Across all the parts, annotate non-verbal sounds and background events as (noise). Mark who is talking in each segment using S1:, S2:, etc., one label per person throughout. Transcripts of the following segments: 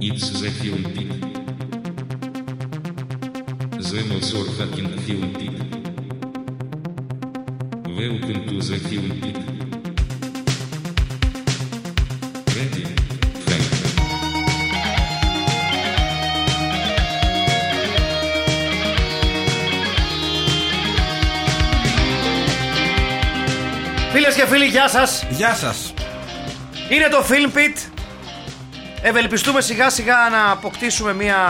S1: Ilse Fiumtit. Zemozor Hakin Fiumtit. Welcome to the Fiumtit. Ready? Thank you.
S2: Φίλες και φίλοι, γεια σας.
S3: Γεια σας.
S2: Είναι το Film Pit. Ευελπιστούμε σιγά σιγά να αποκτήσουμε μια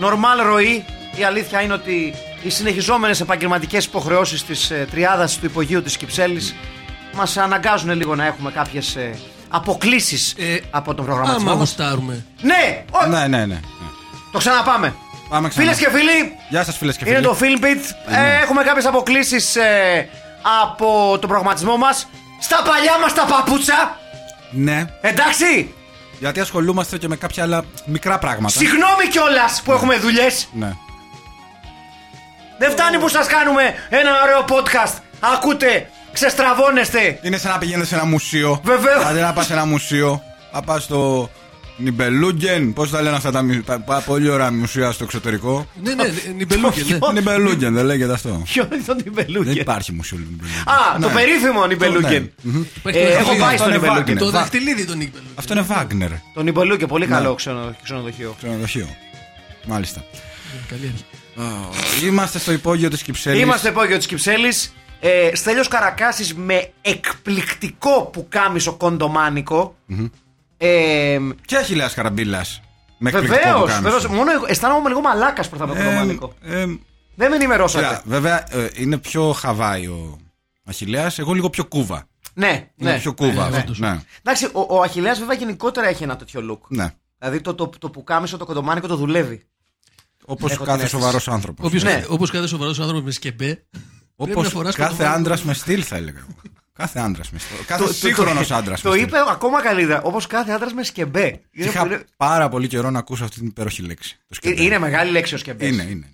S2: normal ροή. Η αλήθεια είναι ότι οι συνεχιζόμενες επαγγελματικές υποχρεώσεις της ε, τριάδας του υπογείου της Κυψέλης μας αναγκάζουν λίγο να έχουμε κάποιες ε, αποκλήσεις
S4: Ε,
S2: από τον
S4: Άμα
S2: προγραμματισμό μας.
S4: γουστάρουμε.
S2: Ναι! Ω,
S3: Ναι, ναι, ναι.
S2: Το ξαναπάμε.
S3: Πάμε
S2: Φίλε
S3: ξανά.
S2: και φίλοι,
S3: Γεια σας, φίλες και φίλοι.
S2: Είναι το Film Pit. Ε, έχουμε κάποιες αποκλήσεις από τον προγραμματισμό μας. Στα παλιά μας τα παπούτσα.
S3: Ναι,
S2: Εντάξει.
S3: γιατί ασχολούμαστε και με κάποια άλλα μικρά πράγματα.
S2: Συγγνώμη κιόλας που έχουμε δουλειές.
S3: Ναι.
S2: Δεν φτάνει που σας κάνουμε ένα ωραίο podcast. Ακούτε, ξεστραβώνεστε.
S3: Είναι σαν να πηγαίνεις σε ένα μουσείο.
S2: Βεβαίως.
S3: Αντί να πας σε ένα μουσείο, θα πας στο Νιμπελούγγεν. Πώς τα λένε αυτά τα, μυ- τα, τα πολύ ωραία μουσεία στο εξωτερικό.
S4: Ναι,
S2: (laughs)
S4: ναι, ναι, νιμπελούκι, ναι.
S2: Όχι.
S3: Νιμπελούγγεν, δεν λέγεται
S2: (laughs)
S3: αυτό.
S2: Ποιο είναι το
S3: Δεν
S2: Νιμπελούγκεν.
S3: υπάρχει μουσείο Νιμπελούγγεν.
S2: Α, το
S3: Ναι.
S2: περίφημο Νιμπελούγκεν.
S3: Ναι. Μμμ.
S4: Υπάρχει
S2: Ε,
S4: το
S2: έχω
S4: δαχτυλίδι.
S2: πάει ναι. στο
S3: Αυτό είναι
S2: Νιμπελούγκεν.
S3: Wagner.
S4: Το
S3: Βα-
S4: δαχτυλίδι τον νιμπελούκι.
S3: Αυτό είναι Βάγκνερ.
S2: Το Νιμπελούγκεν, πολύ
S3: Ναι.
S2: καλό ξενο- ξενοδοχείο.
S3: Ξενοδοχείο. Μάλιστα.
S2: Ναι.
S4: Καλή αρχή.
S3: Είμαστε στο υπόγειο της Κυψέλης.
S2: Είμαστε υπόγειο της Κυψέλης. Ε, Στέλιος Καρακάσης με εκπληκτικό πουκάμισο κοντομάνικο. Ε,
S3: Και Αχιλέα Καραμπίλα. Με εκπληκτικό
S2: Βεβαίω,
S3: που κάνεις.
S2: Μόνο εγώ- αισθάνομαι λίγο μαλάκας που θα το
S3: Ε,
S2: κοντομάνικο.
S3: ε,
S2: Δεν με ενημερώσατε.
S3: Κοίτα, βέβαια ε, είναι πιο Χαβάη ο Αχιλέας. Εγώ λίγο πιο Κούβα.
S2: Ναι,
S3: Είναι
S2: ναι.
S3: πιο Κούβα. Ναι,
S4: ναι, όντως.
S3: ναι.
S2: Εντάξει, ο, ο Αχιλέας βέβαια γενικότερα έχει ένα τέτοιο look.
S3: ναι.
S2: Δηλαδή το, το, το πουκάμισο, το κοντομάνικο το δουλεύει.
S3: Όπως
S2: Έχω την
S3: κάθε
S2: αίσθηση.
S3: σοβαρός άνθρωπος.
S4: Όποιος-
S2: Ναι.
S4: Όπως κάθε σοβαρός άνθρωπος με σκεπέ.
S3: Όπως
S4: να φοράς
S3: κάθε
S4: κοντομάνικο.
S3: άντρας με στυλ, θα έλεγα. εγώ. κάθε άντρας με στυλ.
S2: Το-
S3: Κάθε
S2: το-
S3: σύγχρονος
S2: το-
S3: άντρας.
S2: Το είπε ακόμα καλύτερα. Όπως κάθε άντρας με σκεμπέ. Είναι, που
S3: Είχα
S2: είναι-
S3: πάρα πολύ καιρό να ακούσω αυτή την υπέροχη λέξη. Το σκεπτικό.
S2: είναι μεγάλη λέξη ο σκεμπές.
S3: Είναι, είναι.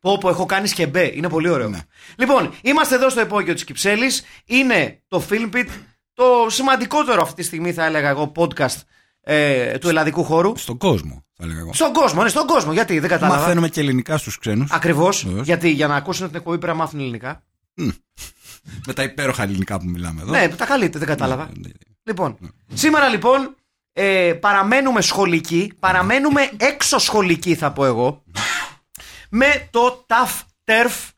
S2: Πω, πω, έχω κάνει σκεμπέ. Είναι πολύ ωραίο.
S3: Ναι.
S2: Λοιπόν, είμαστε εδώ στο υπόγειο της Κυψέλης. Είναι το Filmpit, το σημαντικότερο αυτή τη στιγμή, θα έλεγα εγώ, podcast ε, του ελλαδικού χώρου.
S3: Στον κόσμο, θα έλεγα εγώ.
S2: Στον κόσμο, ναι, στον κόσμο. Γιατί δεν κατάλαβα.
S3: Μαθαίνουμε και ελληνικά στους ξένους.
S2: Ακριβώς.
S3: Βεβαίως.
S2: Γιατί για να ακούσουν την εκπομπή πρέπει να μάθουν ελληνικά.
S3: Με τα υπέροχα ελληνικά που μιλάμε εδώ.
S2: Ναι, τα καλείτε, δεν κατάλαβα.
S3: Ναι, ναι.
S2: Λοιπόν, σήμερα λοιπόν ε, παραμένουμε σχολικοί, παραμένουμε έξω σχολικοί θα πω εγώ, με το Tough Turf,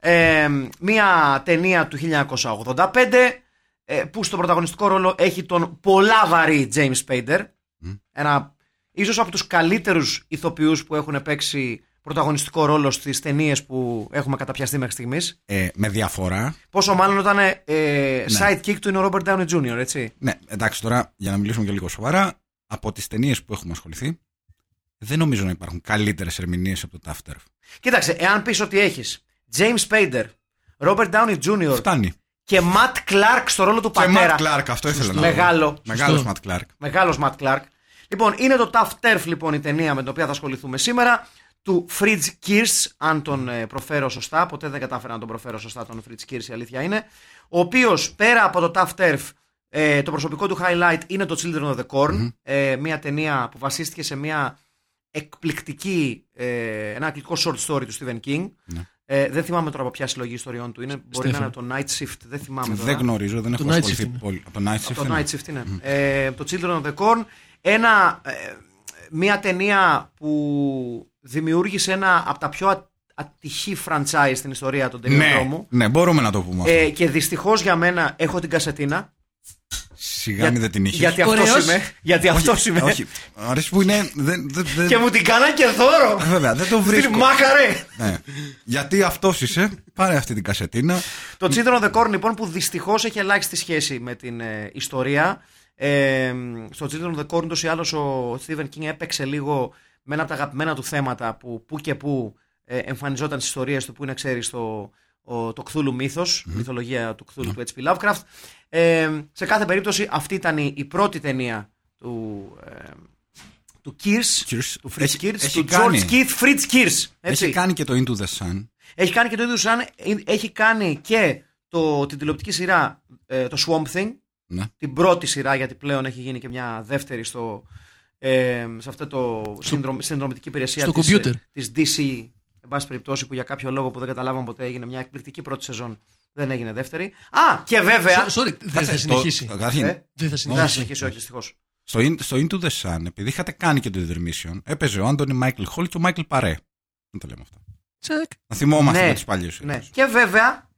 S2: ε, μια ταινία του 1985 ε, που στο πρωταγωνιστικό ρόλο έχει τον πολλά βαρύ James Spader, ένα ίσως από τους καλύτερους ηθοποιούς που έχουν παίξει πρωταγωνιστικό ρόλο στις ταινίες που έχουμε καταπιαστεί μέχρι στιγμής.
S3: Ε, με διαφορά.
S2: Πόσο μάλλον όταν ε, ε, sidekick του είναι ο Robert Downey Jr., έτσι.
S3: Ναι, εντάξει τώρα, για να μιλήσουμε και λίγο σοβαρά, από τις ταινίες που έχουμε ασχοληθεί, δεν νομίζω να υπάρχουν καλύτερες ερμηνείες από το Τάφτερ.
S2: Κοίταξε, εάν πεις ότι έχεις James Spader, Robert Downey Jr.
S3: Φτάνει.
S2: και Matt Clark στο ρόλο του
S3: Και
S2: πατέρα.
S3: Ματ Κλάρκ, αυτό ήθελα να
S2: Μεγάλο.
S3: Μεγάλος
S4: Σωστό.
S3: Ματ Κλάρκ.
S2: Μεγάλος Matt Clark. Λοιπόν, είναι το Tough Turf λοιπόν η ταινία με την οποία θα ασχοληθούμε σήμερα του Fritz Kirsch, αν τον ε, προφέρω σωστά, ποτέ δεν κατάφερα να τον προφέρω σωστά τον Fritz Kirsch, η αλήθεια είναι, ο οποίος πέρα από το Tough Turf, ε, το προσωπικό του highlight είναι το Children of the Corn, ε, μια ταινία που βασίστηκε σε μια εκπληκτική, ε, ένα εκπληκτικό short story του Stephen King. Ε, δεν θυμάμαι τώρα από ποια συλλογή ιστοριών του είναι. Μπορεί να
S4: Στέφαν.
S2: είναι από το Night Shift, δεν θυμάμαι τώρα.
S3: Δεν γνωρίζω, δεν έχω
S4: Night
S3: ασχοληθεί
S4: Shift είναι.
S3: πολύ. Από το Night Shift.
S2: Το
S3: είναι.
S2: Night Shift είναι. Ε, το Children of the Corn. Ένα, ε, μια ταινία που δημιούργησε ένα από τα πιο α- ατυχή franchise στην ιστορία των ταινιών
S3: Ναι,
S2: δρόμου.
S3: ναι, μπορούμε να το πούμε αυτό.
S2: Ε, και δυστυχώς για μένα έχω την κασετίνα.
S3: Σιγά μην δεν την είχες.
S2: γιατί αυτό
S4: Ωραίος.
S2: είμαι. Γιατί αυτό είμαι.
S3: Όχι. Μ' Αρέσει που είναι. Δεν, δεν, δεν-
S2: Και μου την κάνα και δώρο.
S3: Βέβαια, δεν το
S2: Την
S3: βρίσκω.
S2: μάκαρε.
S3: Ναι. Γιατί αυτός είσαι, πάρε αυτή την κασετίνα.
S2: Το Children of the Corn λοιπόν που δυστυχώς έχει ελάχιστη σχέση με την ε, ιστορία. Ε, στο Children of the Corn ούτως ή άλλως ο Stephen King έπαιξε λίγο με ένα από τα αγαπημένα του θέματα που που και που ε, εμφανιζόταν στις ιστορίες του που είναι ξέρεις το, ο, το Cthulhu μύθος, η μυθολογία του Cthulhu
S3: Ναι.
S2: του H.P. Lovecraft. Ε, σε κάθε περίπτωση αυτή ήταν η, η πρώτη ταινία του, ε, του Kears,
S3: Kears.
S2: του Fritz
S3: Έχει-
S2: Kears,
S3: έχει
S2: του
S3: κάνει.
S2: George Keith Fritz Kears. έτσι.
S3: Έχει κάνει και το Into the Sun.
S2: Έχει κάνει και το ίδιο σαν. ε, Έχει κάνει και το, την τηλεοπτική σειρά ε, το Swamp Thing.
S3: Ναι.
S2: Την πρώτη σειρά, γιατί πλέον έχει γίνει και μια δεύτερη στο ε, σε αυτό το συνδρομ- συνδρομητική υπηρεσία
S4: στο
S2: της,
S4: computer.
S2: ε, της DC, εν πάση περιπτώσει, που για κάποιο λόγο που δεν καταλάβαμε ποτέ έγινε μια εκπληκτική πρώτη σεζόν, δεν έγινε δεύτερη. Α, και βέβαια.
S4: Σο- Sorry, δεν θα συνεχίσει.
S3: Ε, Το, καταρχήν,
S2: Ε,
S4: Δεν θα
S2: δεν θα
S4: συνεχίσει.
S2: συνεχίσει, όχι, δυστυχώ.
S3: στο, In- στο Into the Sun, επειδή είχατε κάνει και το Intermission, έπαιζε ο Άντωνι Μάικλ Χολ και ο Μάικλ Παρέ. Να τα λέμε αυτά.
S4: Τσεκ.
S3: Να θυμόμαστε
S2: Ναι.
S3: με τους παλιούς.
S2: Ναι. Και βέβαια,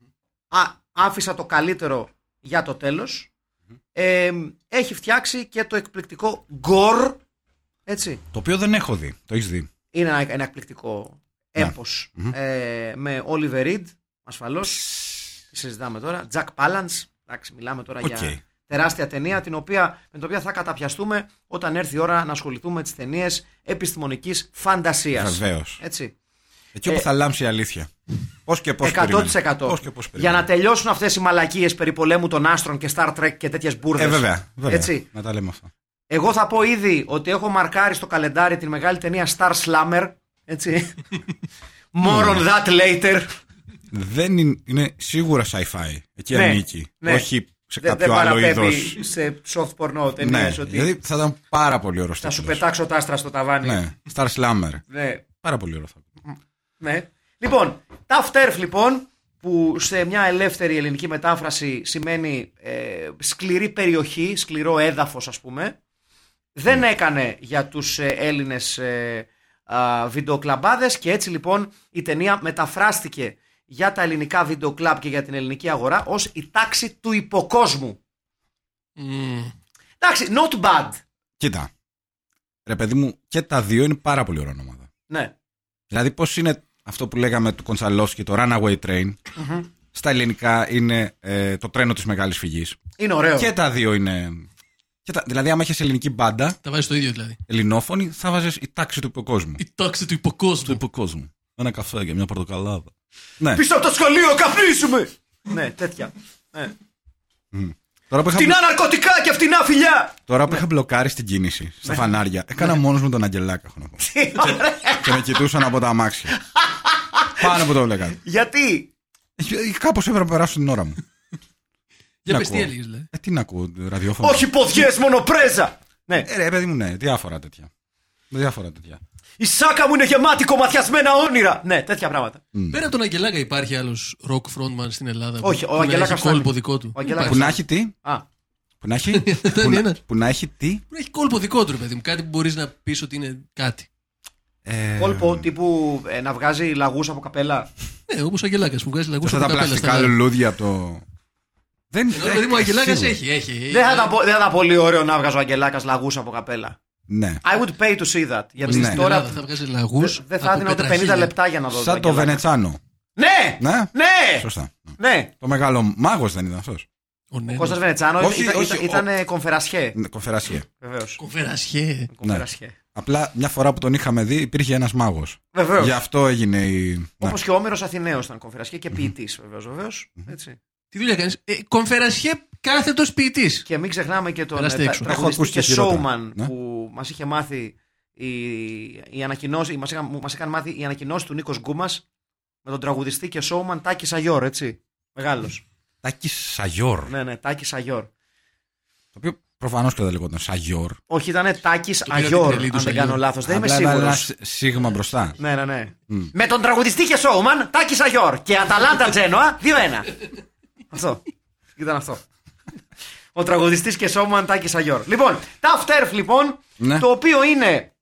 S2: α, άφησα το καλύτερο για το τέλος. Ε, έχει φτιάξει και το εκπληκτικό γκορ. Έτσι.
S3: Το οποίο δεν έχω δει. Το έχεις δει.
S2: Είναι ένα, ένα εκπληκτικό
S3: Ναι.
S2: έπος ε, με Oliver Reed, ασφαλώς. Τι συζητάμε τώρα. Jack Palance. Εντάξει, μιλάμε τώρα
S3: Οκ.
S2: για τεράστια ταινία την οποία, με την οποία θα καταπιαστούμε όταν έρθει η ώρα να ασχοληθούμε με τις ταινίες επιστημονικής φαντασίας.
S3: Βεβαίως.
S2: Έτσι.
S3: Εκεί όπου
S2: Ε,
S3: θα λάμψει η αλήθεια. Πώς και πώς.
S2: 100%.
S3: Πώς και πώς.
S2: για να τελειώσουν αυτές οι μαλακίες περί πολέμου των άστρων και Star Trek και τέτοιες μπουρδες.
S3: Ε, βέβαια. βέβαια.
S2: Έτσι.
S3: Να τα λέμε αυτά.
S2: Εγώ θα πω ήδη ότι έχω μαρκάρει στο καλεντάρι την μεγάλη ταινία Star Slammer.
S3: (laughs)
S2: Έτσι. More on that later.
S3: Δεν είναι, είναι σίγουρα sci-fi. Εκεί
S2: Ναι,
S3: ανήκει.
S2: ναι.
S3: Όχι σε
S2: δεν δεν
S3: κάποιο άλλο είδο.
S2: παραπέμπει σε soft porno ταινίε
S3: Ναι.
S2: ότι
S3: Δηλαδή θα ήταν πάρα πολύ ωραίο.
S2: θα σου
S3: τίτλος.
S2: πετάξω τα άστρα στο ταβάνι.
S3: Ναι. Star Slammer.
S2: Ναι.
S3: Πάρα πολύ ωραίο θα ήταν.
S2: Ναι. Λοιπόν, Tough Turf λοιπόν, που σε μια ελεύθερη ελληνική μετάφραση σημαίνει ε, σκληρή περιοχή, σκληρό έδαφος ας πούμε, δεν έκανε για τους ε, Έλληνες ε, α, βιντεοκλαμπάδες και έτσι λοιπόν η ταινία μεταφράστηκε για τα ελληνικά βιντεοκλαμπ και για την ελληνική αγορά ως η τάξη του υποκόσμου.
S4: Μμμ.
S2: Εντάξει, not bad.
S3: Κοίτα. Ρε παιδί μου, και τα δύο είναι πάρα πολύ ωραία ονόματα.
S2: Ναι.
S3: Δηλαδή, πώς είναι αυτό που λέγαμε του Κοντσαλόσκη, το Runaway Train. Στα ελληνικά είναι ε, το τρένο της μεγάλης φυγής.
S2: Είναι ωραίο.
S3: Και τα δύο είναι. Και τα, δηλαδή, άμα είχε ελληνική μπάντα,
S4: Τα βάζεις το ίδιο δηλαδή.
S3: ελληνόφωνη, θα βάζε η τάξη του υποκόσμου.
S4: Η τάξη του
S3: Του
S4: υποκόσμου.
S3: υποκόσμου. Ένα καφέ για μια πορτοκαλάδα. Ναι.
S2: Πίσω από το σχολείο, καπνίσουμε! ναι, τέτοια. Ναι.
S3: Τώρα που, είχα,
S2: Φτηνά ναρκωτικά και φτηνά φιλιά!
S3: τώρα που είχα μπλοκάρει στην κίνηση, στα φανάρια, έκανα μόνος μου τον Αγγελάκα, έχω να πω. και με κοιτούσαν από τα αμάξια. Πάνω που το βλέπαν.
S2: Γιατί
S3: Κάπω Ε, έπρεπε να περάσουν την ώρα μου.
S4: Για
S3: Να
S4: πες τι
S3: ακούω.
S4: έλεγες δηλαδή.
S3: Ε, τι να ακούω, ραδιόφωνο.
S2: όχι ποδιές μόνο πρέζα Ναι
S3: Ε, ρε, παιδί μου, ναι, διάφορα τέτοια. Διάφορα τέτοια.
S2: Η σάκα μου είναι γεμάτη κομματιασμένα όνειρα Ναι τέτοια πράγματα
S4: Πέρα από τον Αγγελάκα υπάρχει άλλος rock frontman στην Ελλάδα. που-
S2: Όχι, ο
S4: που να
S2: Αγγελάκας
S4: έχει
S2: θα
S4: κόλπο
S2: είναι.
S4: δικό του.
S2: Ο Αγγελάκας.
S3: Που να έχει τι.
S2: Α,
S3: Που να
S4: (laughs)
S3: έχει. που,
S4: είναι
S3: να,
S4: ένας.
S3: που να έχει τι.
S4: Που να έχει κόλπο δικό του, ρε παιδί μου. Κάτι που μπορείς να πεις ότι είναι κάτι.
S3: Ε,
S2: Κόλπο τύπου ε, να βγάζει λαγούς από καπέλα
S4: Ναι, όπως ο Αγγελάκας που βγάζει λαγούς
S3: Αυτά
S4: από
S3: τα
S4: καπέλα.
S3: πλαστικά
S4: στα-
S3: λουλούδια από το. Δεν
S4: Ενώ, παιδί μου, ο Αγγελάκα
S3: σίγουρα.
S4: έχει.
S3: Ε.
S4: έχει.
S2: Δεν θα ήταν πο- δεν θα ήταν πολύ ωραίο να βγάζει ο Αγγελάκας λαγούς από καπέλα
S3: Ναι.
S2: I would pay to see that Γιατί
S3: Ναι.
S4: Στην
S2: τώρα
S4: Ελλάδα θα βγάζεις λαγούς.
S2: δε- δεν θα έδινα ούτε 50 λεπτά για να δω
S3: Σαν
S2: τον
S3: το
S2: Αγγελάκα.
S3: Βενετσάνο.
S2: Ναι!
S3: Ναι.
S2: Ναι!
S3: Σωστά.
S2: Ναι!
S3: Το μεγάλο μάγος δεν ήταν αυτός.
S4: Ο Νένος.
S2: Κώστας Βενετσάνο
S3: Ε, Όχι,
S2: ήταν-
S3: όχι,
S2: ήταν-
S3: ο-
S2: ήταν κομφερασιέ
S3: Ναι, Κοφερασίε.
S2: Βεβαίως
S4: Κοβερασιέ.
S3: Ναι.
S2: Κομφερασιέ
S3: Απλά μια φορά που τον είχαμε δει υπήρχε ένας μάγος. Γι'
S2: Βεβαίως
S3: αυτό έγινε η. Ναι.
S2: Όπω και ο Όμηρος Αθηναίος ήταν κομφερασιέ και ποιητής βεβαίως, βεβαίως. Έτσι.
S4: Τι δουλειά κάνεις. Ε, κομφερασιέ κάθετος ποιητής.
S2: Και μην ξεχνάμε και τον
S4: Περάστε
S2: ε,
S4: έξω.
S2: τρα-
S3: Έχω ακούσει
S2: τραγουδιστή και
S3: και χειρότερα.
S2: showman
S3: Ναι.
S2: που μας είχε μάθει οι, οι ανακοινώσεις, μας, είχαν, μας είχαν μάθει οι ανακοινώσεις του Νίκος Γκούμας με τον τραγουδιστή και showman Τάκη Σαγιόρ, έτσι. Μεγάλος.
S3: Τάκη Σαγιόρ.
S2: ναι, ναι, Τάκη Σαγιόρ.
S3: Το οποίο προφανώς και δεν λεγόταν Σαγιόρ.
S2: Όχι, ήταν Τάκης
S4: πήρα την
S2: Αγιόρ,
S4: τρελή του
S2: αν δεν
S4: Σαγιόρ.
S2: κάνω λάθος. Δεν είμαι
S3: Απλά ήταν ένα
S2: σίγουρος.
S3: σ- σίγμα μπροστά.
S2: Ναι, ναι, ναι. Με τον τραγουδιστή και showman Τάκη Σαγιόρ και Αταλάντα Τζένοα 2-1. αυτό. Ήταν αυτό. Ο τραγουδιστής και showman Τάκης Σαγιόρ. Λοιπόν, Tough Turf λοιπόν,
S3: Ναι.
S2: το οποίο είναι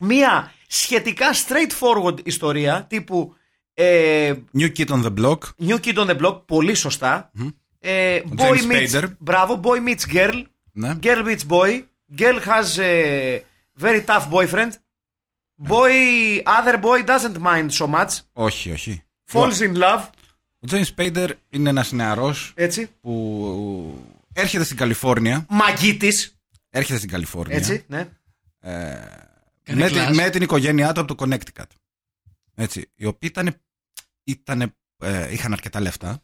S2: μια σχετικά straightforward ιστορία τύπου ε,
S3: New Kid on the Block.
S2: New Kid on the Block, πολύ σωστά. Ε, boy
S3: James
S2: meets,
S3: Spader.
S2: μπράβο, boy meets girl.
S3: Ναι.
S2: Girl meets boy. Girl has a very tough boyfriend. Boy, other boy doesn't mind so much.
S3: Όχι, όχι.
S2: Falls in love.
S3: Ο Τζέιμ Πέιντερ είναι ένας νεαρός
S2: Έτσι.
S3: που έρχεται στην Καλιφόρνια.
S2: Μαγίτης.
S3: Έρχεται στην Καλιφόρνια.
S2: Έτσι, ναι.
S4: Κάνει
S3: με,
S4: κλάσ.
S3: τη- με την οικογένειά του από το Connecticut. Έτσι. Οι οποίοι ήταν, ήταν, ε, είχαν αρκετά λεφτά.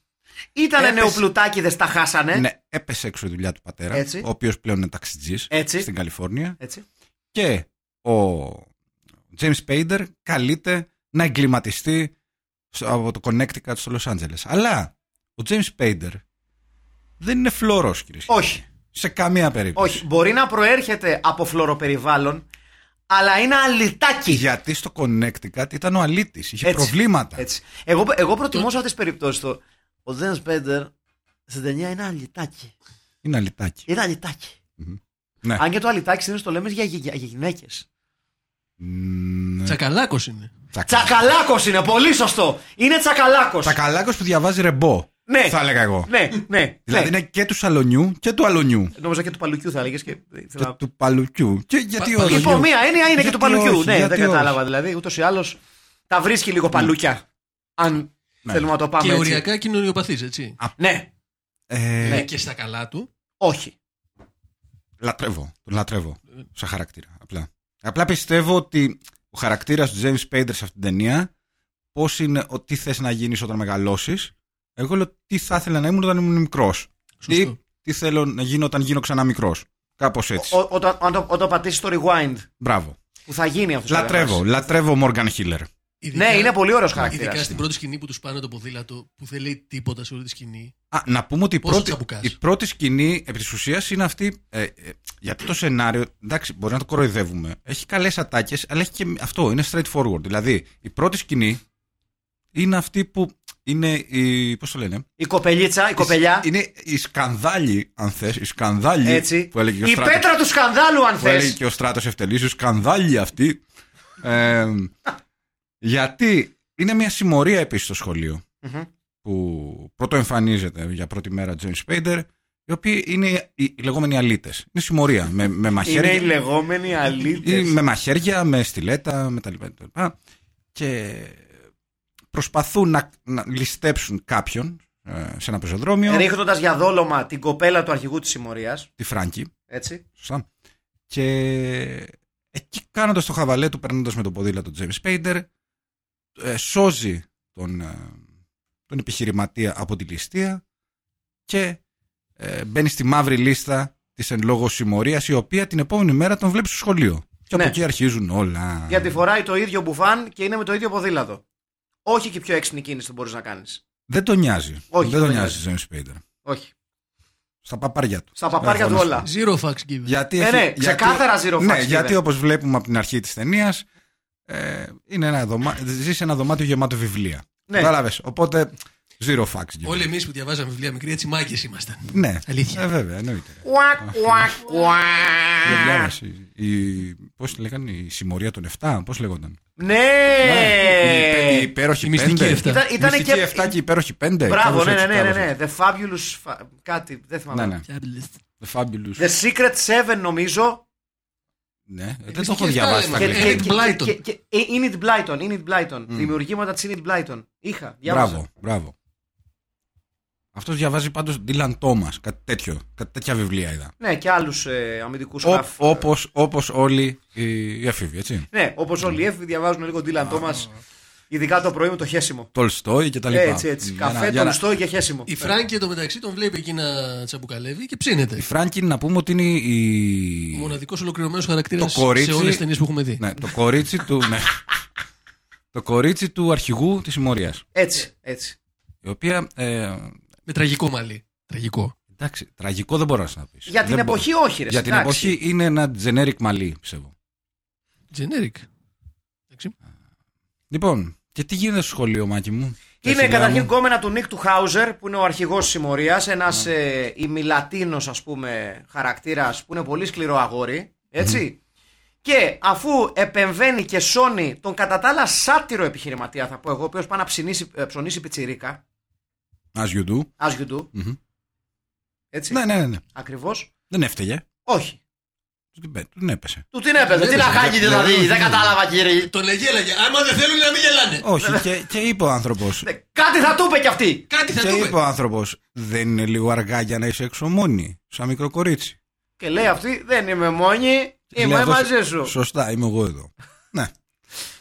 S2: Ήτανε
S3: Έπεσε.
S2: νεοπλουτάκιδες, τα χάσανε.
S3: Ναι, έπεσε έξω η δουλειά του πατέρα,
S2: Έτσι.
S3: ο οποίος πλέον είναι ταξιτζής
S2: Έτσι.
S3: στην Καλιφόρνια.
S2: Έτσι.
S3: Και ο James Spader καλείται να εγκληματιστεί στο- από το Connecticut στο Los Angeles. Αλλά ο James Spader δεν είναι φλόρος, κύριε.
S2: Όχι.
S3: Σε καμία περίπτωση.
S2: Όχι, μπορεί να προέρχεται από φλωροπεριβάλλον, αλλά είναι αλυτάκι.
S3: Γιατί στο Connecticut ήταν ο αλήτης. Είχε
S2: Έτσι.
S3: προβλήματα.
S2: Έτσι. Εγώ, εγώ προτιμώ σε αυτές τις περιπτώσεις το. Ο Δέν Σπέντερ στην ταινία είναι αλυτάκι.
S3: Είναι αλητάκι.
S2: Είναι αλυτάκι.
S3: Ναι.
S2: Αν και το αλυτάκι συνήθως το λέμε για, γυ- για, γυναίκες.
S3: Ναι.
S4: Τσακαλάκος είναι.
S2: Τσακαλάκος είναι, πολύ σωστό. Είναι τσακαλάκος.
S3: Τσακαλάκος που διαβάζει ρεμπό.
S2: Ναι.
S3: Θα έλεγα εγώ.
S2: Ναι, ναι.
S3: Δηλαδή
S2: ναι.
S3: είναι και του σαλονιού και του αλονιού.
S2: Νόμιζα και του παλουκιού θα έλεγες. Και...
S3: Και
S2: ήθελα να-
S3: του παλουκιού. Και γιατί
S4: Πα-
S3: όχι.
S2: Υπό μία έννοια είναι και
S3: Γιατί
S2: του παλουκιού.
S3: όχι,
S2: ναι,
S3: γιατί
S2: δεν
S3: όχι.
S2: κατάλαβα δηλαδή. Ούτως ή άλλως τα βρίσκει λίγο παλούκια. Αν
S3: Ναι.
S2: θέλουμε να το πάμε.
S4: και
S2: έτσι.
S4: οριακά κοινωνιοπαθή, έτσι.
S2: Ναι,
S3: Ε,
S4: Ναι. Και στα καλά του.
S2: όχι.
S3: Λατρεύω. Τον λατρεύω. Σαν χαρακτήρα. Απλά. Απλά πιστεύω ότι ο χαρακτήρας του James Spader σε αυτήν την ταινία, πώς είναι, ο, τι θες να γίνεις όταν μεγαλώσεις. Εγώ λέω τι θα ήθελα να ήμουν όταν ήμουν μικρός. Τι,
S2: Ναι,
S4: Σωστό.
S3: τι θέλω να γίνω όταν γίνω ξανά μικρός. Κάπως έτσι.
S2: Ο- Όταν αν το- όταν πατήσεις το rewind
S3: Μπράβο.
S2: που θα γίνει αυτό.
S3: Λατρεύω. Λατρεύω Morgan Hiller.
S4: Ειδικά-
S2: Ναι, είναι πολύ ωραίος χαρακτήρα.
S4: Ειδικά στην πρώτη σκηνή που τους πάνε το ποδήλατο, που δεν λέει τίποτα σε όλη τη σκηνή.
S3: Α, να πούμε ότι η
S4: Πόσο
S3: πρώτη,
S4: τσαμπουκάς.
S3: η πρώτη σκηνή επί της ουσίας είναι αυτή. Ε, ε, γιατί το σενάριο, εντάξει, μπορεί να το κοροϊδεύουμε. Έχει καλές ατάκες, αλλά έχει και αυτό. Είναι straightforward. Δηλαδή, η πρώτη σκηνή είναι αυτή που είναι η. Πώς το λένε,
S2: Η κοπελίτσα, η κοπελιά.
S3: Είναι η σκανδάλη, αν θες Η σκανδάλη
S2: Έτσι.
S3: που έλεγε και ο
S2: Η
S3: Στράτος-
S2: πέτρα του σκανδάλου, αν
S3: που έλεγε
S2: θε.
S3: και ο Στράτος Ευτελής, η σκανδάλη αυτή. Ε, γιατί είναι μια συμμορία επίσης στο σχολείο που πρώτο εμφανίζεται για πρώτη μέρα Τζέιμ Σπέιντερ, οι οποίοι είναι οι, οι λεγόμενοι αλήτες. Είναι συμμορία με, με
S2: Είναι
S3: μαχαίρια.
S2: οι λεγόμενοι αλήτες.
S3: ή με μαχαίρια, με στιλέτα, με τα λοιπά. τα λοιπά. Και προσπαθούν να, να ληστέψουν κάποιον ε, σε ένα πεζοδρόμιο.
S2: Ρίχνοντας για δόλωμα την κοπέλα του αρχηγού της συμμορίας.
S3: Τη Φράγκη,
S2: Έτσι.
S3: σωστά. Και εκεί κάνοντας το χαβαλέ του, περνώντας με το ποδήλατο Τζέιμ Σπέιντερ, ε, σώζει τον, ε, τον επιχειρηματία από τη ληστεία και ε, μπαίνει στη μαύρη λίστα της εν λόγω συμμορίας η οποία την επόμενη μέρα τον βλέπει στο σχολείο. Και
S2: Ναι.
S3: από εκεί αρχίζουν όλα.
S2: Γιατί φοράει το ίδιο μπουφάν και είναι με το ίδιο ποδήλατο. Όχι και πιο έξυπνη κίνηση που μπορείς να κάνεις.
S3: Δεν τον νοιάζει.
S2: Όχι,
S3: δεν τον
S2: δεν
S3: νοιάζει James Spader.
S2: Όχι.
S3: Στα παπάρια του.
S2: Στα παπάρια
S3: Έχω
S2: του
S3: να
S2: όλα.
S4: Zero facts given.
S3: Γιατί
S2: Ναι,
S3: έχει-
S2: ναι,
S3: γιατί-
S2: ξεκάθαρα zero facts
S3: Ναι,
S2: given.
S3: γιατί όπως βλέπουμε από την αρχή της ταινίας, ε, είναι ένα δωμά... ζεις σε ένα δωμάτιο γεμάτο βιβλία.
S2: Ναι.
S3: Κατάλαβες. Οπότε, zero facts. given.
S4: Όλοι εμείς που διαβάζαμε βιβλία μικρή, έτσι μάγκες ήμασταν.
S3: Ναι,
S4: Αλήθεια.
S3: Ε, βέβαια, εννοείται.
S2: Κουακ, κουακ, κουακ.
S3: Δεν διάβασες. Η... Πώς λέγανε, η συμμορία των 7, πώς λέγονταν. Ναι, η
S2: Ναι!
S3: υπέροχη
S4: η μυστική
S3: πέντε.
S4: εφτά.
S2: Ήταν- Ε, Ήτανε
S3: Μυστική
S2: και-
S3: 7 και η υπέροχη 5.
S2: Μπράβο, ναι, ναι, ναι, ναι, ναι. The Fabulous. Fa- Κάτι, δεν
S3: ναι,
S2: θυμάμαι.
S3: ναι. The Fabulous.
S2: The Secret Seven, νομίζω.
S3: Ναι, δεν το
S4: μυστική
S3: έχω
S4: εφτά
S3: διαβάσει
S4: λέμε.
S3: τα
S4: Και-
S3: αγγλικά.
S4: Enid Blyton.
S2: και- και- ε, Enid Blyton, Enid Blyton. Δημιουργήματα της Enid Blyton. Είχα, διάβαζα.
S3: Mm. Μπράβο, μπράβο. Αυτός διαβάζει πάντως Dylan Thomas, κάτι τέτοιο. Κάτι τέτοια βιβλία είδα.
S2: Ναι, και άλλους ε, αμυντικούς γράφου.
S3: Όπως όπως όλοι οι, οι εφήβοι, έτσι.
S2: Ναι, όπως όλοι οι έφηβοι διαβάζουν λίγο Dylan Thomas, ειδικά το πρωί με το χέσιμο.
S3: Τολστόι και τα λοιπά.
S2: Έτσι, έτσι.
S3: Για να-
S2: Καφέ,
S3: για να-
S2: τολστό και χέσιμο.
S4: Η Φράγκη εντωμεταξύ τον βλέπει εκεί να τσαμπουκαλεύει και ψήνεται.
S3: Η Φράνκιν να πούμε ότι είναι η.
S4: Μοναδικός ολοκληρωμένος χαρακτήρας
S3: Το κορίτσι-
S4: σε όλες τις ταινίες που έχουμε δει.
S3: Ναι, το κορίτσι του. ναι. Το κορίτσι του αρχηγού της συμμορία.
S2: Έτσι, έτσι.
S3: Η οποία. Ε,
S4: Με τραγικό μαλλί. Τραγικό.
S3: εντάξει, τραγικό δεν μπορώ να πεις.
S2: Για την εποχή, όχι, ρε.
S3: Για την
S2: εντάξει.
S3: εποχή είναι ένα generic μαλλί, ψεύω.
S4: Generic. Εντάξει.
S3: Λοιπόν, και τι γίνεται στο σχολείο, Μάκη μου.
S2: Είναι
S3: Ταχυλιά
S2: καταρχήν
S3: μου.
S2: κόμενα του Νίκ του Χάουζερ που είναι ο αρχηγός της συμμορίας. Ένας
S3: Ναι.
S2: ε, ημιλατίνος, ας πούμε, χαρακτήρας που είναι πολύ σκληρό αγόρι. Έτσι. Και αφού επεμβαίνει και σώνει τον κατά τα άλλα σάτυρο επιχειρηματία, θα πω εγώ, ο οποίος πάει να ψωνίσει, ε, ψωνίσει πιτσιρίκα.
S3: As you do.
S2: As you do.
S3: Μμμ.
S2: Έτσι.
S3: Ναι, ναι, ναι, ναι.
S2: Ακριβώς.
S3: Δεν έφταιγε.
S2: Όχι.
S3: Του την πέ- του την έπεσε.
S2: Του την έπαιζε. Τι να
S3: έπαιζε.
S2: χάγει,
S3: Δεν-
S2: δηλαδή.
S3: δεν-
S2: Δεν κατάλαβα, κύριε.
S4: Τον εγέλαγε. Άμα δεν θέλουν να μην γελάνε.
S3: Όχι, και, και είπε ο άνθρωπος.
S2: Ναι, Κάτι θα του είπε κι αυτή.
S4: Κάτι θα
S3: Και
S4: το
S3: είπε ο
S4: πει.
S3: άνθρωπος, δεν είναι λίγο αργά για να είσαι έξω μόνη, σαν μικρό κορίτσι.
S2: Και λέει αυτή, δεν είμαι μόνη,
S3: Λέει
S2: είμαι
S3: αυτός,
S2: μαζί σου.
S3: Σωστά, είμαι εγώ εδώ. ναι.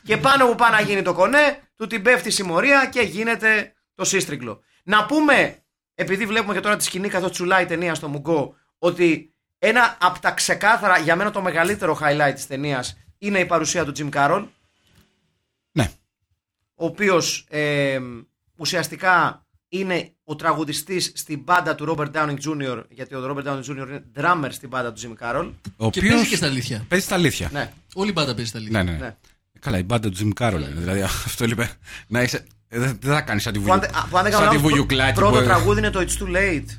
S2: Και πάνω που πάει να γίνει το κονέ, του την πέφτει η συμμορία και γίνεται το σύστριγκλο. Να πούμε, επειδή βλέπουμε και τώρα τη σκηνή καθώς τσουλάει η ταινία στο Μουγκό, ότι ένα από τα ξεκάθαρα, για μένα το μεγαλύτερο highlight της ταινίας είναι η παρουσία του Jim Carroll,
S3: ναι.
S2: ο οποίος ουσιαστικά είναι ο τραγουδιστής στην μπάντα του Robert Downey Jr., γιατί ο Robert Downey Jr. είναι drummer στην μπάντα του Jimmy Carroll.
S3: Ο
S4: Και
S3: οποίος
S4: παίζει και στα αλήθεια.
S3: Παίζει στα αλήθεια.
S2: Ναι,
S4: Όλη η μπάντα παίζει στα αλήθεια.
S3: Ναι, ναι. ναι.
S2: ναι.
S3: Καλά, η μπάντα του Jim Carroll. είναι. Δηλαδή (laughs) αυτό είπε. Να είσαι. ε, Δεν δεν θα κάνεις σαν τη
S2: Που αν,
S3: βουλιου-
S2: δεν- α, που αν δεν κάνω
S3: σαν τη
S2: λάθος, πρω-
S3: βουλιουκλάτη.
S2: πρώτο
S3: που-
S2: τραγούδι είναι το It's Too Late.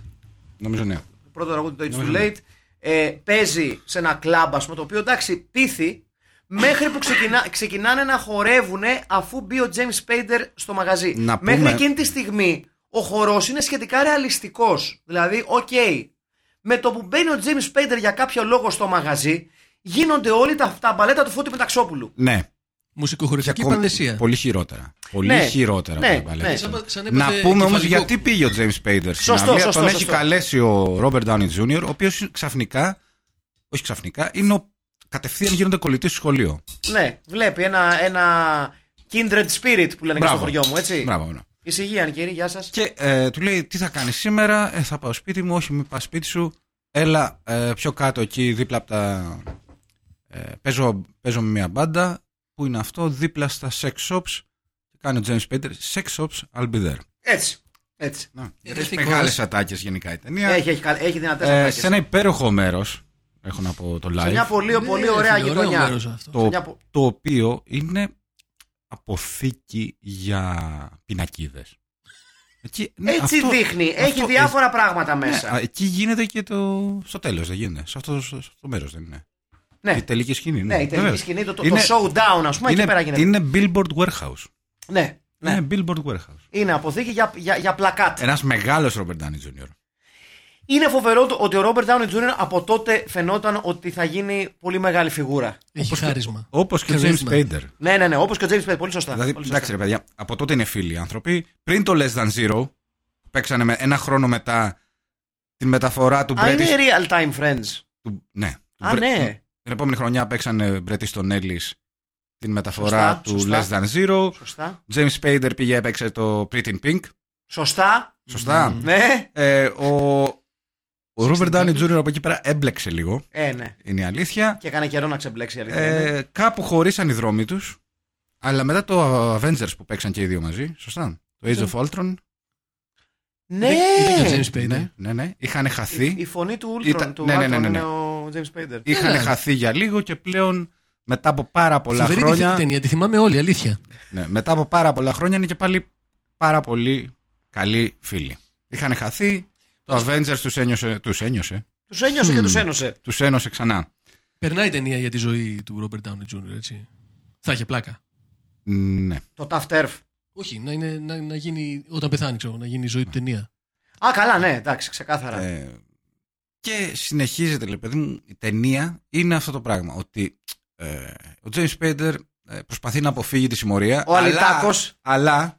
S3: Νομίζω ναι.
S2: πρώτο τραγούδι το It's Too
S3: Νομίζω.
S2: Late. Ε, παίζει σε ένα κλαμπ, ας πούμε, το οποίο εντάξει, πείθει μέχρι που ξεκινά, ξεκινάνε να χορεύουν αφού μπει ο James Spader στο μαγαζί.
S3: Να πούμε-
S2: Μέχρι εκείνη τη στιγμή ο χορός είναι σχετικά ρεαλιστικός. Δηλαδή, οκ. Με το που μπαίνει ο James Spader για κάποιο λόγο στο μαγαζί, γίνονται όλοι τα, τα μπαλέτα του Φώτη Μεταξόπουλου.
S3: Ναι.
S4: Μουσικοχορευτική
S3: ακόμη-
S4: πανδεσία.
S3: Πολύ χειρότερα. Πολύ
S2: Ναι.
S3: χειρότερα
S2: Ναι,
S3: από την παλέτα.
S2: ναι.
S4: Ε, Σαν- σαν έπαθε
S3: Να πούμε όμως
S4: κεφαλικό.
S3: γιατί πήγε ο James Spader στην
S2: Σωστό,
S3: Αγγλία.
S2: σωστό,
S3: Τον έχει
S2: σωστό.
S3: καλέσει ο Robert Downey Jr., ο οποίος ξαφνικά. Όχι ξαφνικά, είναι ο, κατευθείαν γίνονται κολλητή στο σχολείο.
S2: Ναι, βλέπει ένα, ένα kindred spirit που λένε και στο χωριό μου, έτσι.
S3: Μπράβο, μπράβο.
S2: Ησυχία, κύριε, γεια σας.
S3: Και ε, του λέει: Τι θα κάνεις σήμερα, ε, θα πάω σπίτι μου. Όχι, μην πας σπίτι σου. Έλα ε, πιο κάτω εκεί, δίπλα από τα. Ε, παίζω, παίζω με μια μπάντα. Πού είναι αυτό, δίπλα στα sex shops. Κάνει ο James Spader. Sex shops, I'll be there.
S2: Έτσι. Έτσι.
S4: Ερεθικός.
S3: Μεγάλες ατάκες γενικά η ταινία.
S2: Έχει, έχει, καλ- έχει δυνατές
S3: Ε, σε ένα υπέροχο μέρος, έχω να πω το live,
S2: μια πολύ,
S4: Ναι,
S2: πολύ
S4: ρε
S2: ωραία
S4: φίλε, ωραίο
S2: γειτονιά.
S4: μέρος αυτό.
S3: το,
S2: μια πο-
S3: το οποίο είναι αποθήκη για πινακίδες. Εκεί, ναι,
S2: Έτσι
S3: αυτό-
S2: δείχνει.
S3: αυτό-
S2: έχει διάφορα πράγματα
S3: ε, ναι,
S2: μέσα.
S3: α, εκεί γίνεται και το. Στο τέλος δεν γίνεται. Σε αυτό, σε αυτό το μέρος δεν είναι.
S2: ναι,
S3: Η τελική σκηνή.
S2: ναι, η τελική
S3: Βέβαια.
S2: σκηνή, το, το,
S3: Είναι-
S2: το showdown, ας πούμε,
S3: είναι,
S2: εκεί πέρα γίνεται.
S3: είναι Billboard Warehouse.
S2: ναι, ναι.
S3: Είναι Ε. Billboard Warehouse.
S2: Είναι αποθήκη για, για, για πλακάτ.
S3: Ένας μεγάλος Robert Downey Jr.
S2: Είναι φοβερό το, ότι ο Ρόμπερτ Downey Jr. από τότε φαινόταν ότι θα γίνει πολύ μεγάλη φιγούρα.
S4: Έχει χάρισμα.
S3: Όπως και ο James
S4: Charisma.
S3: Spader.
S2: Ναι, ναι, ναι. Όπως και ο James Pate, πολύ σωστά.
S3: Δηλαδή,
S2: πολύ σωστά.
S3: εντάξει ρε παιδιά, από τότε είναι φίλοι οι άνθρωποι. Πριν το Less Than Zero, που παίξανε με, ένα χρόνο μετά την μεταφορά του
S2: Α, είναι
S3: British.
S2: real time friends.
S3: Του, ναι. του
S2: Α,
S3: Bre-
S2: ναι.
S3: Την επόμενη χρονιά παίξανε British στον Ellis την μεταφορά
S2: Σωστά,
S3: του
S2: σωστά.
S3: Less Than Zero.
S2: Σωστά.
S3: James Spader πήγε έπαιξε το Pretty in Pink.
S2: Σωστά.
S3: Σωστά.
S4: Μμμ.
S2: Ναι.
S3: Ε, ο ο Robert
S4: Σωστά.
S3: Downey Jr. από εκεί πέρα έμπλεξε λίγο,
S2: Ε, ναι.
S3: είναι η αλήθεια.
S2: Και έκανε καιρό να ξεμπλέξει η αλήθεια. είναι.
S3: Ε, κάπου χωρίσαν οι δρόμοι τους. Αλλά μετά το Avengers που παίξαν και οι δύο μαζί, σωστά. Το Age of Ultron.
S2: Ναι.
S4: Υπήρχε ο James Spader.
S3: Ε, Ναι, ναι, ναι. Είχαν χαθεί.
S2: Η φωνή του Ultron,
S3: Ήταν-
S2: του
S3: ναι, ναι, ναι,
S2: Ultron
S3: ναι,
S2: είναι
S3: ναι.
S2: ο James Spader.
S3: Είχαν
S4: Έλα.
S3: χαθεί για λίγο και πλέον μετά από πάρα πολλά
S4: Φοβερή τη
S3: χρόνια.
S4: ταινία, τη θυμάμαι όλοι, αλήθεια.
S3: Ναι, μετά από πάρα πολλά χρόνια είναι και πάλι πάρα πολύ καλοί φίλοι. Είχαν χαθεί. Το Avengers τους ένιωσε. Τους ένιωσε.
S2: Τους ένιωσε και
S3: Μμμ.
S2: του ένωσε.
S3: Τους ένωσε ξανά.
S4: Περνάει η ταινία για τη ζωή του Robert Downey Jr., έτσι. Θα είχε πλάκα.
S3: Ναι.
S2: Το Tough Turf.
S4: Όχι, να, είναι, να, να γίνει όταν πεθάνει, ξέρω, να γίνει η ζωή του ταινία.
S2: Α, καλά, ναι, εντάξει, ξεκάθαρα.
S3: Ε, και συνεχίζεται, λέει, παιδί μου, η ταινία είναι αυτό το πράγμα. Ότι ε, ο James Spader ε, προσπαθεί να αποφύγει τη συμμορία.
S2: Ο
S3: αλλά-
S2: Αλιτάκος.
S3: Αλλά.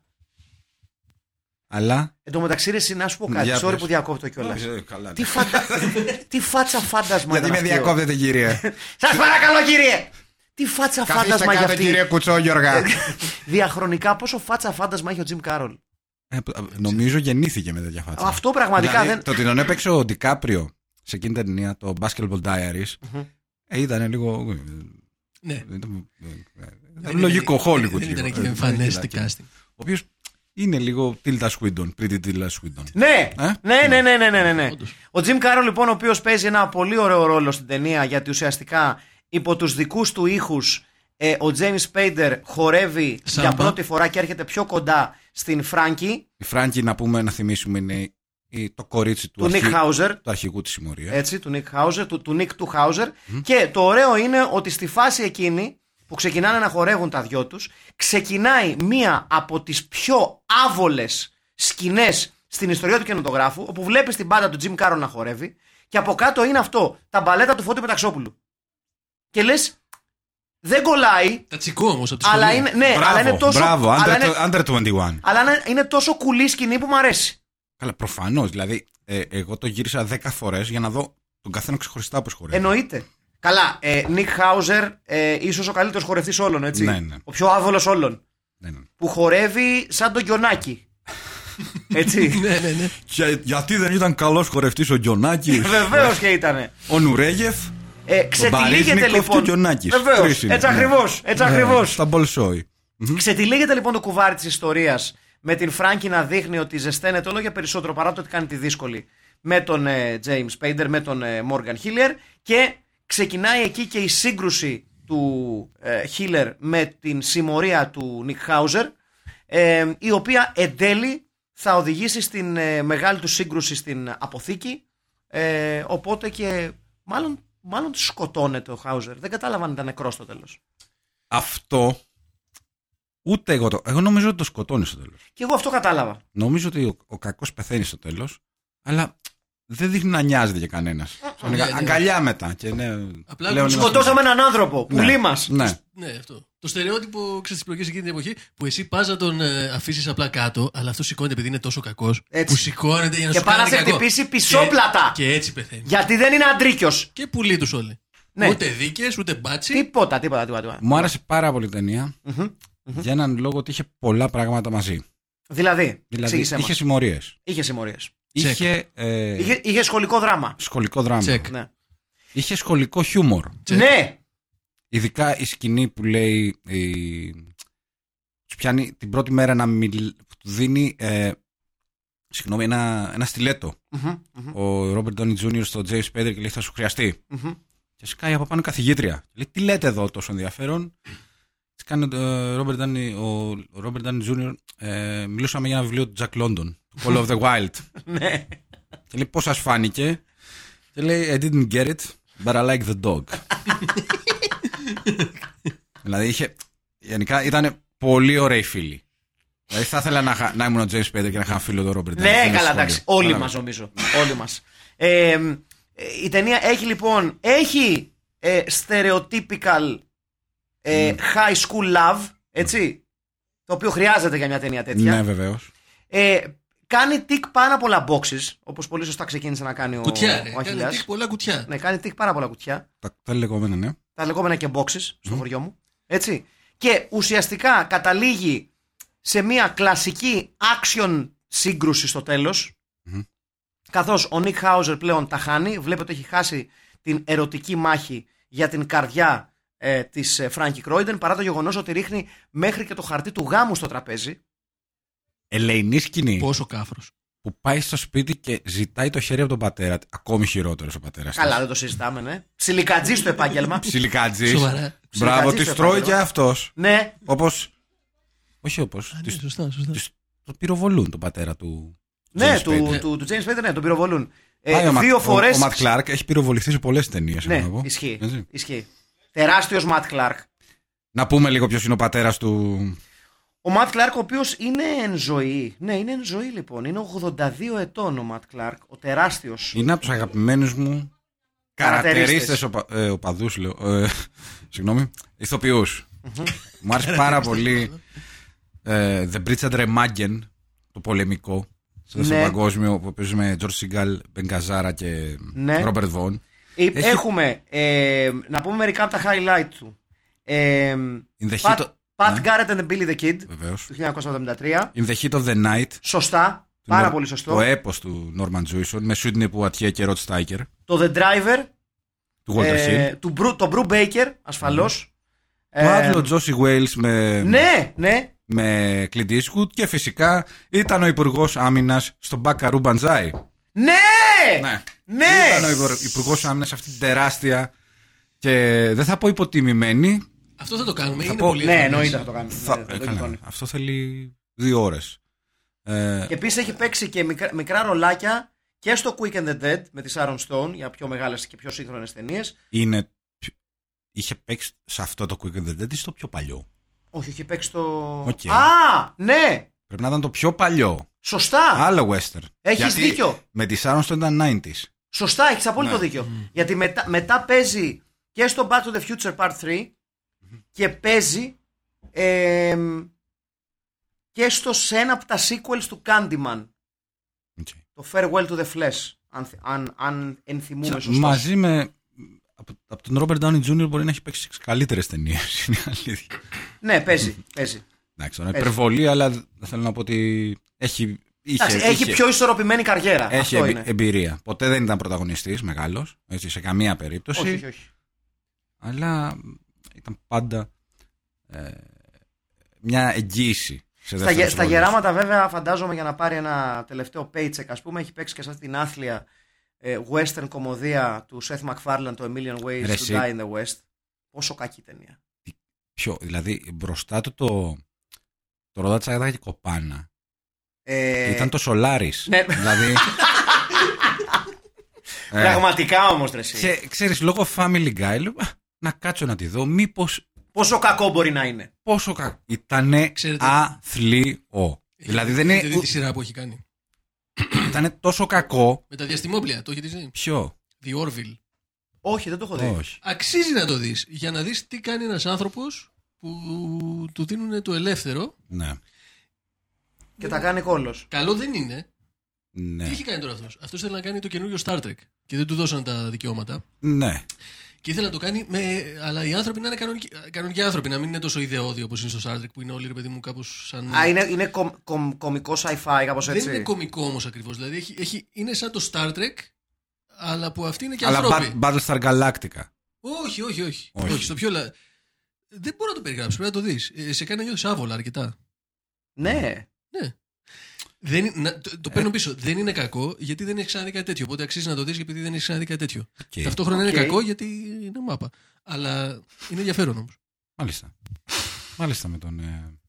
S3: Αλλά.
S2: Εν τω μεταξύ, ρε, εσύ, να σου πω κάτι.
S3: Για
S2: Sorry
S3: πες.
S2: που διακόπτω κιόλας.
S3: Ε, καλά,
S2: Τι,
S3: ναι. (laughs)
S2: φαντα... τι φάτσα φάντασμα
S3: Γιατί
S2: ήταν
S3: με
S2: αυτό.
S3: διακόπτεται, κύριε.
S2: Σας παρακαλώ, κύριε! Τι φάτσα
S3: Καθίστε
S2: φάντασμα για
S3: κάτω,
S2: αυτή.
S3: κύριε Κουτσόγιοργα.
S2: Διαχρονικά, πόσο φάτσα φάντασμα έχει ο Τζιμ Κάρολ.
S3: Ε, Νομίζω γεννήθηκε με τέτοια φάτσα.
S2: Αυτό πραγματικά
S3: Δηλαδή,
S2: δεν.
S3: Το ότι τον έπαιξε ο Ντικάπριο σε εκείνη την ταινία, το Basketball Diaries,
S2: Μμμ.
S3: ε, ήταν λίγο.
S4: Ναι.
S3: ε, ήταν- ε, ήταν Λογικό Hollywood.
S4: Δεν
S3: λίγο.
S4: ήταν
S3: Ε,
S4: και εμφανέ
S3: ήταν
S4: το
S3: και-
S4: casting.
S3: Ο οποίος είναι λίγο Tilda Swinton, pretty Tilda Swinton.
S2: Ναι,
S3: Ε?
S2: ναι, ναι, ναι, ναι, ναι, ναι, ναι.
S4: Όντως.
S2: Ο Jim Carroll λοιπόν, ο οποίος παίζει ένα πολύ ωραίο ρόλο στην ταινία, γιατί ουσιαστικά υπό τους δικούς του ήχους ε, ο James Spader χορεύει
S4: Σάμπα.
S2: για πρώτη φορά και έρχεται πιο κοντά στην Φράγκη
S3: Η Φράγκη, να πούμε, να θυμίσουμε, είναι η- το κορίτσι του,
S2: του Nick
S3: αρχι-
S2: Hauser.
S3: του αρχηγού της συμμορίας.
S2: Έτσι, του Nick Hauser, του, του Nick του Hauser. Και το ωραίο είναι ότι στη φάση εκείνη που ξεκινάνε να χορεύουν τα δυο τους, ξεκινάει μία από τις πιο άβολες σκηνές στην ιστορία του καινοτογράφου, όπου βλέπεις την πάντα του Jim Carroll να χορεύει και από κάτω είναι αυτό, τα μπαλέτα του Φώτη Μεταξόπουλου. Και λες, δεν κολλάει,
S4: Τα τσικό όμως από τη
S2: αλλά
S4: σχολεία.
S2: είναι, ναι,
S3: μπράβο,
S2: αλλά είναι τόσο...
S3: μπράβο, under,
S2: αλλά, είναι,
S3: under 21.
S2: αλλά είναι- είναι τόσο κουλή σκηνή που μου αρέσει.
S3: Καλά, προφανώς. Δηλαδή, ε, εγώ το γύρισα 10 φορές για να δω τον καθένα ξεχωριστά πώς χορεύει.
S2: Εννοείται. Καλά, ε, Νίκ Χάουζερ, ε, ίσως ο καλύτερος χορευτής όλων, έτσι.
S3: Ναι, ναι.
S2: Ο πιο άβολος όλων.
S3: Ναι, ναι.
S2: Που χορεύει σαν τον
S3: (laughs)
S2: Γιονάκη. έτσι.
S4: (laughs) Ναι, ναι, ναι.
S3: Και γιατί δεν ήταν καλός χορευτής ο (laughs) Γιονάκης,
S2: Βεβαίως και ήταν.
S3: ο Νουρέγεφ.
S2: Ε, ξετυλίγεται
S3: Μπαλίσνικοφ και ο
S2: λοιπόν.
S3: Γιονάκης.
S2: Βεβαίως.
S3: Τρεις είναι. Ναι.
S2: Έτσι ακριβώς. Έτσι ακριβώς.
S3: Στα Μπολσόη.
S2: Ξετυλίγεται λοιπόν το κουβάρι της ιστορίας με την Φράγκη να δείχνει ότι ζεσταίνεται όλο για περισσότερο παρά το ότι κάνει τη δύσκολη με τον ε, James Spader, με τον ε, Morgan Hiller και ξεκινάει εκεί και η σύγκρουση του ε, Hiller με την συμμορία του Nick Hauser ε, η οποία εν τέλει θα οδηγήσει στην ε, μεγάλη του σύγκρουση στην αποθήκη ε, οπότε και μάλλον, μάλλον σκοτώνεται ο Χάουζερ. Δεν κατάλαβα αν ήταν νεκρός στο τέλος.
S3: Αυτό ούτε εγώ το. Εγώ νομίζω ότι το σκοτώνει στο τέλος.
S2: Και εγώ αυτό κατάλαβα.
S3: Νομίζω ότι ο, ο κακός πεθαίνει στο τέλος, αλλά δεν δείχνει να νοιάζεται για κανένας.
S2: Ε,
S4: ναι, ναι.
S3: Αγκαλιά μετά. Και ναι,
S4: Απλά
S3: πλέον
S4: τους
S3: είμαστε-
S2: Σκοτώσαμε έναν άνθρωπο.
S3: Ναι.
S2: Πουλί μας.
S3: Ναι.
S4: Ναι, αυτό. Το στερεότυπο ξέρεις τη πλοκή εκείνη την εποχή που εσύ πας να τον αφήσεις απλά κάτω, αλλά αυτό σηκώνεται επειδή είναι τόσο κακός.
S2: Έτσι.
S4: Που σηκώνεται για να
S2: Και
S4: σου
S2: πάει να
S4: κάνει
S2: σε
S4: κακό.
S2: χτυπήσει πισόπλατα.
S4: Και, και έτσι πεθαίνει.
S2: Γιατί δεν είναι αντρίκιος.
S4: Και πουλί τους όλοι.
S2: Ναι.
S4: Ούτε δίκες, ούτε μπάτσι.
S2: Τίποτα, τίποτα, τίποτα. τίποτα.
S3: Μου άρεσε πάρα πολύ η ταινία
S2: Μμμ.
S3: για έναν λόγο ότι είχε πολλά πράγματα μαζί.
S2: Δηλαδή,
S3: Δηλαδή
S2: εξήγησέ
S3: είχε
S2: είχε...
S3: συμμορίες.
S2: είχε συμμορίες.
S4: Check.
S3: Είχε, ε,
S2: Είχε, είχε σχολικό δράμα.
S3: σχολικό δράμα.
S4: Τσεκ.
S2: Ναι.
S3: Είχε σχολικό χιούμορ.
S4: Check.
S2: ναι.
S3: Ειδικά η σκηνή που λέει. Η... Του πιάνει την πρώτη μέρα να μιλ... που του δίνει. Ε... Συγγνώμη, ένα, ένα στιλέτο.
S2: Μμμ, μμμ,
S3: Ο Ρόμπερτ Ντόνι Τζούνιο στο Τζέι Σπέντερ και λέει: Θα σου χρειαστεί.
S2: μμμ.
S3: Και σκάει από πάνω καθηγήτρια. Λέει, τι λέτε εδώ τόσο ενδιαφέρον. Τι κάνει ε, Robert Downey- ο Ρόμπερτ Ντάνι Τζούνιορ. ε, Μιλούσαμε για ένα βιβλίο του Jack London, του Call of the Wild.
S2: Ναι.
S3: και λέει, πώς σας φάνηκε. Και λέει, I didn't get it, but I like the
S2: (laughs)
S3: dog. δηλαδή είχε, γενικά ήταν πολύ ωραίοι φίλοι. Δηλαδή θα ήθελα να, είχα- να ήμουν ο James Spader και να είχα φίλο τον Ρόμπερτ
S2: Ναι, καλά, εντάξει. Όλοι μας, νομίζω. Όλοι μας. η ταινία έχει λοιπόν. Έχει ε, stereotypical ε,
S3: Ναι.
S2: high school love. Έτσι. Το οποίο χρειάζεται για μια ταινία τέτοια.
S3: Ναι, βεβαίως.
S2: Ε, κάνει τικ πάρα πολλά boxes. Όπως πολύ σωστά ξεκίνησε να κάνει ο,
S4: Κουτιά, ρε.
S2: ο
S4: Κάνε
S2: Αχιλιάς.
S4: τίκ πολλά κουτιά.
S2: Ναι, κάνει τικ πάρα πολλά κουτιά.
S3: Τα, τα λεγόμενα, ναι.
S2: τα λεγόμενα και boxes στο χωριό μου. Έτσι. Και ουσιαστικά καταλήγει σε μια κλασική action σύγκρουση στο τέλος Καθώς ο Νίκ Χάουζερ πλέον τα χάνει, βλέπει ότι έχει χάσει την ερωτική μάχη για την καρδιά ε, της Φράνκι Κρόιντεν, παρά το γεγονός ότι ρίχνει μέχρι και το χαρτί του γάμου στο τραπέζι.
S3: Ελεηνή σκηνή.
S4: Πόσο κάφρος.
S3: που πάει στο σπίτι και ζητάει το χέρι από τον πατέρα. του. Ακόμη χειρότερο ο πατέρας.
S2: Καλά, δεν το συζητάμε, ναι. Ψιλικατζής στο επάγγελμα.
S3: Ψιλικάτζη.
S4: Σοβαρά.
S3: Μπράβο,
S2: Ψιλικάτζης
S3: τη
S2: ο
S3: τρώει
S2: πατέρας.
S3: και αυτός.
S2: ναι,
S3: Όπως. Όχι όπως.
S4: Α, ναι, σωστά, σωστά.
S3: Το πυροβολούν τον πατέρα του.
S2: ναι,
S3: James
S2: του,
S3: Spader.
S2: του, του James Spader, ναι, τον πυροβολούν. Ε,
S3: Πάει ο Ματ-
S2: δύο
S3: ο-
S2: φορές
S3: Ο Ματ Κλάρκ έχει πυροβοληθεί σε πολλές ταινίες.
S2: Ναι, ισχύει. ισχύει. Τεράστιος Ματ Κλάρκ.
S3: Να πούμε λίγο ποιος είναι ο πατέρας του.
S2: Ο Ματ Κλάρκ, ο οποίος είναι εν ζωή. Ναι, είναι εν ζωή λοιπόν. Είναι 82 ετών ο Ματ Κλάρκ, ο τεράστιος.
S3: Είναι από τους αγαπημένους μου
S2: Καρατερίστες.
S3: καρατερίστες οπαδού, λέω. ε, συγγνώμη. Ηθοποιούς. Μου άρεσε πάρα πολύ. ε, The Bridge Under Magen, το πολεμικό. Στο δεύτερο
S2: Ναι.
S3: παγκόσμιο που παίζει με George Seagal, Ben Gazzara και
S2: Ναι.
S3: Robert Vaughn. έχει-
S2: Έχουμε. ε, να πούμε μερικά από τα highlight του. Ε,
S3: In the
S2: Pat,
S3: heat of...
S2: Pat
S3: Ναι,
S2: Garrett and the Billy the Kid
S3: βεβαίως.
S2: του 1973.
S3: In the heat of the night.
S2: Σωστά. Πάρα
S3: Νορ-
S2: πολύ σωστό.
S3: Το έπος του Norman Jewison με Sidney Poitier και Rod Steiger
S2: Το The Driver.
S3: του Walter
S2: ε,
S3: Hill. Ναι.
S2: του Bru, το Ε, Brew Baker, ασφαλώς.
S3: Το άδλο Josie Wales με,
S2: ναι, ναι.
S3: με Clint Eastwood και φυσικά ήταν ο υπουργός Άμυνας στον Μπακαρού Μπαντζάι.
S2: Ναι!
S3: Ναι.
S2: Ναι!
S3: Ήταν ο υπουργός άμυνας αυτή την τεράστια και δεν θα πω υποτιμημένη.
S4: Αυτό θα το κάνουμε. Είναι
S3: πω-
S4: πολύ
S2: Ναι,
S4: εύκολο.
S2: εννοείται θα το κάνουμε.
S3: Θα-
S2: Ναι,
S3: ε,
S2: θα το
S3: καλά,
S2: γλιτώνει.
S3: αυτό θέλει δύο ώρες. Ε,
S2: Και επίσης έχει παίξει και μικρά, μικρά ρολάκια και στο Quick and the Dead με τη Sharon Stone για πιο μεγάλες και πιο σύγχρονες ταινίες.
S3: είναι. πιο- Είχε παίξει σε αυτό το Quick and the Dead ή στο πιο παλιό.
S2: Όχι, έχει παίξει το.
S3: Οκ.
S2: Α, ναι!
S3: Πρέπει να ήταν το πιο παλιό.
S2: Σωστά!
S3: Άλλο western.
S2: Έχεις
S3: Γιατί
S2: δίκιο.
S3: Με τη Sharon Stone ήταν 90s.
S2: Σωστά, έχεις απόλυτο
S3: Ναι.
S2: δίκιο. Γιατί μετά, μετά παίζει και στο Back to the Future Part 3 και παίζει εμ, και στο σε ένα από τα sequels του Candyman.
S3: Οκ.
S2: Το Farewell to the Flesh. Αν, θυ- αν, αν ενθυμούμε σωστά.
S3: Μαζί με. Από, από τον Robert Downey Jr. μπορεί να έχει παίξει τι καλύτερες ταινίες. (laughs) Είναι αλήθεια.
S2: Ναι, παίζει. παίζει.
S3: Εντάξει, τώρα
S2: Έτσι.
S3: υπερβολή, αλλά δεν θέλω να πω ότι έχει. Είχε,
S2: Εντάξει, έχει
S3: είχε-
S2: πιο ισορροπημένη καριέρα.
S3: έχει
S2: Αυτό
S3: εμπει-
S2: είναι.
S3: εμπειρία. Ποτέ δεν ήταν πρωταγωνιστής μεγάλος, σε καμία περίπτωση.
S2: Όχι, όχι, όχι.
S3: Αλλά ήταν πάντα ε, μια εγγύηση. σε
S2: Στα,
S3: δεύτερο
S2: γε- στα
S3: ρόλο.
S2: γεράματα, βέβαια, φαντάζομαι για να πάρει ένα τελευταίο paycheck, ας πούμε, έχει παίξει και σε αυτή την άθλια ε, western κομμωδία του Seth MacFarlane, το A Million Ways
S3: Ρε
S2: to
S3: εσύ.
S2: Die in the West. Πόσο κακή ταινία.
S3: Ποιο, δηλαδή μπροστά του το. Το ροδά τσαγαδάκι κοπάνα.
S2: Ε,
S3: Ήταν το Solaris.
S2: ναι. (laughs)
S3: Δηλαδή. ε,
S2: Πραγματικά όμως, ρε. εσύ.
S3: ξέ- ξέρεις, λόγω Family Guy, λέω, «Α, να κάτσω να τη δω. Μήπως
S2: Πόσο κακό μπορεί να είναι.
S3: πόσο κακό. Ήτανε
S4: Ξέρετε-
S3: αθλio. Δηλαδή δεν
S4: Έχετε δει τη
S3: είναι.
S4: σειρά που έχει κάνει.
S3: Ήτανε τόσο κακό.
S4: Με τα διαστημόπλια, το έχετε δει.
S3: Ποιο.
S4: The Orville.
S2: Όχι, δεν το έχω δει.
S3: Όχι.
S4: Αξίζει να το δεις για να δεις τι κάνει ένας άνθρωπος που του δίνουν το ελεύθερο.
S3: Ναι.
S2: Και τα κάνει κόλλο.
S4: Καλό δεν είναι. Τι
S3: Ναι.
S4: έχει κάνει τώρα αυτός. Αυτός θέλει να κάνει το καινούριο Star Trek και δεν του δώσαν τα δικαιώματα.
S3: Ναι.
S4: Και ήθελε να το κάνει, με... αλλά οι άνθρωποι να είναι κανονικοί, κανονικοί άνθρωποι, να μην είναι τόσο ιδεώδη όπως είναι στο Star Trek που είναι όλοι ρε παιδί μου κάπως σαν.
S2: Α, είναι, είναι κομ, κομ- κωμικό sci-fi, κάπως έτσι.
S4: Δεν είναι κωμικό όμως ακριβώς. Δηλαδή έχει, έχει, είναι σαν το Star Trek, αλλά που αυτή είναι και
S3: Αλλά
S4: ανθρώποι.
S3: Bat- Battlestar Galactica.
S4: Όχι, όχι, όχι.
S3: Όχι.
S4: όχι. στο πιο... λα- Δεν μπορώ να το περιγράψω, πρέπει να το δεις. σε κάνει να νιώθεις άβολα αρκετά.
S2: Ναι.
S4: Δεν, είναι- να, το, το
S2: Ε.
S4: παίρνω πίσω. Δεν είναι κακό γιατί δεν έχεις ξαναδεί κάτι τέτοιο. Οπότε αξίζει να το δεις επειδή δεν έχεις ξαναδεί κάτι τέτοιο.
S3: Οκ.
S4: Ταυτόχρονα
S2: Ε, Οκ.
S4: είναι κακό γιατί είναι μάπα. Αλλά είναι ενδιαφέρον όμως.
S3: Μάλιστα. Μάλιστα με τον ε,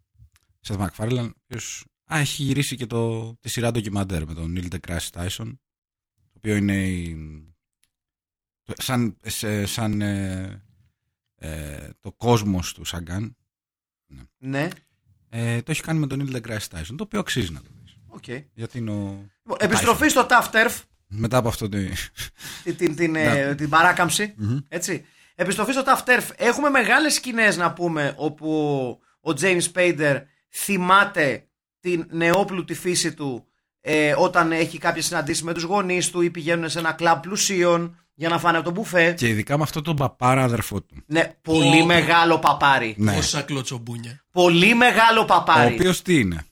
S3: Seth MacFarlane, ο οποίος- Α, έχει γυρίσει και το, τη σειρά ντοκιμαντέρ με τον Neil deGrasse Tyson, το οποίο είναι η, το- σαν, σε- σαν ε, ε, το κόσμος του Σαγκάν.
S2: Ναι.
S3: Ε, το έχει κάνει με τον Neil deGrasse Tyson, το οποίο αξίζει να το δεις.
S2: Οκ.
S3: Γιατί είναι ο...
S2: Λοιπόν, επιστροφή στο Tough Turf,
S3: Μετά από αυτό το...
S2: την, την, την, ε,
S3: Ναι.
S2: την παράκαμψη. Έτσι. Επιστροφή στο Tough Turf. Έχουμε μεγάλες σκηνές να πούμε όπου ο James Spader θυμάται την νεόπλουτη φύση του ε, όταν έχει κάποιες συναντήσεις με τους γονείς του ή πηγαίνουν σε ένα κλαμπ πλουσίων για να φάνε από το μπουφέ.
S3: και ειδικά με αυτό τον παπάρα αδερφό του.
S2: Ναι, πολύ
S4: Ο-
S2: μεγάλο παπάρι.
S3: Ναι.
S4: Όσα κλωτσομπούνια.
S2: Πολύ μεγάλο
S3: Ο
S2: παπάρι.
S3: οποίος τι είναι.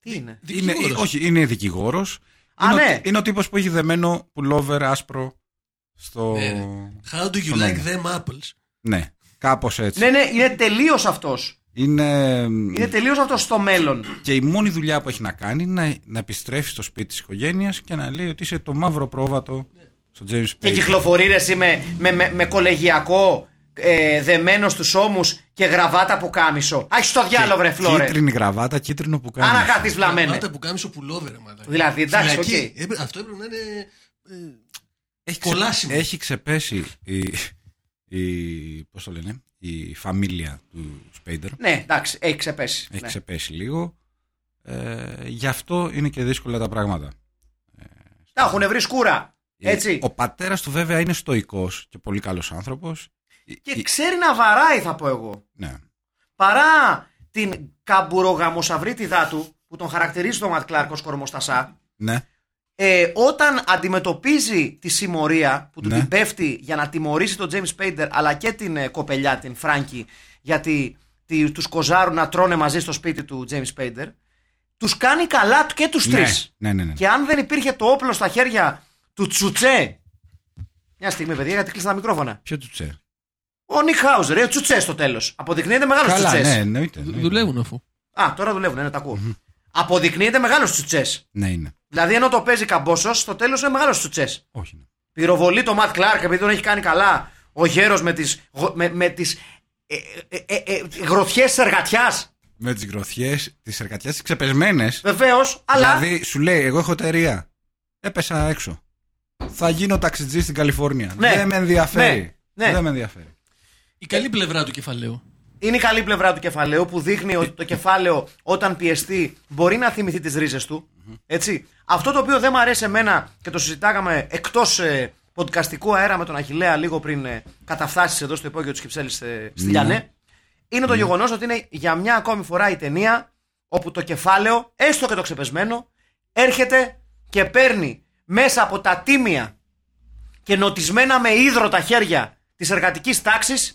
S2: Τι είναι. ε,
S3: Είναι, ε,
S4: Δικηγόρος.
S3: όχι, είναι δικηγόρος.
S2: Α,
S3: είναι,
S2: ναι.
S3: ο, είναι ο τύπος που έχει δεμένο pullover άσπρο στο.
S4: Ναι, ναι. How do you
S3: Ναι.
S4: like them apples?
S3: Ναι, κάπως έτσι.
S2: Ναι, ναι, είναι τελείως αυτός.
S3: Είναι,
S2: Είναι τελείως αυτό στο μέλλον.
S3: Και η μόνη δουλειά που έχει να κάνει είναι να, να επιστρέφει στο σπίτι της οικογένειας και να λέει ότι είσαι το μαύρο πρόβατο στο James
S2: Και
S3: Page.
S2: κυκλοφορεί ρε εσύ με, με, με, με κολεγιακό ε, δεμένο στους ώμους και γραβάτα που κάμισο. Άχι στο διάλογο ρε Φλόρε.
S3: Κίτρινη γραβάτα, κίτρινο που κάνει.
S2: Ανακάτης βλαμμένε.
S4: Πάτα που κάνει ο πουλόβερα, μάλλον.
S2: Δηλαδή, εντάξει, οκ.
S4: Ε, Αυτό έπρεπε να είναι. ε,
S3: Έχει,
S4: κολάσιμο.
S3: έχει ξεπέσει η. η πώς το λένε, η φαμίλια του Σπέιντερ.
S2: Ναι, εντάξει, έχει ξεπέσει.
S3: Έχει
S2: ναι.
S3: ξεπέσει λίγο. Ε, γι' αυτό είναι και δύσκολα τα πράγματα.
S2: Τα έχουν βρει σκούρα.
S3: Ε,
S2: Έτσι.
S3: Ο πατέρας του βέβαια είναι στοικό και πολύ καλός άνθρωπος.
S2: Και ξέρει να βαράει, θα πω εγώ.
S3: ε, Ναι.
S2: Παρά την καμπουρογαμοσαυρίτιδά του, που τον χαρακτηρίζει το Ματ Κλάρκ ως κορμοστασά,
S3: ναι.
S2: ε, όταν αντιμετωπίζει τη συμμορία που του
S3: Ναι.
S2: την πέφτει για να τιμωρήσει τον James Spader αλλά και την ε, κοπελιά, την Φράγκη, γιατί τη, τους κοζάρουν να τρώνε μαζί στο σπίτι του James Spader, τους κάνει καλά και τους
S3: Ναι,
S2: τρεις.
S3: ναι, ναι, ναι.
S2: Και αν δεν υπήρχε το όπλο στα χέρια του Τσουτσέ, μια στιγμή παιδιά γιατί κλείσαν τα μικρόφωνα,
S3: Ποιο του τσέ.
S2: ο Νικ Χάουζερ, ε, ο Τσουτσέ στο τέλος. Αποδεικνύεται μεγάλος
S3: Καλά,
S2: Τσουτσές.
S3: ναι, εννοείται. εννοείται.
S4: Δουλεύουν αφού.
S2: Α, τώρα δουλεύουν, ναι, τα ακούω. Αποδεικνύεται μεγάλος Τσουτσές.
S3: Ναι, είναι.
S2: Δηλαδή ενώ το παίζει καμπόσος, στο τέλος είναι μεγάλος Τσουτσές.
S3: Όχι. Ναι.
S2: Πυροβολεί το Ματ Κλάρκ επειδή τον έχει κάνει καλά ο γέρος με τις με, με τις, ε, ε, ε, ε, γροθιές της εργατιάς.
S3: Με τις γροθιές, τις εργατιέ, τις ξεπεσμένες.
S2: Βεβαίως, αλλά.
S3: Δηλαδή σου λέει, εγώ έχω εταιρεία. Έπεσα έξω. Θα γίνω ταξιτζής στην Καλιφόρνια.
S2: Ναι.
S3: Δεν με ενδιαφέρει.
S2: Ναι, ναι.
S3: Δεν με ενδιαφέρει.
S4: Η καλή πλευρά του κεφαλαίου.
S2: Είναι η καλή πλευρά του κεφαλαίου που δείχνει ότι το κεφάλαιο όταν πιεστεί μπορεί να θυμηθεί τις ρίζες του. Έτσι. Αυτό το οποίο δεν μου αρέσει εμένα και το συζητάγαμε εκτός ε, podcastικού αέρα με τον Αχιλέα λίγο πριν ε, καταφθάσεις εδώ στο υπόγειο της Κυψέλης ε, στη
S3: Ναι.
S2: Λιανέ είναι το γεγονός ότι είναι για μια ακόμη φορά η ταινία όπου το κεφάλαιο, έστω και το ξεπεσμένο, έρχεται και παίρνει μέσα από τα τίμια και νοτισμένα με ίδρωτα χέρια της εργατικής τάξης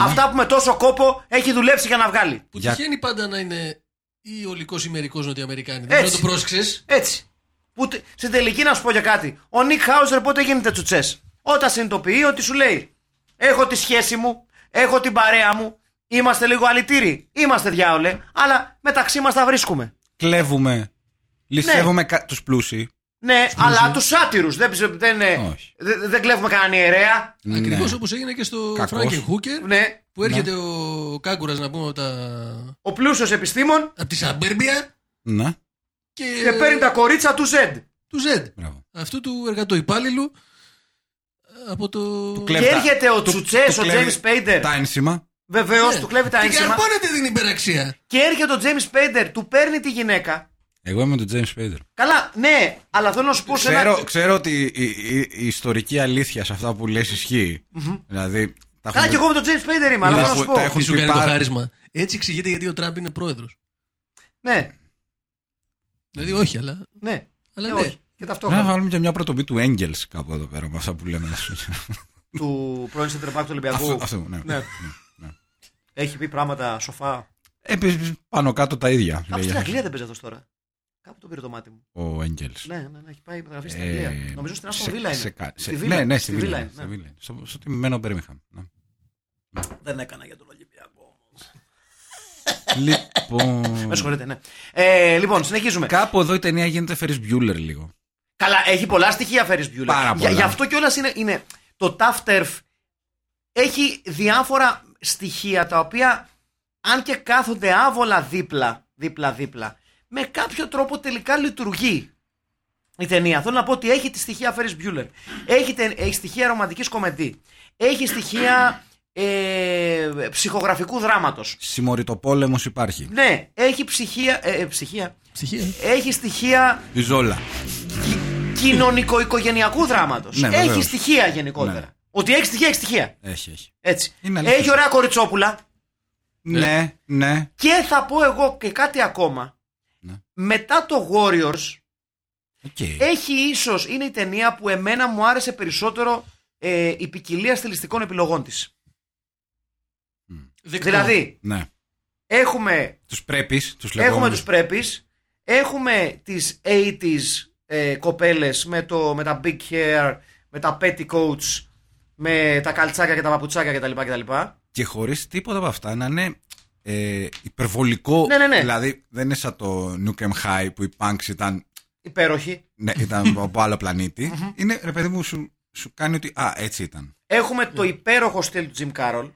S2: Αυτά που με τόσο κόπο έχει δουλέψει για να βγάλει.
S4: Που
S3: Για-
S4: τυχαίνει πάντα να είναι ή ολικό ή μερικό Νοτιοαμερικάνη.
S2: Έτσι.
S4: Δεν να το πρόσεξες.
S2: Έτσι. Που, τε- στην τελική να σου πω για κάτι. Ο Νικ Χάουζερ πότε γίνεται τσουτσές. Όταν συνειδητοποιεί ότι σου λέει: Έχω τη σχέση μου, έχω την παρέα μου, Είμαστε λίγο αλητήριοι. Είμαστε διάολε. Αλλά μεταξύ μας τα βρίσκουμε.
S3: Κλέβουμε. Ληστεύουμε κα... τους πλούσιοι.
S2: Ναι, αλλά τους άτυρου. Δεν, ψε- δεν, ε,
S3: Όχι.
S2: δε- δεν κλέβουμε κανέναν ιερέα.
S4: Ακριβώ
S3: Ναι.
S4: όπως έγινε και στο
S3: Κακός.
S4: Φράγκεν Χούκερ
S2: Ναι.
S4: που έρχεται ο Κάγκουρας να πούμε από, τα...
S2: Ο πλούσιος επιστήμον
S4: από τη Σαμπέρμπια
S3: Ναι.
S4: και,
S2: και παίρνει τα κορίτσα του Z.
S4: του Ζεντ.
S3: Μπράβο.
S4: Αυτού του εργατοϊπάλληλου από το.
S3: Του
S2: Και
S3: κλέβει τα-
S2: έρχεται ο
S3: του-
S2: Τσουτσέ,
S3: του
S2: ο
S3: κλέβει
S2: James Πέιντερ.
S3: Τα ένσημα.
S2: Βεβαίως,
S4: Ναι.
S2: του κλέβει τα
S4: Την
S2: ένσημα.
S4: καρπώνεται την υπεραξία.
S2: Και έρχεται ο James Πέιντερ, του παίρνει τη γυναίκα.
S3: Εγώ είμαι με τον James Spader.
S2: Καλά, ναι, αλλά θέλω να σου πω σε
S3: Ξέρω,
S2: ένα.
S3: ξέρω ότι η, η- η ιστορική αλήθεια σε αυτά που λες ισχύει. Δηλαδή. Τα
S2: Καλά,
S3: έχουμε-
S2: και εγώ με τον James Πέιντερ είμαι, αλλά
S3: Τα
S2: θέλω να
S3: έχω-
S2: σου πω.
S3: Ναι, τα έχω-
S4: Τι σου
S3: πει
S4: κάνει το
S3: πάρα-
S4: χάρισμα. Έτσι εξηγείται γιατί ο Τραμπ είναι πρόεδρος.
S2: Ναι,
S4: Δηλαδή, όχι, αλλά.
S2: ναι.
S4: αλλά
S2: Ε,
S4: ναι.
S2: όχι. Και
S3: Να
S2: ταυτόχρονα.
S3: βάλουμε και μια πρωτοβουλία του Έγγελς κάπου εδώ πέρα με αυτά που λέμε.
S2: Του πρώην Σεντρεπάκ του
S3: αυτό,
S2: Ολυμπιακού.
S3: αυτό, ναι.
S2: Ναι. Έχει πει πράγματα σοφά.
S3: Επίσης, πάνω κάτω τα ίδια.
S2: Κάπου
S3: λέει
S2: στην
S3: αυτός
S2: Αγγλία δεν παίζει αυτός τώρα. Κάπου το πήρε το μάτι μου.
S3: Ο Έγγελς.
S2: Ναι, ναι, ναι, έχει πάει μεταγραφή στην
S3: Ε,
S2: Αγγλία. Νομίζω στην Άστον
S3: σε-
S2: Βίλα
S3: σε
S2: είναι.
S3: κα-
S2: Στη
S3: σε-
S2: Βίλα,
S3: Ναι, ναι,
S2: στη
S3: στη
S2: Βίλα
S3: Βίλα.
S2: είναι,
S3: στη
S2: ναι.
S3: Βίλα. Στο- Στο τιμημένο Μπέρμιχαμ. ναι.
S2: Δεν έκανα για τον Ολυμπιακό. (laughs) Με
S3: Λοιπόν.
S2: συγχωρείτε, ναι. Ε, λοιπόν, συνεχίζουμε.
S3: Κάπου εδώ η ταινία γίνεται Ferris Bueller λίγο.
S2: Καλά, έχει πολλά στοιχεία Ferris Bueller.
S3: Πάρα
S2: Για,
S3: πολλά.
S2: γι' αυτό κιόλας είναι, είναι. Το Tough Turf έχει διάφορα στοιχεία τα οποία, αν και κάθονται άβολα δίπλα, δίπλα-δίπλα, με κάποιο τρόπο τελικά λειτουργεί η ταινία. Θέλω να πω ότι έχει τη στοιχεία Ferris Bueller. Έχει, τε- έχει στοιχεία ρομαντικής κομμεντή. Έχει στοιχεία ε, ψυχογραφικού δράματος.
S3: Συμμοριτοπόλεμος υπάρχει.
S2: Ναι, έχει ψυχία, ε, ε, ψυχία.
S4: Ψυχία.
S2: Έχει στοιχεία
S3: Η Ζόλα.
S2: κοινωνικο-οικογενειακού δράματος.
S3: Ναι,
S2: έχει
S3: βεβαίως.
S2: στοιχεία γενικότερα.
S3: Ναι.
S2: Ότι έχει στοιχεία, έχει στοιχεία.
S3: Έχει, έχει.
S2: Έτσι.
S3: Είναι αλήθεια.
S2: Έχει ωραία κοριτσόπουλα.
S3: Ναι, ναι.
S2: Και θα πω εγώ και κάτι ακόμα.
S3: Ναι.
S2: Μετά το Warriors
S3: Οκ.
S2: έχει ίσως, είναι η ταινία που εμένα μου άρεσε περισσότερο ε, η ποικιλία στιλιστικών επιλογών της. Δηλαδή,
S3: Ναι.
S2: έχουμε
S3: Τους πρέπεις, τους
S2: Έχουμε
S3: λεγόμενους.
S2: τους πρέπεις Έχουμε τις 80s ε, κοπέλες με, το, με τα big hair Με τα petticoats Με τα καλτσάκια και τα παπουτσάκια κτλ. κτλ.
S3: Και χωρίς τίποτα από αυτά να είναι ε, υπερβολικό.
S2: Ναι, ναι, ναι.
S3: Δηλαδή δεν είναι σαν το Nukem High που οι punks ήταν,
S2: Υπέροχοι
S3: ναι,
S2: (laughs)
S3: ήταν από άλλο πλανήτη. είναι, ρε παιδί μου, σου, σου κάνει ότι α, έτσι ήταν.
S2: Έχουμε το υπέροχο στυλ του Jim Carroll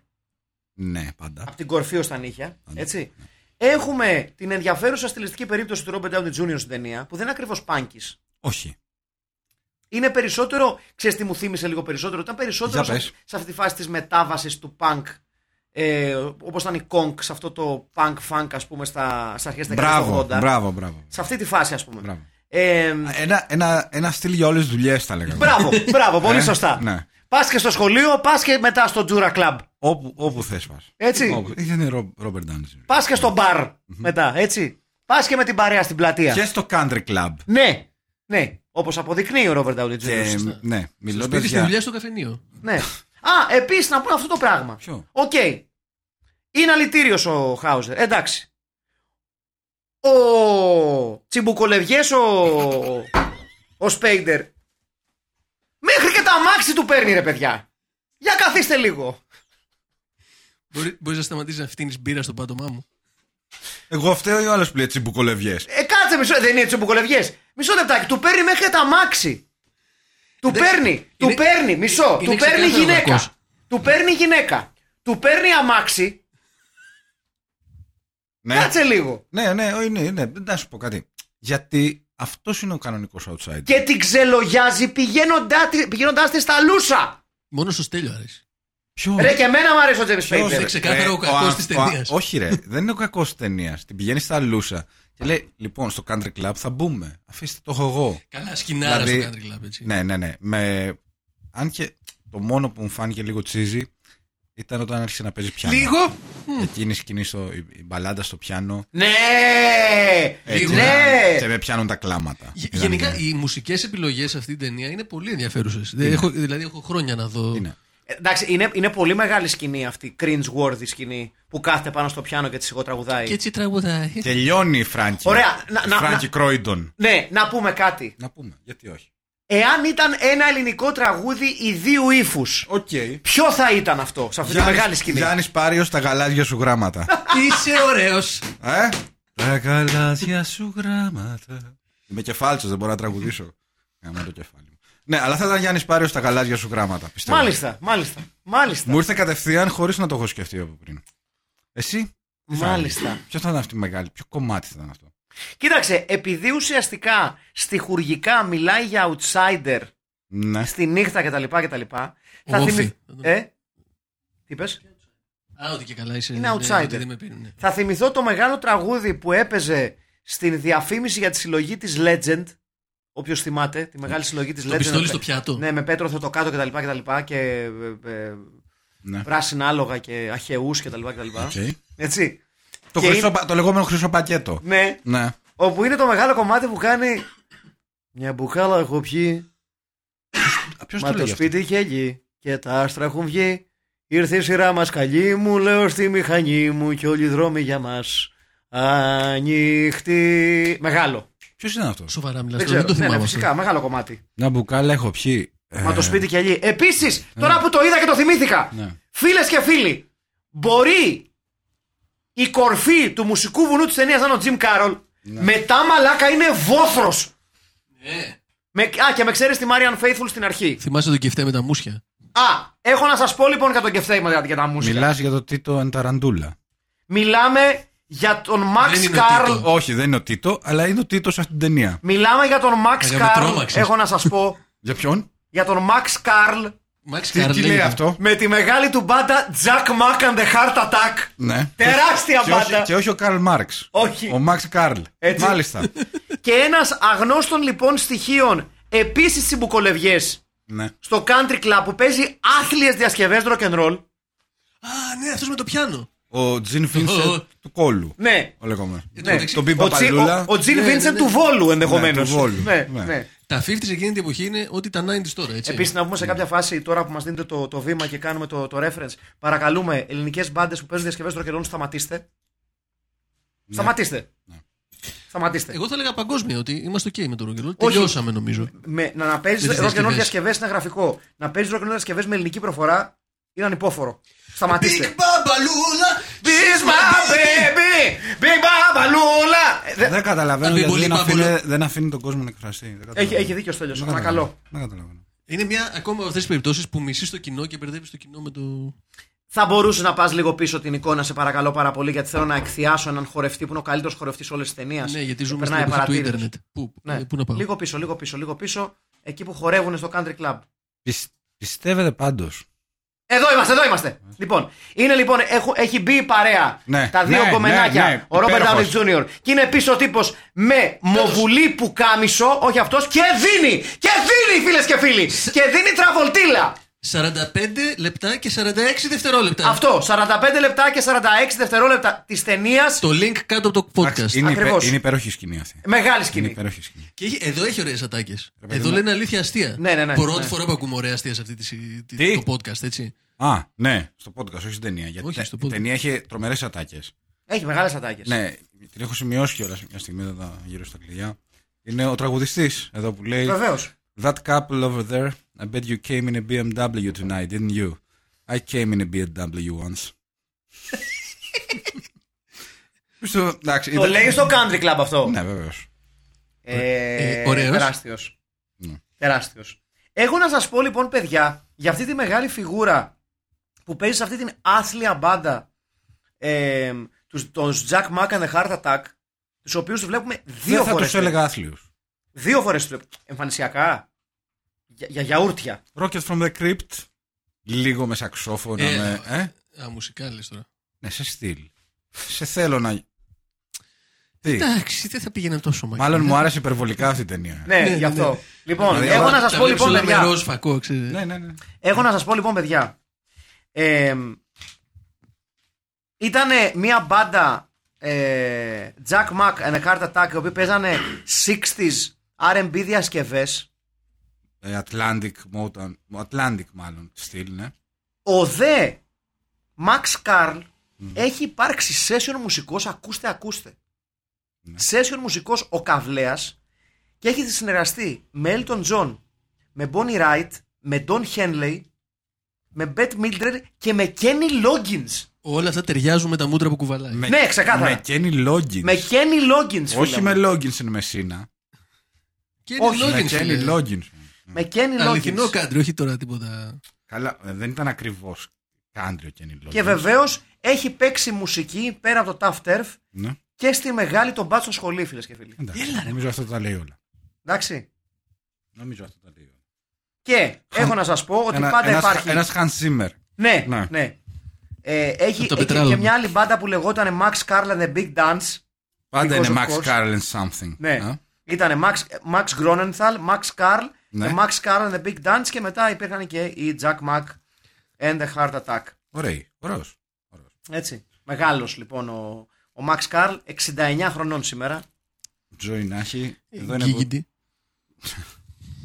S3: Ναι, πάντα.
S2: Από την κορφή ως τα νύχια
S3: ναι.
S2: έτσι. Έχουμε την ενδιαφέρουσα στιλιστική περίπτωση του Robert Downey Jr. στην ταινία Που δεν είναι ακριβώς πάνκης
S3: Όχι.
S2: είναι περισσότερο, ξέρεις τι μου θύμισε λίγο περισσότερο, ήταν περισσότερο
S3: Για
S2: σε,
S3: πες.
S2: σε αυτή τη φάση της μετάβασης του punk. Ε, Όπως ήταν η Conk σε αυτό το punk funk, ας πούμε, στα, στα αρχέ τη
S3: Μπράβο,
S2: δεκαετία του 80.
S3: μπράβο, μπράβο.
S2: Σε αυτή τη φάση, ας πούμε.
S3: Μπράβο.
S2: Ε,
S3: Ένα, ένα, ένα στυλ για όλες τις δουλειές θα λέγαμε.
S2: μπράβο,
S3: (laughs)
S2: μπράβο, πολύ
S3: Ε,
S2: σωστά.
S3: ναι.
S2: Πας και στο σχολείο, πας και μετά στο Τζούρα Club.
S3: Όπου, όπου θες πας.
S2: Έτσι.
S3: Όπου. Ήταν Ρο- Robert Downey.
S2: Πας και στο μπαρ μετά, έτσι. Πας και με την παρέα στην πλατεία.
S3: Και στο Country Club.
S2: Ναι, ναι. Όπως αποδεικνύει ο Ρόβερντ Downey Jr.
S3: Και,
S2: σωστά.
S3: ναι,
S4: Στο
S3: μιλώντας
S4: σπίτι στη
S3: για...
S4: δουλειά στο καφενείο.
S2: Ναι. Α, επίσης να πούμε αυτό το πράγμα.
S3: Ποιο?
S2: Οκ. Είναι αλητήριος ο Χάουζερ. Εντάξει. Ο τσιμπουκολευγές ο. ο Σπέιντερ. Μέχρι και τα αμάξι του παίρνει ρε παιδιά. Για καθίστε λίγο.
S4: Μπορεί, μπορείς να σταματήσεις να φτύνεις μπύρα στο πάτωμά μου.
S3: Εγώ φταίω ή ο άλλος που λέει τσιμπουκολευγιές.
S2: Ε, κάτσε μισό. Δεν είναι τσιμπουκολευγές. Μισό λεπτάκι. Του παίρνει μέχρι και τα αμάξι. Του
S4: Εντάξει,
S2: παίρνει.
S4: είναι-
S2: του παίρνει. Μισό.
S4: είναι
S2: του παίρνει
S4: ξεκάθαρο
S2: γυναίκα.
S4: κακός.
S2: Του παίρνει γυναίκα. Του παίρνει αμάξι.
S4: Ε.
S3: Ναι.
S2: Κάτσε λίγο.
S3: Ναι, ναι, ό, είναι, είναι. Να σου πω κάτι. Γιατί αυτός είναι ο κανονικός outsider.
S2: Και την ξελογιάζει πηγαίνοντά τη- πηγαίνοντάς της στα λούσα.
S4: Μόνο στο στέλιο αρέσει.
S3: Ποιος.
S2: Ρε και εμένα μου αρέσει ο Τζέμι
S3: ποιος,
S2: Σπέιντερ.
S4: είναι ξεκάθαρο ο κακός
S3: α-
S4: της
S3: ο α-
S4: ταινίας.
S3: Όχι, ρε. Δεν είναι ο κακός της ταινίας. Την πηγαίνει στα λούσα. Και λέει, λοιπόν, στο country club θα μπούμε. Αφήστε το έχω εγώ.
S4: Καλά, σκηνάρα
S3: Δηλαδή-
S4: Ναι, στο country club έτσι.
S3: Ναι, ναι, ναι. Με... Αν και το μόνο που μου φάνηκε λίγο τσίζι ήταν όταν άρχισε να παίζει πιάνο.
S4: Λίγο.
S3: Εκείνη η σκηνή στο, η, η μπαλάντα στο πιάνο.
S2: Ναι!
S3: Έτσι,
S4: Λίγο.
S2: Ναι!
S3: Και με πιάνουν τα κλάματα.
S4: Γε-
S3: Ήταν-
S4: Γενικά οι μουσικές επιλογές σε αυτή την ταινία είναι πολύ ενδιαφέρουσες. Δηλαδή έχω χρόνια να δω.
S3: Είναι.
S2: Ε, Εντάξει, είναι, είναι πολύ μεγάλη σκηνή αυτή. Cringe-worthy σκηνή που κάθεται πάνω στο πιάνο και της σιγοτραγουδάει.
S4: Και έτσι τραγουδάει.
S3: Τελειώνει η Φράγκη.
S2: Ωραία, να-
S3: Η
S2: να-
S3: Φράγκη
S2: να-
S3: Κρόιντον.
S2: Ναι, να πούμε κάτι.
S3: Να πούμε, γιατί όχι.
S2: Εάν ήταν ένα ελληνικό τραγούδι ιδίου ύφους,
S3: Οκ.
S2: ποιο θα ήταν αυτό σε αυτή τη μεγάλη σκηνή.
S3: Γιάννης Πάριος τα γαλάζια σου
S4: (laughs)
S3: γράμματα.
S4: Είσαι ωραίος.
S3: ε?
S4: Τα γαλάζια σου γράμματα.
S3: Είμαι κεφάλτσο, δεν μπορώ να τραγουδήσω. Κάνω το κεφάλι μου. Ναι, αλλά θα ήταν Γιάννης Πάριος τα γαλάζια σου γράμματα. Πιστεύω.
S2: μάλιστα, μάλιστα. Μάλιστα.
S3: Μου ήρθε κατευθείαν χωρίς να το έχω σκεφτεί από πριν. Εσύ.
S2: μάλιστα.
S3: Ποιος θα ήταν αυτή η μεγάλη, ποιο κομμάτι θα ήταν αυτό.
S2: Κοίταξε, επειδή ουσιαστικά στοιχουργικά μιλάει για outsider
S3: Ναι.
S2: στη νύχτα κτλ. κτλ θα
S4: Όφι.
S2: θυμηθώ. Ε, τι είπες?
S4: Α, ότι και καλά είσαι.
S2: Είναι
S4: ναι,
S2: outsider.
S4: ότι δεν με πήρουν, ναι.
S2: Θα θυμηθώ το μεγάλο τραγούδι που έπαιζε στην διαφήμιση για τη συλλογή της Legend. Όποιος θυμάται, τη μεγάλη συλλογή της
S4: Το
S2: Legend.
S4: πιστόλι
S2: με-
S4: στο πιάτο.
S2: Ναι, με πέτρο θα το κάτω κτλ. κτλ και ε, ε,
S3: ναι.
S2: πράσινα άλογα και αχαιούς κτλ. κτλ.
S3: Οκ.
S2: Έτσι.
S3: Το,
S2: Και
S3: χρυσό,
S2: είναι-
S3: πα- το λεγόμενο χρυσό πακέτο.
S2: Ναι,
S3: Ναι.
S2: όπου είναι το μεγάλο κομμάτι που κάνει. Μια μπουκάλα έχω πιει,
S3: Ποιο
S2: μα
S3: το
S2: το
S3: λέει αυτό.
S2: σπίτι είχε γη και τα άστρα έχουν βγει. Ήρθε η σειρά μας καλή μου, λέω στη μηχανή μου και όλοι οι δρόμοι για μας Ανοιχτή. Μεγάλο.
S3: Ποιος ήταν αυτός.
S4: Σοβαρά μιλάς.
S2: Δεν
S4: Δεν,
S2: ξέρω.
S4: το
S2: Ναι, ναι,
S4: θυμάμαι. αυτό.
S2: φυσικά, μεγάλο κομμάτι.
S3: Να μπουκάλα έχω πιει. ε,
S2: Μα το σπίτι και αλλιώ. Επίση, τώρα που το είδα και το θυμήθηκα.
S3: Ναι.
S2: Φίλες και φίλοι, μπορεί η κορφή του μουσικού βουνού της ταινίας να είναι ο Τζιμ Κάρολ.
S3: Ναι.
S2: Μετά μαλάκα είναι βόθρος.
S4: Ναι.
S2: Με, α, και με ξέρεις τη Μάριαν Faithful στην αρχή.
S4: Θυμάσαι τον κεφτέ με τα μουσια.
S2: Α, έχω να σας πω λοιπόν για τον κεφτέιμα για, για τα μουσικά.
S3: Μιλάς για το Τίτο Ανταραντούλα.
S2: Μιλάμε για τον
S4: Δεν
S2: Max
S4: είναι
S2: Καρλ.
S4: τίτλο.
S3: Όχι, δεν είναι ο Τίτο, αλλά είναι ο Τίτο σε αυτή την ταινία.
S2: Μιλάμε για τον Max
S4: με
S2: Καρλ.
S4: τρόμαξες.
S2: Έχω να σας πω
S3: Για ποιον?
S2: για τον Max Καρλ
S4: Μάξ
S3: Τι,
S4: Καρλ.
S3: τι λέει αυτό.
S2: με τη μεγάλη του μπάντα Jack Mack and the Heart Attack.
S3: Ναι.
S2: Τεράστια
S3: Και όχι,
S2: μπάντα.
S3: και όχι ο Καρλ Μάρξ.
S2: Όχι.
S3: Ο Μαξ Καρλ.
S2: Έτσι.
S3: Μάλιστα.
S2: Και ένας αγνώστων λοιπόν στοιχείων επίσης συμπουκολευγέ
S3: ναι.
S2: στο country club που παίζει άθλιες διασκευές rock and roll.
S4: Α, ναι, αυτός με το πιάνο.
S3: Ο Τζιν Φίνσετ
S4: Ο-
S3: του κόλου.
S2: Ναι.
S3: Ο λεγόμενο.
S2: ναι.
S4: μεταξύ,
S3: Τον Μπίμπα
S2: Ο Τσι-
S3: Παλούλα.
S2: ο- Ο Τζιν
S4: Ναι, ναι, ναι.
S2: Βίνσεντ του Βόλου ενδεχομένως.
S3: Ναι, του Βόλου.
S2: Ναι,
S3: Ναι.
S2: ναι.
S4: Τα 50 εκείνη την εποχή είναι ό,τι τα 90 τώρα, έτσι. Ναι.
S2: Επίσης, να πούμε σε κάποια φάση τώρα που μας δίνετε το, το βήμα και κάνουμε το, το reference, παρακαλούμε ελληνικές μπάντες που παίζουν διασκευές rock and roll, σταματήστε. Σταματήστε. Σταματήστε.
S4: Ναι. Εγώ θα έλεγα παγκόσμια ότι είμαστε OK με το ρογκελό.
S2: Όχι.
S4: Τελειώσαμε νομίζω.
S2: Με, να, να παίζεις
S4: Με τις
S2: rock and roll
S4: διασκευές.
S2: διασκευές είναι γραφικό. Να παίζεις rock and roll διασκευές με ελληνική προφορά ήταν υπόφορο. Σταματήστε.
S4: μπαμπαλούλα!
S2: This my baby, big baba lula. Ε, δε-
S3: Δεν καταλαβαίνω
S4: Μπι-
S3: γιατί
S4: Μπολί-
S3: δεν αφήνει,
S4: Μπαμπολί.
S3: δεν αφήνει τον κόσμο να εκφραστεί. Δεν
S2: Έχει,
S3: καταλαβαίνω.
S2: έχει δίκιο Στέλιος,
S4: Ναι,
S3: Δεν
S2: παρακαλώ.
S3: καταλαβαίνω. Δεν καταλαβαίνω.
S4: Είναι μια ακόμα από αυτές τις περιπτώσεις που μισείς το κοινό και μπερδεύεις το κοινό με το.
S2: Θα μπορούσες να πας λίγο πίσω την εικόνα, σε παρακαλώ πάρα πολύ, γιατί θέλω να εκθιάσω έναν χορευτή που είναι ο καλύτερος χορευτής όλης της ταινίας.
S4: Ναι, γιατί
S2: Και
S4: ζούμε στην
S2: περνάει
S4: εποχή του
S2: παρατήρητος.
S4: Ιντερνετ. Πού,
S3: Ε,
S2: Ναι.
S4: πού να πάω.
S2: Λίγο πίσω, λίγο πίσω, λίγο πίσω. Εκεί που χορεύουν στο country club.
S3: Πισ- Πιστεύετε πάντως.
S2: Εδώ είμαστε, εδώ είμαστε. Λοιπόν, είναι λοιπόν, έχω, έχει μπει η παρέα.
S3: Ε. Ναι,
S2: τα δύο
S3: ναι,
S2: κομμενάκια.
S3: ναι, ναι,
S2: ο Ρόμπερτ Ντάουνι
S3: υπέροχος.
S2: Τζούνιορ. Και είναι πίσω ο τύπος με μοβουλή που κάμισο, όχι αυτός, και δίνει! Και δίνει, φίλες και φίλοι! Και δίνει τραβολτήλα!
S4: 45 λεπτά και 46
S3: Ε.
S4: δευτερόλεπτα.
S2: Αυτό, 45 λεπτά και 46 δευτερόλεπτα της ταινίας.
S4: Το link κάτω από το podcast.
S3: Είναι, υπε,
S2: Ακριβώς.
S3: είναι υπέροχη σκηνή αυτή.
S2: Μεγάλη
S3: Είναι
S2: σκηνή.
S3: υπέροχη σκηνή.
S4: Και έχει- εδώ έχει ωραίες ατάκες.
S3: παιδί
S4: Εδώ
S3: μου.
S4: λένε αλήθεια αστεία.
S2: Ναι, ναι, ναι,
S4: Πρώτη
S2: ναι.
S4: φορά που ακούμε ωραία αστεία σε αυτή τη, συ- τη-
S3: Τι?
S4: το podcast, έτσι.
S3: Α, ναι, στο podcast, όχι στην ταινία. Γιατί
S4: Όχι,
S3: τε-
S4: στο
S3: η
S4: podcast.
S3: ταινία έχει τρομερές ατάκες.
S2: Έχει μεγάλες ατάκες.
S3: Ναι, την έχω σημειώσει κιόλας μια στιγμή εδώ τα- γύρω στα κλειδιά. Είναι ο τραγουδιστής εδώ που λέει.
S2: Βεβαίως.
S3: That couple over there, I bet you came in a BMW tonight, didn't you? I came in a BMW
S2: (laughs)
S3: once. Στο, εντάξει,
S2: Το
S3: ήταν-
S2: λέει στο country club αυτό.
S3: Ε, Ναι, βεβαίως.
S2: Ε,
S4: Ε, ωραίος.
S2: Τεράστιος.
S3: Ναι.
S2: Τεράστιος. Έχω να σας πω λοιπόν παιδιά για αυτή τη μεγάλη φιγούρα που παίζει σε αυτή την άθλια μπάντα ε, τους, τους Jack Mack and the Heart Attack τους οποίους τους βλέπουμε δύο
S3: Δεν θα
S2: φορές.
S3: τους έλεγα άθλιους.
S2: Δύο φορές τους βλέπουμε. Εμφανισιακά. Για, για γιαούρτια.
S3: Rocket from the Crypt. Λίγο με σαξόφωνα.
S4: Ε,
S3: με, ε?
S4: Α, μουσικά λες τώρα.
S3: Ναι, σε στυλ. Σε θέλω να. Τι.
S4: Εντάξει, δεν θα πήγαινε τόσο μακριά.
S3: Μάλλον μου άρεσε υπερβολικά αυτή η ταινία.
S2: Ναι,
S4: Ναι, ναι,
S2: γι' αυτό.
S4: ναι.
S2: Λοιπόν,
S3: Δηλαδή,
S2: έχω
S3: όλα
S2: να σας πω λοιπόν παιδιά.
S4: ροζ φακό, ξέρεις.
S3: Ναι, ναι, ναι.
S2: Έχω να σας πω λοιπόν παιδιά ε, Ήταν μια μπάντα ε, Jack Mack and a Heart Attack Οι οποίοι παίζανε 60s R&B διασκευές
S3: Ε, Atlantic Motown. Atlantic μάλλον. Στυλ, ναι.
S2: Ο δε Max Carl Έχει υπάρξει session μουσικός Ακούστε ακούστε Session μουσικός ο Καβλέας Και έχει συνεργαστεί με Elton John με Bonnie Wright, με Don Henley, με Beth Mildred και με Kenny Loggins.
S4: Όλα αυτά ταιριάζουν με τα μούτρα που κουβαλάει.
S3: Με-
S2: Ναι, ξεκάθαρα.
S3: Με Kenny Loggins.
S2: Με Kenny Loggins.
S3: Όχι
S2: φίλε
S3: με
S2: μου.
S3: Loggins είναι Μεσίνα.
S4: Και
S2: όχι, ναι,
S4: Loggins,
S3: Με
S4: φίλε.
S3: Kenny Loggins.
S2: Με Kenny
S4: Αληθινό
S2: Loggins.
S4: κάντρι, όχι τώρα τίποτα.
S3: Καλά, ε, δεν ήταν ακριβώς κάντριο Kenny Loggins.
S2: Και βεβαίως έχει παίξει μουσική πέρα από το Tough Turf
S3: Ναι,
S2: και στη μεγάλη τον μπάτσο σχολή, φίλες και φίλοι.
S3: εντάξει. Νομίζω αυτό τα λέει όλα.
S2: Εντάξει.
S3: Νομίζω αυτό τα λέει όλα.
S2: Και έχω να σας πω ότι πάντα
S3: ένας,
S2: υπάρχει.
S3: Ένας Hans Zimmer.
S2: Ναι, ναι.
S3: Ναι.
S2: Ε, έχει,
S4: το
S2: έχει και
S4: πετράλαιο.
S2: μια άλλη μπάντα που λεγόταν Max Carl and the Big Dance.
S3: Πάντα
S2: Because
S3: είναι
S2: of
S3: Max
S2: course.
S3: Carlin something.
S2: Ναι.
S3: Ε,
S2: Ήταν Max, Max Gronenthal, Max Carl,
S3: Ναι.
S2: Max Carl and the Big Dance και μετά υπήρχαν και οι Jack Mack and the Heart Attack.
S3: Ωραίοι. Ωραίος.
S2: Έτσι. Μεγάλος λοιπόν ο, ο Max Carl, 69 χρονών σήμερα.
S3: Ζωή να έχει.
S2: Ε,
S3: Εδώ είναι, που,
S4: Γκίγκιντι.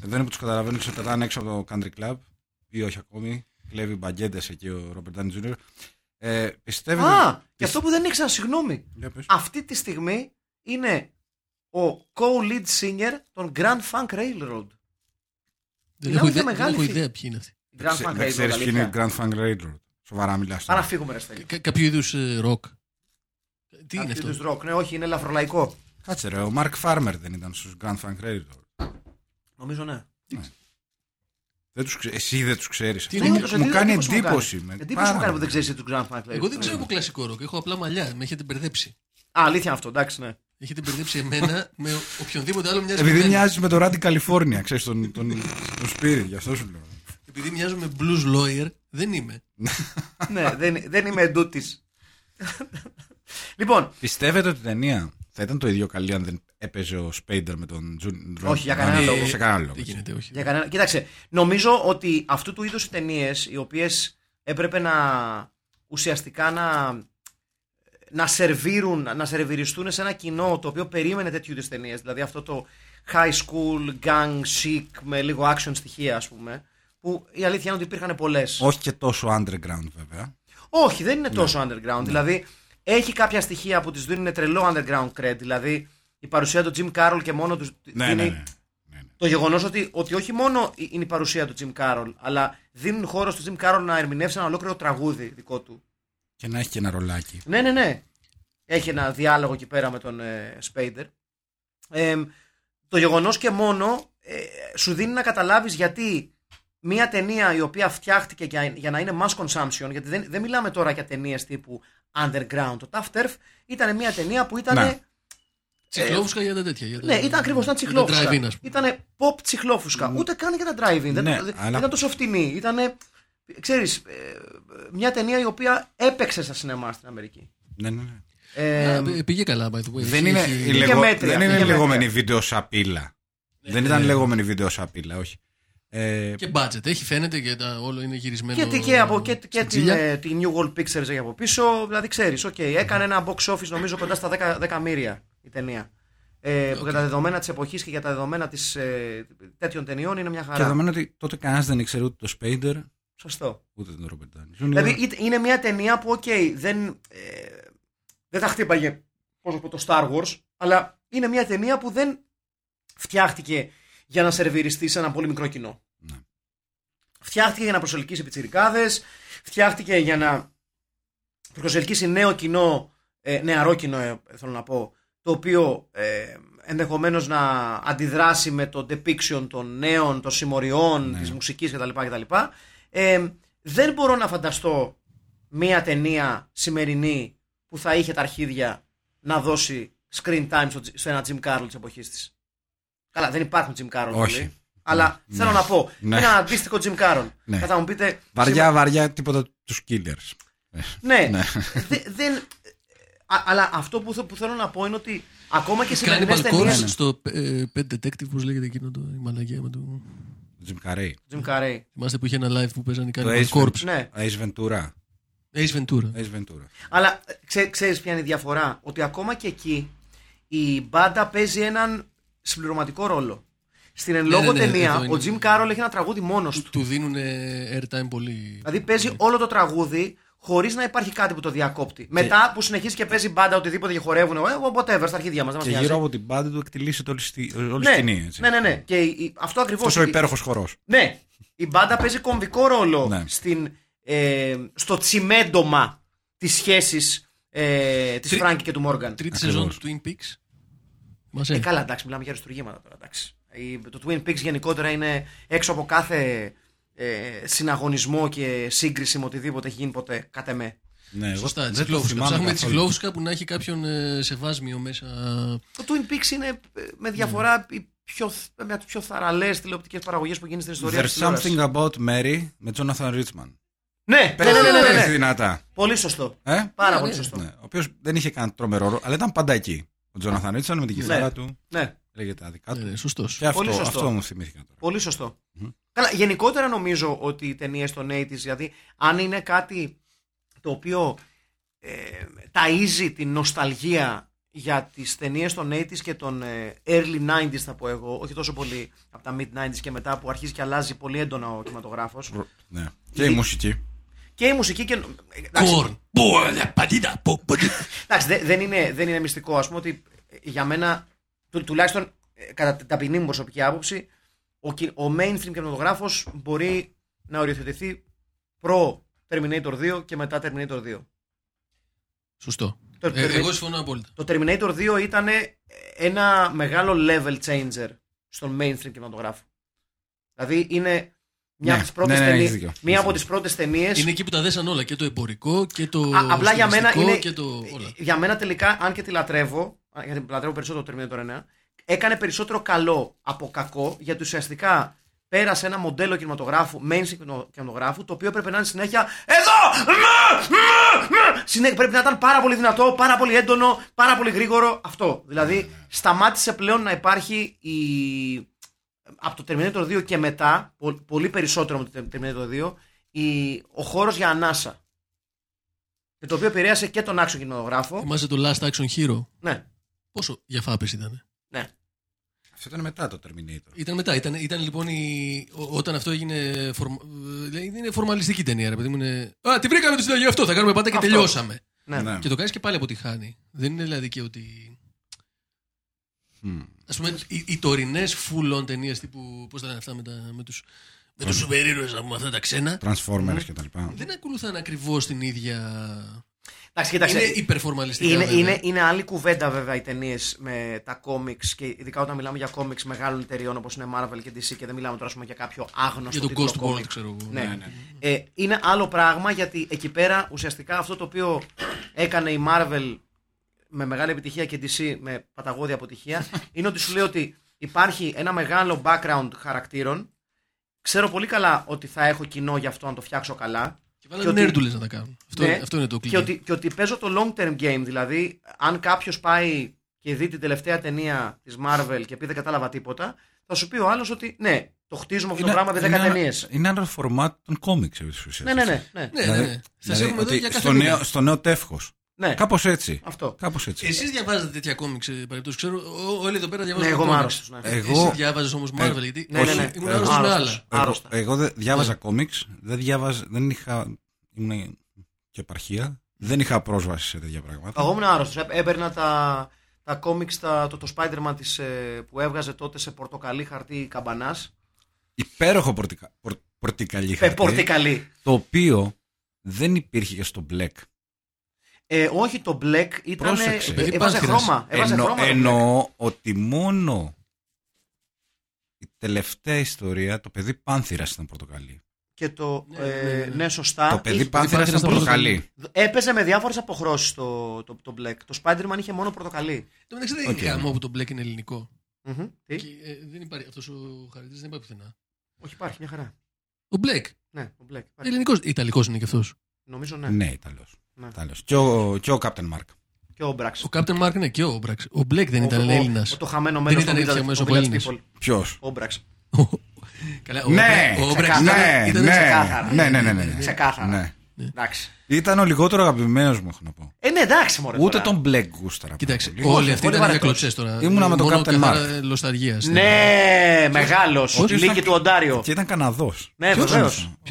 S3: εδώ είναι που του καταλαβαίνω ξέρω, όταν είναι έξω από το Country Club ή όχι ακόμη. Κλέβει μπαγκέντε εκεί ο Ρόμπερτ Ντάνι Τζούνιο. Ε, πιστεύει.
S2: Α, και αυτό που δεν ήξερα, συγγνώμη.
S3: Για πες.
S2: Αυτή τη στιγμή είναι ο co-lead singer των Grand Funk Railroad.
S4: Δεν
S2: Μιλάμε για
S4: έχω, ιδέα, δεν
S2: μεγάλη
S4: έχω
S2: φύση.
S4: ιδέα ποιοι είναι αυτοί.
S2: Grand
S3: Ξε-
S2: Funk
S3: Δεν
S2: Railroad.
S3: ξέρεις ποιοι είναι
S2: αλήθεια.
S3: οι Grand Funk Railroad. Σοβαρά μιλάς.
S2: Άρα φύγουμε, ρε Στέλιο.
S4: Κα- κάποιο είδους ροκ. Τι είναι
S2: Αυτού
S4: αυτό.
S2: τους rock. Ναι, όχι, είναι ελαφρολαϊκό.
S3: Κάτσε ρε, ο Mark Farmer δεν ήταν στους Grand Funk Railroad.
S2: Νομίζω ναι.
S3: Δεν τους ξε- Εσύ δεν τους ξέρεις.
S4: είναι
S2: Ναι,
S4: μου-
S2: όντως,
S3: μου κάνει
S2: εντύπωση μου
S3: εντύπωση, με-
S2: Εντύπωση μου
S3: πάρα
S2: κάνει που δεν
S3: πολύ.
S2: ξέρει τους Grand Funk Railroad.
S4: Εγώ δεν ξέρω από κλασικό ροκ. Έχω απλά μαλλιά. Με έχετε μπερδέψει.
S2: Α, αλήθεια είναι αυτό, εντάξει, ναι.
S4: Έχετε μπερδέψει εμένα με οποιονδήποτε άλλο μοιάζει. με
S3: Επειδή
S4: εμένα.
S3: μοιάζει με το Ράντι Καλιφόρνια, ξέρεις τον, τον, τον Σπύρι, γι' αυτό σου λέω.
S4: Επειδή μοιάζω με blues lawyer, δεν είμαι.
S2: ναι, δεν, δεν είμαι εντούτης.
S3: (laughs)
S2: λοιπόν,
S3: Πιστεύετε ότι η ταινία θα ήταν το ίδιο καλή αν δεν έπαιζε ο Σπέιντερ με τον Τζουν
S2: Όχι, για κανένα λόγο.
S3: Σε κανένα λόγο.
S4: Δεν γίνεται, όχι.
S2: για κανένα... κοίταξε, νομίζω ότι αυτού του είδους οι ταινίες οι οποίες έπρεπε να ουσιαστικά να, να σερβίρουν, να σερβιριστούν σε ένα κοινό το οποίο περίμενε τέτοιου είδους ταινίες. Δηλαδή αυτό το high school, gang, chic με λίγο action στοιχεία, ας πούμε. Που η αλήθεια είναι ότι υπήρχαν πολλές.
S3: Όχι και τόσο underground βέβαια.
S2: Όχι, δεν
S3: Ναι.
S2: είναι τόσο underground. Δηλαδή, έχει κάποια στοιχεία που τη δίνουν τρελό underground cred. Δηλαδή, η παρουσία του Jim Carroll και μόνο τους
S3: Ναι, ναι, ναι. ναι, ναι.
S2: το γεγονός ότι, ότι όχι μόνο είναι η παρουσία του Jim Carroll, αλλά δίνουν χώρο στο Jim Carroll να ερμηνεύσει ένα ολόκληρο τραγούδι δικό του.
S3: Και να έχει και ένα ρολάκι.
S2: Ναι, ναι, ναι. Έχει ένα διάλογο εκεί πέρα με τον ε, Σπέιντερ. Ε, το γεγονός και μόνο ε, σου δίνει να καταλάβεις γιατί μια ταινία η οποία φτιάχτηκε για, για να είναι mass consumption, γιατί δεν, δεν μιλάμε τώρα για ταινίες τύπου underground. Το Tough Turf ήταν μια ταινία που ήταν.
S3: Ναι.
S4: Τσιχλόφουσκα για τα τέτοια. για τα-
S2: Ναι, ήταν ακριβώς ήταν
S4: για τα
S2: τσιχλόφουσκα.
S4: drive-in, ας πούμε.
S2: Ήταν pop τσιχλόφουσκα. Ούτε καν για τα drive-in. δεν,
S3: Ναι,
S2: δεν-
S3: αλλά-
S2: Ήταν τόσο φτηνή. Ήταν, ξέρεις, ε, μια ταινία η οποία έπαιξε στα σινεμά στην Αμερική.
S3: Ναι, ναι, ναι.
S2: Ε,
S4: Α, πε- Πήγε καλά, by the way.
S3: Δεν είναι,
S4: Έχει-
S3: η λεγο...
S2: μέτρια,
S3: δεν είναι
S2: πήγε
S3: η λεγόμενη βίντεο σαπίλα. δεν ήταν
S4: ναι.
S3: λεγόμενη βίντεο σαπίλα, όχι. Ε,
S4: Και budget. Έχει φαίνεται και τα, όλο είναι γυρισμένο.
S2: Και, τι- και, από, και, και
S4: στην
S2: την,
S4: τζιλιά.
S2: ε, την New World Pictures έχει από πίσω. Δηλαδή, ξέρεις, οκ, έκανε ένα box office νομίζω κοντά στα 10, 10 μύρια η ταινία. Ε, Που για τα δεδομένα της εποχής και για τα δεδομένα της, ε, τέτοιων ταινιών είναι μια χαρά.
S3: και δεδομένου ότι τότε κανένας δεν ήξερε ούτε το Σπέιντερ
S2: Σωστό.
S3: ούτε τον Ρόμπερτ Ντάνι.
S2: Δηλαδή, είτε- είναι μια ταινία που, οκ, δεν, ε, δεν τα χτύπαγε πώς να πω, το Star Wars, αλλά είναι μια ταινία που δεν φτιάχτηκε για να σερβιριστεί σε ένα πολύ μικρό κοινό.
S3: Ναι.
S2: Φτιάχτηκε για να προσελκύσει πιτσιρικάδες, φτιάχτηκε για να προσελκύσει νέο κοινό, ε, νεαρό κοινό ε, θέλω να πω, το οποίο ε, ενδεχομένως να αντιδράσει με το depiction των νέων, των συμμοριών,
S3: Ναι.
S2: της μουσικής κτλ. κτλ. Ε, δεν μπορώ να φανταστώ μία ταινία σημερινή που θα είχε τα αρχίδια να δώσει screen time στο, σε ένα Jim Carroll της εποχής της. Καλά, δεν υπάρχουν Jim Carroll.
S3: Όχι.
S2: πολλοί, Αλλά
S3: Ναι.
S2: θέλω να πω,
S3: Ναι.
S2: ένα αντίστοιχο Jim Carroll.
S3: Ναι.
S2: Θα μου πείτε...
S3: Βαριά, βαριά τίποτα τους killers.
S2: Ναι. Δε- δεν, α- αλλά αυτό που, θε- που θέλω να πω είναι ότι ακόμα και
S4: Κάνει
S2: σημερινές ταινίες.
S4: μπαλκόνι στο ε, Pet Detective, πώς λέγεται εκείνο το η μαλαγία με το.
S3: Jim Carrey.
S2: Jim Carrey.
S4: Θυμάστε που είχε ένα live που παίζανε
S3: Το
S4: κάνει
S3: Ace
S4: Corps.
S2: Ναι.
S3: Ace Ventura.
S4: Ace Ventura.
S3: Ace Ventura.
S2: Αλλά ε, ξέ, ξέρεις ποια είναι η διαφορά. Ότι ακόμα και εκεί η μπάντα παίζει έναν συμπληρωματικό ρόλο. Στην εν
S4: Ναι,
S2: λόγω
S4: ναι, ναι,
S2: ταινία,
S4: εδώ είναι.
S2: ο Jim Carroll έχει ένα τραγούδι μόνος του.
S4: Του δίνουν airtime πολύ.
S3: Ναι.
S2: Δηλαδή παίζει όλο το τραγούδι χωρίς να υπάρχει κάτι που το διακόπτει. Μετά που συνεχίζει και παίζει μπάντα, οτιδήποτε και χορεύουν, ε, whatever, στα αρχίδια μας.
S3: Και γύρω από την πάντα του εκτελήσεται όλη στη- όλη η
S2: ναι,
S3: σκηνή. έτσι.
S2: ναι, ναι, ναι. Και η- η- αυτό ακριβώς.
S3: Αυτός ο υπέροχος χορός.
S2: Ναι, η μπάντα παίζει κομβικό ρόλο
S3: Ναι.
S2: στην, ε, στο τσιμέντομα της σχέσης ε, της
S4: Τρι-
S2: Φράγκη και του Μόργαν.
S4: Τρίτη σεζόν
S3: Ακριβώς.
S4: του Twin Peaks. Μας
S2: Ε,
S4: έ-
S2: καλά, εντάξει, μιλάμε για αριστούργήματα τώρα. Εντάξει. Η- Το Twin Peaks γενικότερα είναι έξω από κάθε ε, συναγωνισμό και σύγκριση με οτιδήποτε έχει γίνει ποτέ, κατά με.
S3: Ναι, εγώ
S4: Σωστά,
S3: δεν το
S4: τσικλόφουσκα.
S3: θυμάμαι
S4: Ψάχνουμε
S3: καθόλου.
S4: τσικλόφουσκα που να έχει κάποιον ε, σεβάσμιο μέσα. ε,
S2: Το Twin Peaks είναι ε, με διαφορά
S3: Ναι.
S2: η πιο, θ- μια από τις πιο θαραλές τηλεοπτικές παραγωγές που γίνει στην ιστορία της
S3: There's
S2: τηλεόρασης.
S3: something about Mary με Jonathan Richman.
S2: Ναι, ναι, ναι,
S3: Παίζει
S2: ναι, ναι, ναι, ναι.
S3: δυνατά.
S2: Πολύ σωστό.
S3: Ε?
S2: Πάρα
S4: Ναι,
S2: πολύ
S4: ναι.
S2: σωστό.
S3: Ναι, ο οποίος δεν είχε καν τρομερό ρόλο, αλλά ήταν πάντα εκεί. Ο Τζόναθαν Ρίτσον με την κιθάρα
S2: Ναι.
S3: του,
S2: Ναι,
S3: λέγε τα δικά του.
S4: Ναι, ναι, σωστός.
S3: Και αυτό,
S2: Πολύ σωστό.
S3: αυτό μου θυμήθηκα τώρα.
S2: πολύ σωστό.
S3: Μμμ.
S2: Καλά, γενικότερα νομίζω ότι οι ταινίες των 80s, δηλαδή αν είναι κάτι το οποίο ε, ταΐζει την νοσταλγία για τις ταινίες των 80s και των ε, early 90s θα πω εγώ, όχι τόσο πολύ από τα mid 90s και μετά που αρχίζει και αλλάζει πολύ έντονα ο κινηματογράφος
S3: Ναι. Και η μουσική.
S2: και η μουσική και... ε, εντάξει,
S4: Κορν. Μπορλα, πατήτα, πο, πο, τι.
S2: Εντάξει, δε- δεν, είναι, δεν είναι μυστικό. Ας πούμε ότι για μένα, του, τουλάχιστον ε, κατά την ταπεινή μου προσωπική άποψη, ο, κι- ο mainstream κινηματογράφος μπορεί να οριοθετηθεί προ Terminator 2 και μετά Terminator 2.
S4: Σωστό.
S2: Το,
S4: Ε,
S2: Terminator-
S4: Εγώ συμφωνώ απόλυτα.
S2: το Terminator 2 ήταν ε, ένα μεγάλο level changer στον mainstream κινηματογράφο. Δηλαδή είναι μια
S3: Ναι,
S2: από τις πρώτες
S3: ναι, ναι,
S2: ταινίες-
S3: έχεις δίκιο.
S2: μία
S3: Έχεις
S2: από
S3: δίκιο.
S2: τις πρώτες ταινίες
S4: Είναι εκεί που τα δέσαν όλα. Και το εμπορικό και το.
S2: Α, απλά για μένα
S4: στιλιστικό
S2: είναι. Ε,
S4: Και το... όλα.
S2: Για μένα τελικά, αν και τη λατρεύω, α, γιατί λατρεύω περισσότερο το Terminator 9, έκανε περισσότερο καλό από κακό, γιατί ουσιαστικά πέρασε ένα μοντέλο κινηματογράφου, mainstream κινο- κινηματογράφου, το οποίο έπρεπε να είναι συνέχεια εδώ! Μμμ! Μμμ! Μμμ! Συνέ- Πρέπει να ήταν πάρα πολύ δυνατό, πάρα πολύ έντονο, πάρα πολύ γρήγορο αυτό. Δηλαδή, σταμάτησε πλέον να υπάρχει η. Από το Terminator 2 και μετά, πο- πολύ περισσότερο από το Terminator 2, η... ο χώρος για ανάσα. Και το οποίο επηρέασε και τον άξιο κινηματογράφο.
S4: Θυμάσαι το Last Action Hero.
S2: Ναι,
S4: Πόσο για φάπες ήταν.
S2: ναι.
S3: Αυτό ήταν μετά το Terminator.
S4: Ήταν μετά. Ήταν, ήταν λοιπόν η... ό- όταν αυτό έγινε. Φορμα... ε, Είναι φορμαλιστική ταινία, ρε παιδί μου. Είναι... Α, τη βρήκαμε το συνταγή αυτό. Θα κάνουμε πάντα και
S2: Αυτό.
S4: τελειώσαμε.
S2: ναι.
S3: Ναι.
S4: Και το κάνεις και πάλι αποτυχάνει. Δεν είναι δηλαδή και ότι.
S3: Μμ.
S4: Ας πούμε, οι, οι τωρινές full-on ταινίες τύπου. Πώς τα λένε αυτά με, τα, με τους με τους σούπερ ήρωες, να πούμε, αυτά τα ξένα.
S3: Transformers και τα λοιπά.
S4: Δεν ακολουθούν ακριβώς την ίδια.
S2: Εντάξει, κοίταξε.
S4: είναι υπερφορμαλιστικά. δηλαδή,
S2: Είναι,
S4: βέβαια.
S2: είναι, είναι άλλη κουβέντα βέβαια οι ταινίες με τα κόμιξ και ειδικά όταν μιλάμε για κόμιξ μεγάλων εταιριών όπως είναι Marvel και DC και δεν μιλάμε τώρα ας πούμε, για κάποιο άγνωστο.
S4: Για τον
S2: τίτλο
S4: Ghost World,
S2: κόμικ.
S4: ξέρω εγώ.
S2: Ναι. Ε, είναι άλλο πράγμα γιατί εκεί πέρα ουσιαστικά αυτό το οποίο έκανε η Marvel με μεγάλη επιτυχία και DC με παταγώδη (laughs) αποτυχία είναι ότι σου λέει ότι υπάρχει ένα μεγάλο background χαρακτήρων. Ξέρω πολύ καλά ότι θα έχω κοινό γι' αυτό αν το φτιάξω καλά.
S4: Και
S2: Και
S4: βάλανε
S2: ότι-
S4: νέρντουλες να τα κάνουν. Αυτό,
S2: Ναι.
S4: είναι- αυτό είναι το κλειδί.
S2: Και ότι, και ότι παίζω το long term game. Δηλαδή, αν κάποιος πάει και δει την τελευταία ταινία της Marvel και πει δεν κατάλαβα τίποτα, θα σου πει ο άλλος ότι ναι, το χτίζουμε αυτό το πράγμα με 10
S3: ένα-
S2: ταινίες.
S3: είναι ένα φορμάτ των κόμιξ επί της ουσίας,
S2: Ναι, ναι,
S3: έτσι.
S2: ναι. ναι,
S4: Ναι,
S3: Δηλαδή-
S4: ναι, ναι. Θα σε
S3: δηλαδή
S4: έχουμε εδώ
S3: ότι
S4: για κάθε
S3: στο
S4: μήνα.
S3: νέο, στο νέο τεύχος.
S2: ναι.
S3: Κάπως έτσι.
S2: Αυτό.
S3: Κάπως έτσι.
S4: Εσείς διαβάζετε τέτοια κόμιξ ε, παρεπτώσει. Ξέρω, ό- όλοι εδώ πέρα
S2: Ναι,
S4: διαβάζουν.
S2: εγώ είμαι
S4: κόμιξ.
S2: άρρωστος. Ναι.
S4: Εσύ
S3: Εγώ, Ε,
S4: διάβαζες όμως Marvel, γιατί
S2: Ναι, ναι,
S4: Όχι,
S2: ναι.
S4: ήμουν
S3: Εγώ-
S4: άρρωστος με
S2: Άρρωστος.
S4: άλλα.
S3: εγώ,
S2: Άρρωστα.
S3: εγώ δεν διάβαζα κόμιξ, δεν διάβαζα, δεν είχα, ήμουν και επαρχία, δεν είχα πρόσβαση σε τέτοια πράγματα.
S2: Εγώ ήμουν άρρωστος. Έπαιρνα τα, τα κόμιξ, τα, το, το Spider-Man της, ε, που έβγαζε τότε σε πορτοκαλί χαρτί καμπανάς.
S3: Υπέροχο πορτικα, πορ,
S2: Ε,
S3: πορτικαλί χαρτί,
S2: Πορτοκαλί.
S3: το οποίο δεν υπήρχε και στο μπλεκ.
S2: Ε, όχι, το black ήταν.
S3: Πρόσεξε.
S4: Επειδή
S2: Έβαζε
S4: πάνθυρας.
S2: χρώμα. Έβαζε
S3: Εννο-
S2: χρώμα. το black.
S3: εννοώ ότι μόνο η τελευταία ιστορία, το παιδί Πάνθυρας ήταν πορτοκαλί.
S2: Και το.
S4: Ναι, ναι, ναι.
S2: Ε, ναι, σωστά.
S3: το παιδί
S2: είχε-
S3: Πάνθυρας ήταν
S4: Πάνθηρας ήταν
S3: πορτοκαλί.
S2: Έπαιζε με διάφορες αποχρώσεις το, το, το black. Το Spider-Man είχε μόνο πορτοκαλί.
S4: Το μεταξύ δεν είναι
S3: Οκ.
S4: γαμό που το μπλεκ είναι ελληνικό.
S2: Μμμ. Τι?
S4: Και, ε, δεν υπάρχει αυτός ο χαρακτήρας, δεν υπάρχει πουθενά.
S2: Όχι, υπάρχει μια χαρά.
S4: Ο μπλεκ.
S2: Ναι, το black. υπάρχει.
S4: Ελληνικός. Ιταλικός είναι και αυτός.
S2: Νομίζω ναι.
S3: Ναι, Ιταλός.
S2: Ναι.
S3: Ιταλός. Και ο, και ο Captain Mark.
S2: Και ο Μπραξ.
S4: Ο Captain Mark, ναι, και ο Μπραξ. Ο μπλεκ δεν ήταν Έλληνα.
S2: Το
S4: (laughs)
S2: χαμένο μέρος
S4: ήταν
S2: του
S4: έτσι
S2: Village-
S4: αμέσως
S2: του
S4: από
S2: Village
S4: Έλληνες.
S2: People.
S3: Ποιος.
S2: Ο Μπραξ.
S4: Καλά, ο
S3: Ναι,
S4: Μπλεκ- ο Μπλεκ
S2: ξεκάθαρα.
S4: ήταν-
S3: ναι,
S4: ήταν
S3: ναι,
S4: ξεκάθαρα.
S3: ναι, ναι, ναι, ναι, ναι.
S2: Ξεκάθαρα.
S3: Ναι.
S2: Εντάξει.
S3: Ήταν ο λιγότερο αγαπημένος μου, έχω να πω.
S2: Ε, ναι, εντάξει, μωρέ.
S3: Ούτε
S2: τώρα.
S3: τον Black γούσταρα.
S4: Κοίταξε,
S3: Λοιπόν, πολύ.
S4: όλοι αυτοί
S2: πολύ
S4: ήταν
S2: βαρετός.
S4: διακλωτσέ τώρα.
S3: Ήμουνα με τον
S4: Μόνο
S3: Captain
S4: καθαρά λοσταργίας, δηλαδή.
S2: Ναι, μεγάλος.
S3: Ποιος
S2: Λίκη
S3: ήταν-
S2: του Οντάριο.
S3: Και ήταν Καναδός.
S2: Ναι, βεβαίω.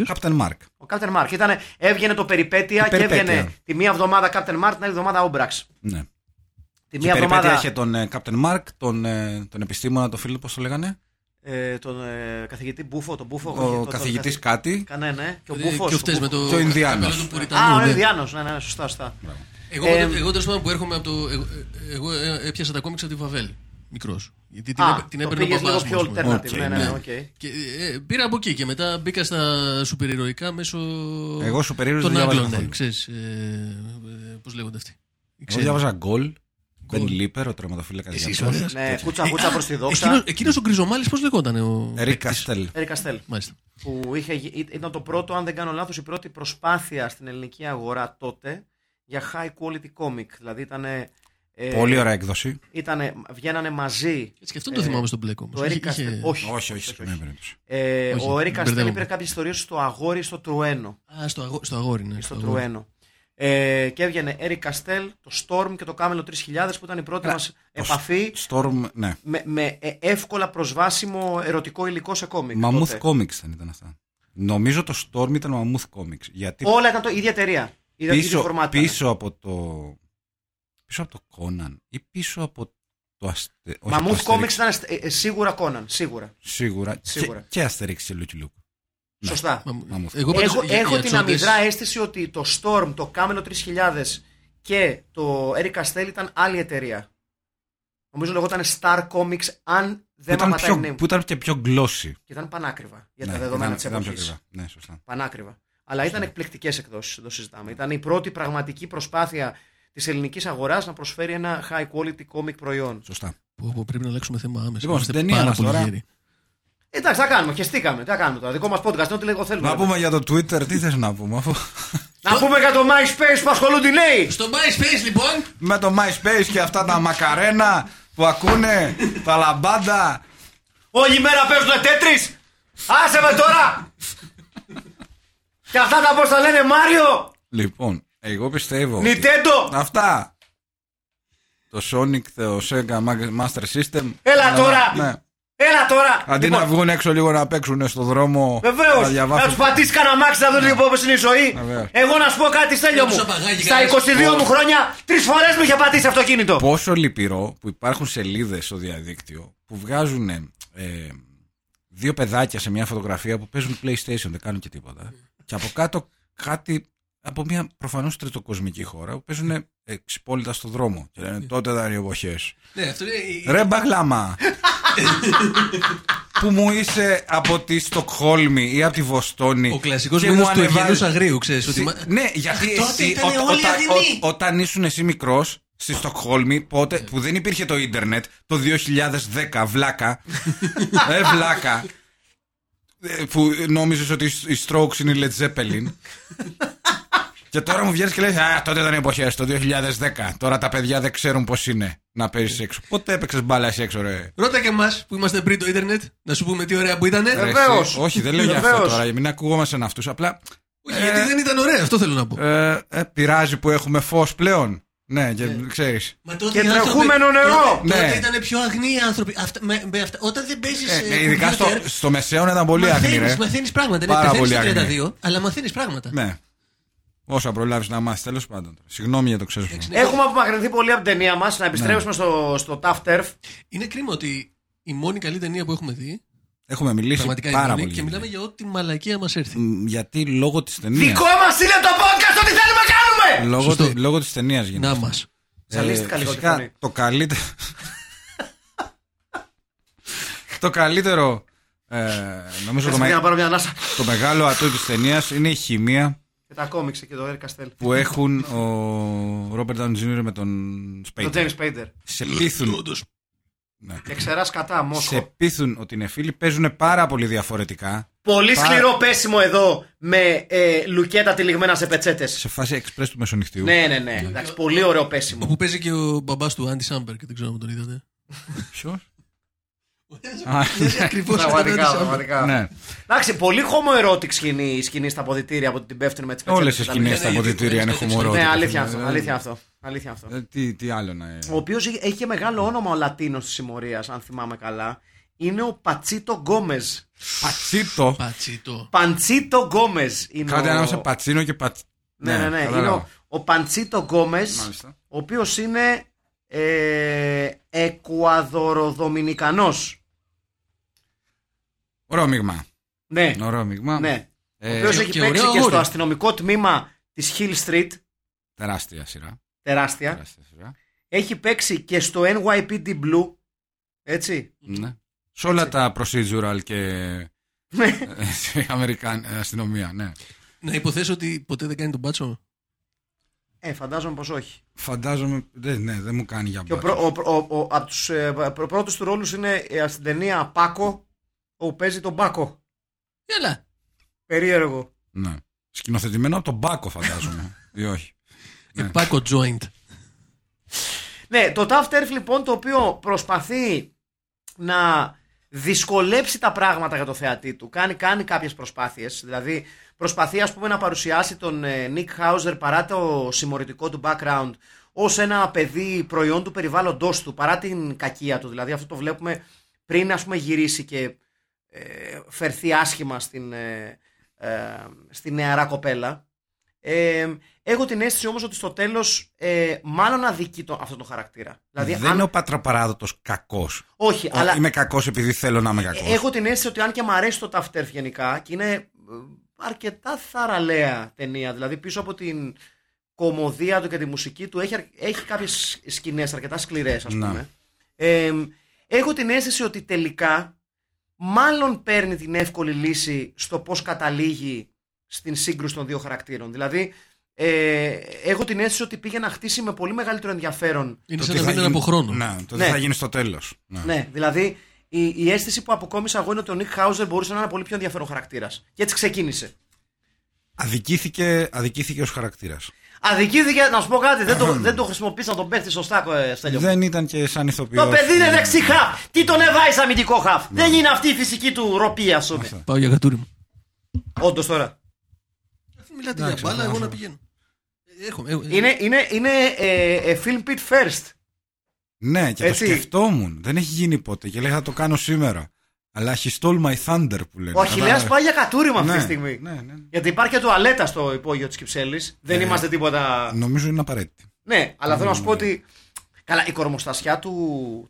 S3: Captain Mark.
S2: Ο Captain Mark. Ήτανε, έβγαινε το περιπέτεια
S3: Η
S2: και έβγαινε
S3: περιπέτεια.
S2: τη μία εβδομάδα Captain Mark, την άλλη εβδομάδα Όμπραξ.
S3: Ναι.
S2: Τη
S3: Η
S2: μία
S3: περιπέτεια
S2: εβδομάδα.
S3: είχε τον ε, Captain Mark, τον, ε, τον επιστήμονα, τον φίλο, πώ το λέγανε.
S2: Ε, τον ε, καθηγητή Μπούφο, τον Μπούφο. όχι,
S3: Ο
S2: τον- τον
S3: καθηγητής
S2: καθη-
S3: κάτι.
S2: Κανέ, ναι. Και ο
S4: Δηλαδή,
S2: Μπούφος.
S4: Και αυτέ με το.
S3: Και ο Ινδιάνος.
S4: καπέλο του Πουριτανού,
S2: Α, ο
S4: ναι.
S2: Ινδιάνος. Ναι, ναι, σωστά, σωστά.
S4: Εγώ,
S2: Ε,
S4: εγώ τέλο πάντων που έρχομαι από το. Εγώ, εγώ ε, έπιασα τα κόμιξ από τη Βαβέλ. Μικρός. Γιατί την,
S2: Α,
S4: έπαι- την
S2: το
S4: έπαιρνε ο
S2: πήγες λίγο
S4: παπά
S2: πιο
S4: μου. ας πούμε.
S2: alternative.
S3: Οκ,
S2: Ναι, ναι,
S3: ναι.
S2: ναι, οκ.
S4: Και, ε, πήρα από εκεί και μετά μπήκα στα σουπεριερωικά μέσω.
S3: Εγώ σούπερ-ήρωες
S4: των
S3: δεν διάβαζα
S4: Άγγλων, ναι,
S3: καθόλου.
S4: ξέρεις, ε, ε, πώς λέγονται αυτοί. Οι
S3: Εγώ
S4: ξένοι.
S3: διάβαζα γκολ. Μπεν
S4: Γκολ.
S3: Λίπερ, ο τραυματοφύλακα.
S4: Εσύ είσαι ωραίος.
S2: Ναι, κούτσα κούτσα προς τη
S4: Ε, Εκείνος-
S2: δόξα. Ε,
S4: Εκείνος ο Γκριζομάλης πώς λεγόταν ο...
S3: Ερικ Καστέλ.
S2: Έρι Καστέλ.
S4: Μάλιστα.
S2: που είχε, γι- ή- ήταν το πρώτο, αν δεν κάνω λάθος, η πρώτη προσπάθεια στην ελληνική αγορά τότε για high quality comic. Δηλαδή ήταν. Ε,
S3: Πολύ ωραία έκδοση.
S2: Ήτανε, βγαίνανε μαζί.
S4: Έτσι και αυτόν το
S2: Ε,
S4: θυμάμαι στον Black όμως.
S2: Το Eric
S4: Είχε- είχε-
S2: Castell. Όχι.
S3: Όχι, όχι, ναι, σε καμία περίπτωση.
S2: Ε,
S4: Όχι,
S2: ο Eric Castell
S4: μπερδεύομαι.
S2: είπε κάποιες ιστορίες στο αγόρι στο Τρουένο.
S4: Α, στο, αγο... στο αγόρι, ναι.
S2: Στο
S4: στο αγόρι.
S2: Τρουένο. Ε, και έβγαινε Eric Castell, το Storm και το Κάμελο 3000 που ήταν η πρώτη μας επαφή
S3: Storm, ναι.
S2: με, με ε, εύκολα προσβάσιμο ερωτικό υλικό σε κόμικ.
S3: Μαμούθ
S2: τότε.
S3: Comics δεν ήταν αυτά. Νομίζω το Storm ήταν Μαμούθ Comics. Γιατί
S2: Όλα ήταν το η ίδια εταιρεία. Είδα ίδιο
S3: πίσω,
S2: φορμάτι.
S3: πίσω από το. Πίσω από το Conan ή πίσω από το Αστε... όχι, το
S2: Μαμούθ
S3: Asterix,
S2: Comics ήταν ε, ε, σίγουρα Κόναν, σίγουρα.
S3: Σίγουρα.
S2: Σίγουρα.
S3: Και, και Asterix και Lucky Luke. Ναι.
S2: Σωστά.
S4: Μα μου-
S3: Μαμούθ.
S4: Εγώ, πάντως,
S2: Έχω,
S4: για-
S2: έχω
S4: για
S2: την
S4: τσόντες-
S2: αμυδρά αίσθηση ότι το Storm, το Camelot 3000 και το Eric Castell ήταν άλλη εταιρεία. Νομίζω λεγόταν Star Comics, αν
S3: Που
S2: δεν με
S3: ήταν,
S2: απατάει η
S3: πιο,
S2: μνήμη.
S3: που ήταν και πιο glossy.
S2: Και ήταν πανάκριβα για τα
S3: Ναι,
S2: δεδομένα
S3: ήταν-
S2: της
S3: ήταν πιο
S2: εποχής.
S3: ακριβά. Ναι, σωστά.
S2: Πανάκριβα. Αλλά ήταν εκπληκτικές εκδόσεις, δεν το συζητάμε. Ήταν η πρώτη πραγματική προσπάθεια της ελληνικής αγοράς να προσφέρει ένα high quality comic προϊόν.
S3: σωστά.
S4: Πω, πω, πρέπει να αλλάξουμε θέμα άμεσα.
S3: Λοιπόν,
S4: Είμαστε
S3: στην ταινία
S4: πάρα
S3: μας
S4: πολύ
S3: τώρα.
S4: γέροι.
S2: Εντάξει, θα κάνουμε, χεστήκαμε. Τι θα κάνουμε τώρα. Δικό μας podcast, είναι ό,τι λέγω θέλουμε.
S3: Να πούμε για το Twitter, τι θες να πούμε. Αφού...
S2: να πούμε για το MySpace που ασχολούνται οι νέοι.
S4: Στο MySpace λοιπόν,
S3: με το MySpace και αυτά τα μακαρένα που ακούνε, τα λαμπάντα.
S2: Όλη μέρα παίζουν τέτρι! Άσε με τώρα! και αυτά τα πώς τα λένε Μάριο!
S3: Λοιπόν, εγώ πιστεύω. ότι-
S2: Νιτέντο!
S3: Αυτά. Το Sonic, το Sega Master System.
S2: Έλα
S3: Αλλά,
S2: τώρα.
S3: Ναι.
S2: Έλα τώρα!
S3: Αντί
S4: Λοιπόν.
S3: να βγουν έξω λίγο να παίξουν στο δρόμο.
S2: Βεβαίως!
S3: να διαβάσουν-
S2: Να τους πατήσεις κανένα μάξι να δουν λίγο πώς είναι η ζωή.
S3: Βεβαίως.
S2: Εγώ να σου πω κάτι, στέλιο μου.
S4: τους απαγάγει
S2: Στα
S4: κανένας.
S2: 22 μου χρόνια, τρεις φορές μου είχε πατήσει αυτοκίνητο.
S3: Πόσο λυπηρό που υπάρχουν σελίδες στο διαδίκτυο που βγάζουν ε, δύο παιδάκια σε μια φωτογραφία που παίζουν PlayStation, δεν κάνουν και τίποτα. και από κάτω κάτι από μια προφανώς τριτοκοσμική χώρα που παίζουν ε, εξυπόλυτα στο δρόμο. Και λένε τότε ήταν οι εποχές.
S4: ναι, αυτό είναι... η-
S3: Ρε
S4: (laughs)
S3: μπαγλάμα. που μου είσαι από τη Στοκχόλμη ή από τη Βοστόνη.
S4: Ο κλασικός
S3: και
S4: μύθος
S3: μου
S4: του
S3: ανεβάζεις-
S4: ευγενούς αγρίου, ξέρεις, ότι
S3: Συ-
S4: μα-
S3: Ναι, γιατί
S4: Ε, τότε
S3: εσύ,
S4: ήταν
S3: ό-
S4: όλοι
S3: όταν-
S4: αδειλοί.
S3: ό- όταν ήσουν εσύ μικρός στη Στοκχόλμη,
S4: Ναι.
S3: πότε, που δεν υπήρχε το ίντερνετ, το 2010, βλάκα. ε, βλάκα. ε, Που νόμιζες ότι οι Strokes είναι η Led Zeppelin. Και τώρα μου βγαίνεις και λες Α, τότε ήταν οι εποχές, το 2010. Τώρα τα παιδιά δεν ξέρουν πώς είναι να παίζεις έξω. Πότε έπαιξες μπάλα εσύ έξω, ρε.
S4: Ρώτα και εμάς που είμαστε πριν το ίντερνετ, να σου πούμε τι ωραία που ήταν.
S3: Ρε,
S2: Βεβαίως.
S3: εσύ. Όχι, δεν λέω για αυτό
S2: Βεβαίως.
S3: τώρα, για μην ακουγόμαστε σαν αυτούς. Απλά
S4: Όχι,
S2: Ε.
S4: γιατί δεν ήταν ωραία, αυτό θέλω να πω.
S3: ε, ε, πειράζει που έχουμε φως πλέον. Ναι, και ξέρεις.
S5: Μα τότε
S2: Και
S5: οι άνθρωποι-
S2: τρεχούμενο νερό!
S5: Τότε
S3: Ναι.
S5: ήταν πιο αγνοί οι άνθρωποι. Αυτά, με, με αυτά. Όταν δεν παίζεις.
S3: Ε, ε, ειδικά στο, στο μεσαίωνα ήταν πολύ άγνη, ρε.
S5: Μαθαίνεις μαθαίνεις πράγματα. Ναι,
S3: Πάρα
S5: πεθαίνεις
S3: πολύ
S5: στα
S3: άγνη.
S5: 32, αλλά μαθαίνεις πράγματα.
S3: Ναι. Όσα προλάβεις να μάθεις, τέλος πάντων. Συγγνώμη για το ξέρω.
S4: ναι.
S2: Έχουμε απομακρυνθεί πολύ από την ταινία μας. Να
S3: Ναι.
S2: επιστρέψουμε στο, στο Tough Turf.
S4: Είναι κρίμα ότι η μόνη καλή ταινία που έχουμε δει,
S3: Έχουμε μιλήσει
S4: πραγματικά η
S3: πάρα
S4: μόνη,
S3: πολύ.
S4: και μιλάμε για ό,τι μαλακία μας έρθει.
S3: Μ, Γιατί λόγω της ταινίας.
S2: Δικό μας είναι το podcast, ό,τι θέλουμε κάνουμε!
S3: Λόγω,
S4: Σωστό.
S3: τη- λόγω της ταινίας γίνεται. Ε,
S4: Να μας.
S2: Ζαλίστηκα λίγο
S3: φυσικά,
S2: τη φωνή.
S3: το καλύτερο. το καλύτερο. Ε, νομίζω το,
S2: Κάτσε
S3: με-
S2: να πάρω μια ανάσα.
S3: το μεγάλο ατού της ταινίας είναι η χημεία
S2: Και τα κόμιξε και το Eric Castell.
S3: που έχουν ο Ρόμπερτ Downey Jr. με τον
S2: Το
S3: Σπέιντερ.
S2: James Spader.
S3: Σε πείθουν, Ναι.
S4: Όντως,
S2: Και ξεράς κατά,
S3: σε
S2: Μόσχο.
S3: πείθουν ότι είναι φίλοι, παίζουν πάρα πολύ διαφορετικά.
S2: Πολύ
S3: Πάρα-
S2: σκληρό πέσιμο εδώ με ε, λουκέτα τυλιγμένα σε πετσέτες.
S3: Σε φάση εξπρές του μεσονυχτιού.
S2: Ναι, ναι, ναι. Εντάξει, πολύ ωραίο πέσιμο.
S4: Όπου παίζει και ο μπαμπάς του Άντι Σάμπερ, και δεν ξέρω αν τον είδατε.
S3: Ποιος? Α,
S5: Ακριβώ
S2: Πραγματικά, πραγματικά.
S3: ναι.
S2: Εντάξει, πολύ χωμοερώτικη σκηνή, η σκηνή στα ποδητήρια από την πέφτουν με τις πετσέτε.
S3: Όλε οι σκηνέ στα αποδητήρια είναι χουμορότυπε.
S2: Ναι, αλήθεια αυτό. Αλήθεια αυτό. Αλήθεια αυτό.
S3: Τι, τι άλλο να είναι.
S2: Ο οποίος έχει και μεγάλο όνομα ο Λατίνος της συμμορίας, αν θυμάμαι καλά. Είναι ο Πατσίτο Γκόμες.
S3: Πατσίτο.
S4: Πατσίτο.
S2: Παντσίτο Γκόμες είναι.
S3: Κάτι
S2: ο-
S3: ανάμεσα πατσίνο και πατ...
S2: Ναι, ναι, ναι. Είναι
S3: κατάλαβα.
S2: ο, ο Παντσίτο Γκόμες,
S3: Μάλιστα.
S2: ο οποίος είναι ε, Εκουαδοροδομινικανός.
S3: Ωραίο μείγμα.
S2: Ναι,
S3: Ωραίο μείγμα.
S2: ναι. Ο
S3: Ε,
S2: οποίος
S4: και-
S2: έχει
S4: και
S2: παίξει
S4: ωραίο
S2: και στο
S4: αγόρι.
S2: αστυνομικό τμήμα της Hill Street.
S3: Τεράστια
S2: Ε.
S3: σειρά.
S2: Τεράστια.
S3: Τεράστια σειρά.
S2: Έχει παίξει και στο NYPD Blue. Έτσι.
S3: Ναι. Σε όλα τα procedural και
S2: Ναι.
S3: ε, σε Αμερικαν... ε, αστυνομία, ναι.
S4: Να υποθέσω ότι ποτέ δεν κάνει τον μπάτσο.
S2: Ε, φαντάζομαι πως όχι.
S3: Φαντάζομαι, δεν, ναι, δεν μου κάνει για
S2: Και ο,
S3: μπάτσο.
S2: πρω, ο, πρω- ο, ο, από τους, ε, προ- πρώτους του ρόλους είναι ε, στην ταινία Πάκο, όπου παίζει τον Πάκο.
S4: Έλα.
S2: Περίεργο.
S3: Ναι. Σκηνοθετημένο από τον Πάκο, φαντάζομαι. ή όχι. Ναι.
S4: Πάκο joint.
S2: Ναι, το Tough Turf λοιπόν το οποίο προσπαθεί να δυσκολέψει τα πράγματα για το θεατή του. Κάνει, κάνει κάποιες προσπάθειες. Δηλαδή προσπαθεί ας πούμε να παρουσιάσει τον ε, Nick Hauser παρά το συμμοριτικό του background ως ένα παιδί προϊόν του περιβάλλοντος του παρά την κακία του. Δηλαδή αυτό το βλέπουμε πριν ας πούμε γυρίσει και ε, φερθεί άσχημα στην, ε, ε, στην νεαρά κοπέλα. Ε, έχω την αίσθηση όμως ότι στο τέλος ε, μάλλον αδικεί το, αυτό το χαρακτήρα. Δηλαδή,
S3: δεν
S2: αν-
S3: είναι ο πατραπαράδοτο κακός.
S2: όχι, αλλά
S3: Είμαι κακός επειδή θέλω να είμαι κακός.
S2: Ε, έχω την αίσθηση ότι αν και μου αρέσει το Tough Turf γενικά και είναι ε, αρκετά θαραλέα ταινία. Δηλαδή πίσω από την κομμωδία του και τη μουσική του έχει, αρ- έχει κάποιες σκηνές αρκετά σκληρές ας
S3: Να.
S2: πούμε. Ε, έχω την αίσθηση ότι τελικά μάλλον παίρνει την εύκολη λύση στο πώς καταλήγει στην σύγκρουση των δύο χαρακτήρων. Δηλαδή ε, έχω την αίσθηση ότι πήγε να χτίσει με πολύ μεγαλύτερο ενδιαφέρον
S4: Είναι
S3: Το
S4: σαν
S3: τι θα
S4: να μην
S3: γίνει-
S4: από χρόνο.
S3: Ναι, το τι
S2: Ναι.
S3: θα γίνει στο τέλος.
S2: Ναι, δηλαδή η, η αίσθηση που αποκόμισα εγώ είναι ότι ο Νίκ Χάουζερ μπορούσε να είναι ένα πολύ πιο ενδιαφέρον χαρακτήρας. Και έτσι ξεκίνησε.
S3: Αδικήθηκε, αδικήθηκε ως χαρακτήρας.
S2: Αδικήθηκε, να σου πω κάτι, δεν το, δεν το χρησιμοποίησα τον παίχτη σωστά, ε, Στέλιο.
S3: Δεν ήταν και σαν ηθοποιός.
S2: Το παιδί είναι δεξί χαφ. Τι τον εβάει σαν αμυντικό χαφ.
S3: Ναι.
S2: Δεν είναι αυτή η φυσική του ροπή, ας πούμε.
S4: Πάω για γατούρι μου.
S2: Όντως τώρα.
S4: Μιλάτε για
S3: ναι,
S4: μπάλα, εγώ να πηγαίνω. Έχουμε. ε, έχω-
S2: Είναι, είναι, είναι ε, ε, film pit first.
S3: Ναι, και
S2: Έτσι.
S3: το σκεφτόμουν. Δεν έχει γίνει ποτέ και λέγα θα το κάνω σήμερα. Αλλά he stole my thunder που λένε.
S2: Ο Αχηλέα
S3: Κατάλαβες.
S2: πάει για κατούριμα αυτή τη
S3: Ναι,
S2: στιγμή.
S3: Ναι, ναι.
S2: Γιατί υπάρχει και τουαλέτα στο υπόγειο της Κυψέλης. Δεν
S3: Ε,
S2: είμαστε τίποτα.
S3: Νομίζω είναι απαραίτητη.
S2: Ναι, αλλά θέλω να σου πω ότι. Καλά, η κορμοστασιά του,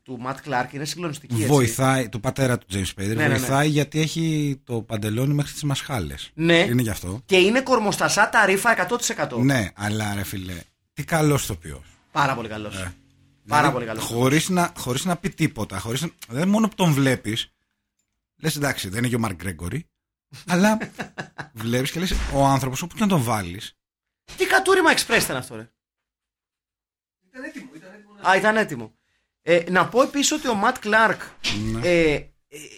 S2: του Ματ Κλάρκ είναι συγκλονιστική. Έτσι.
S3: Βοηθάει, του πατέρα του James Spader,
S2: ναι, ναι.
S3: βοηθάει γιατί έχει το παντελόνι μέχρι τις μασχάλες.
S2: Ναι.
S3: Είναι γι' αυτό.
S2: Και είναι κορμοστασά τα ρήφα 100%.
S3: Ναι, αλλά ρε φίλε, τι καλός το ποιό.
S2: Πάρα πολύ καλός. Πάρα
S3: Δηλαδή,
S2: πολύ καλός.
S3: Χωρίς να, χωρίς να πει τίποτα. Χωρίς, να- δηλαδή, μόνο που τον βλέπεις, λες εντάξει, δεν είναι και ο Μαρκ
S2: (laughs)
S3: Γκρέγκορη. αλλά βλέπεις και λες ο άνθρωπος, όπου και να τον βάλεις.
S2: Τι κατούριμα express ήταν αυτό, ρε. Ήταν έτοιμο. ναι. Ήταν έτοιμο Α, ήταν έτοιμο. Ε, να πω επίσης ότι ο Ματ Κλάρκ.
S3: Ναι.
S2: Ε, ε,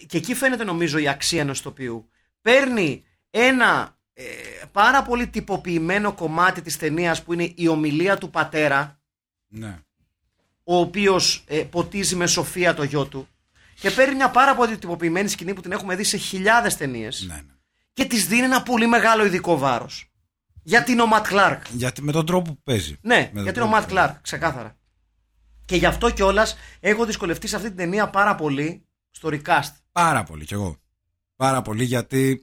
S2: και εκεί φαίνεται νομίζω η αξία ενός τοπίου. Παίρνει ένα ε, πάρα πολύ τυποποιημένο κομμάτι της ταινίας που είναι η ομιλία του πατέρα
S3: Ναι.
S2: ο οποίος ποτίζει με σοφία το γιο του. Και παίρνει μια πάρα πολύ τυποποιημένη σκηνή που την έχουμε δει σε χιλιάδες ταινίες
S3: ναι, ναι.
S2: και της δίνει ένα πολύ μεγάλο ειδικό βάρος. Γιατί είναι ο Ματ Κλάρκ.
S3: Γιατί με τον τρόπο που παίζει.
S2: Ναι,
S3: Με τον
S2: γιατί είναι ο
S3: τρόπο
S2: Ματ
S3: που παίζει.
S2: Κλάρκ, ξεκάθαρα. Και γι' αυτό κιόλας έχω δυσκολευτεί σε αυτή την ταινία πάρα πολύ στο recast.
S3: Πάρα πολύ κι εγώ. Πάρα πολύ γιατί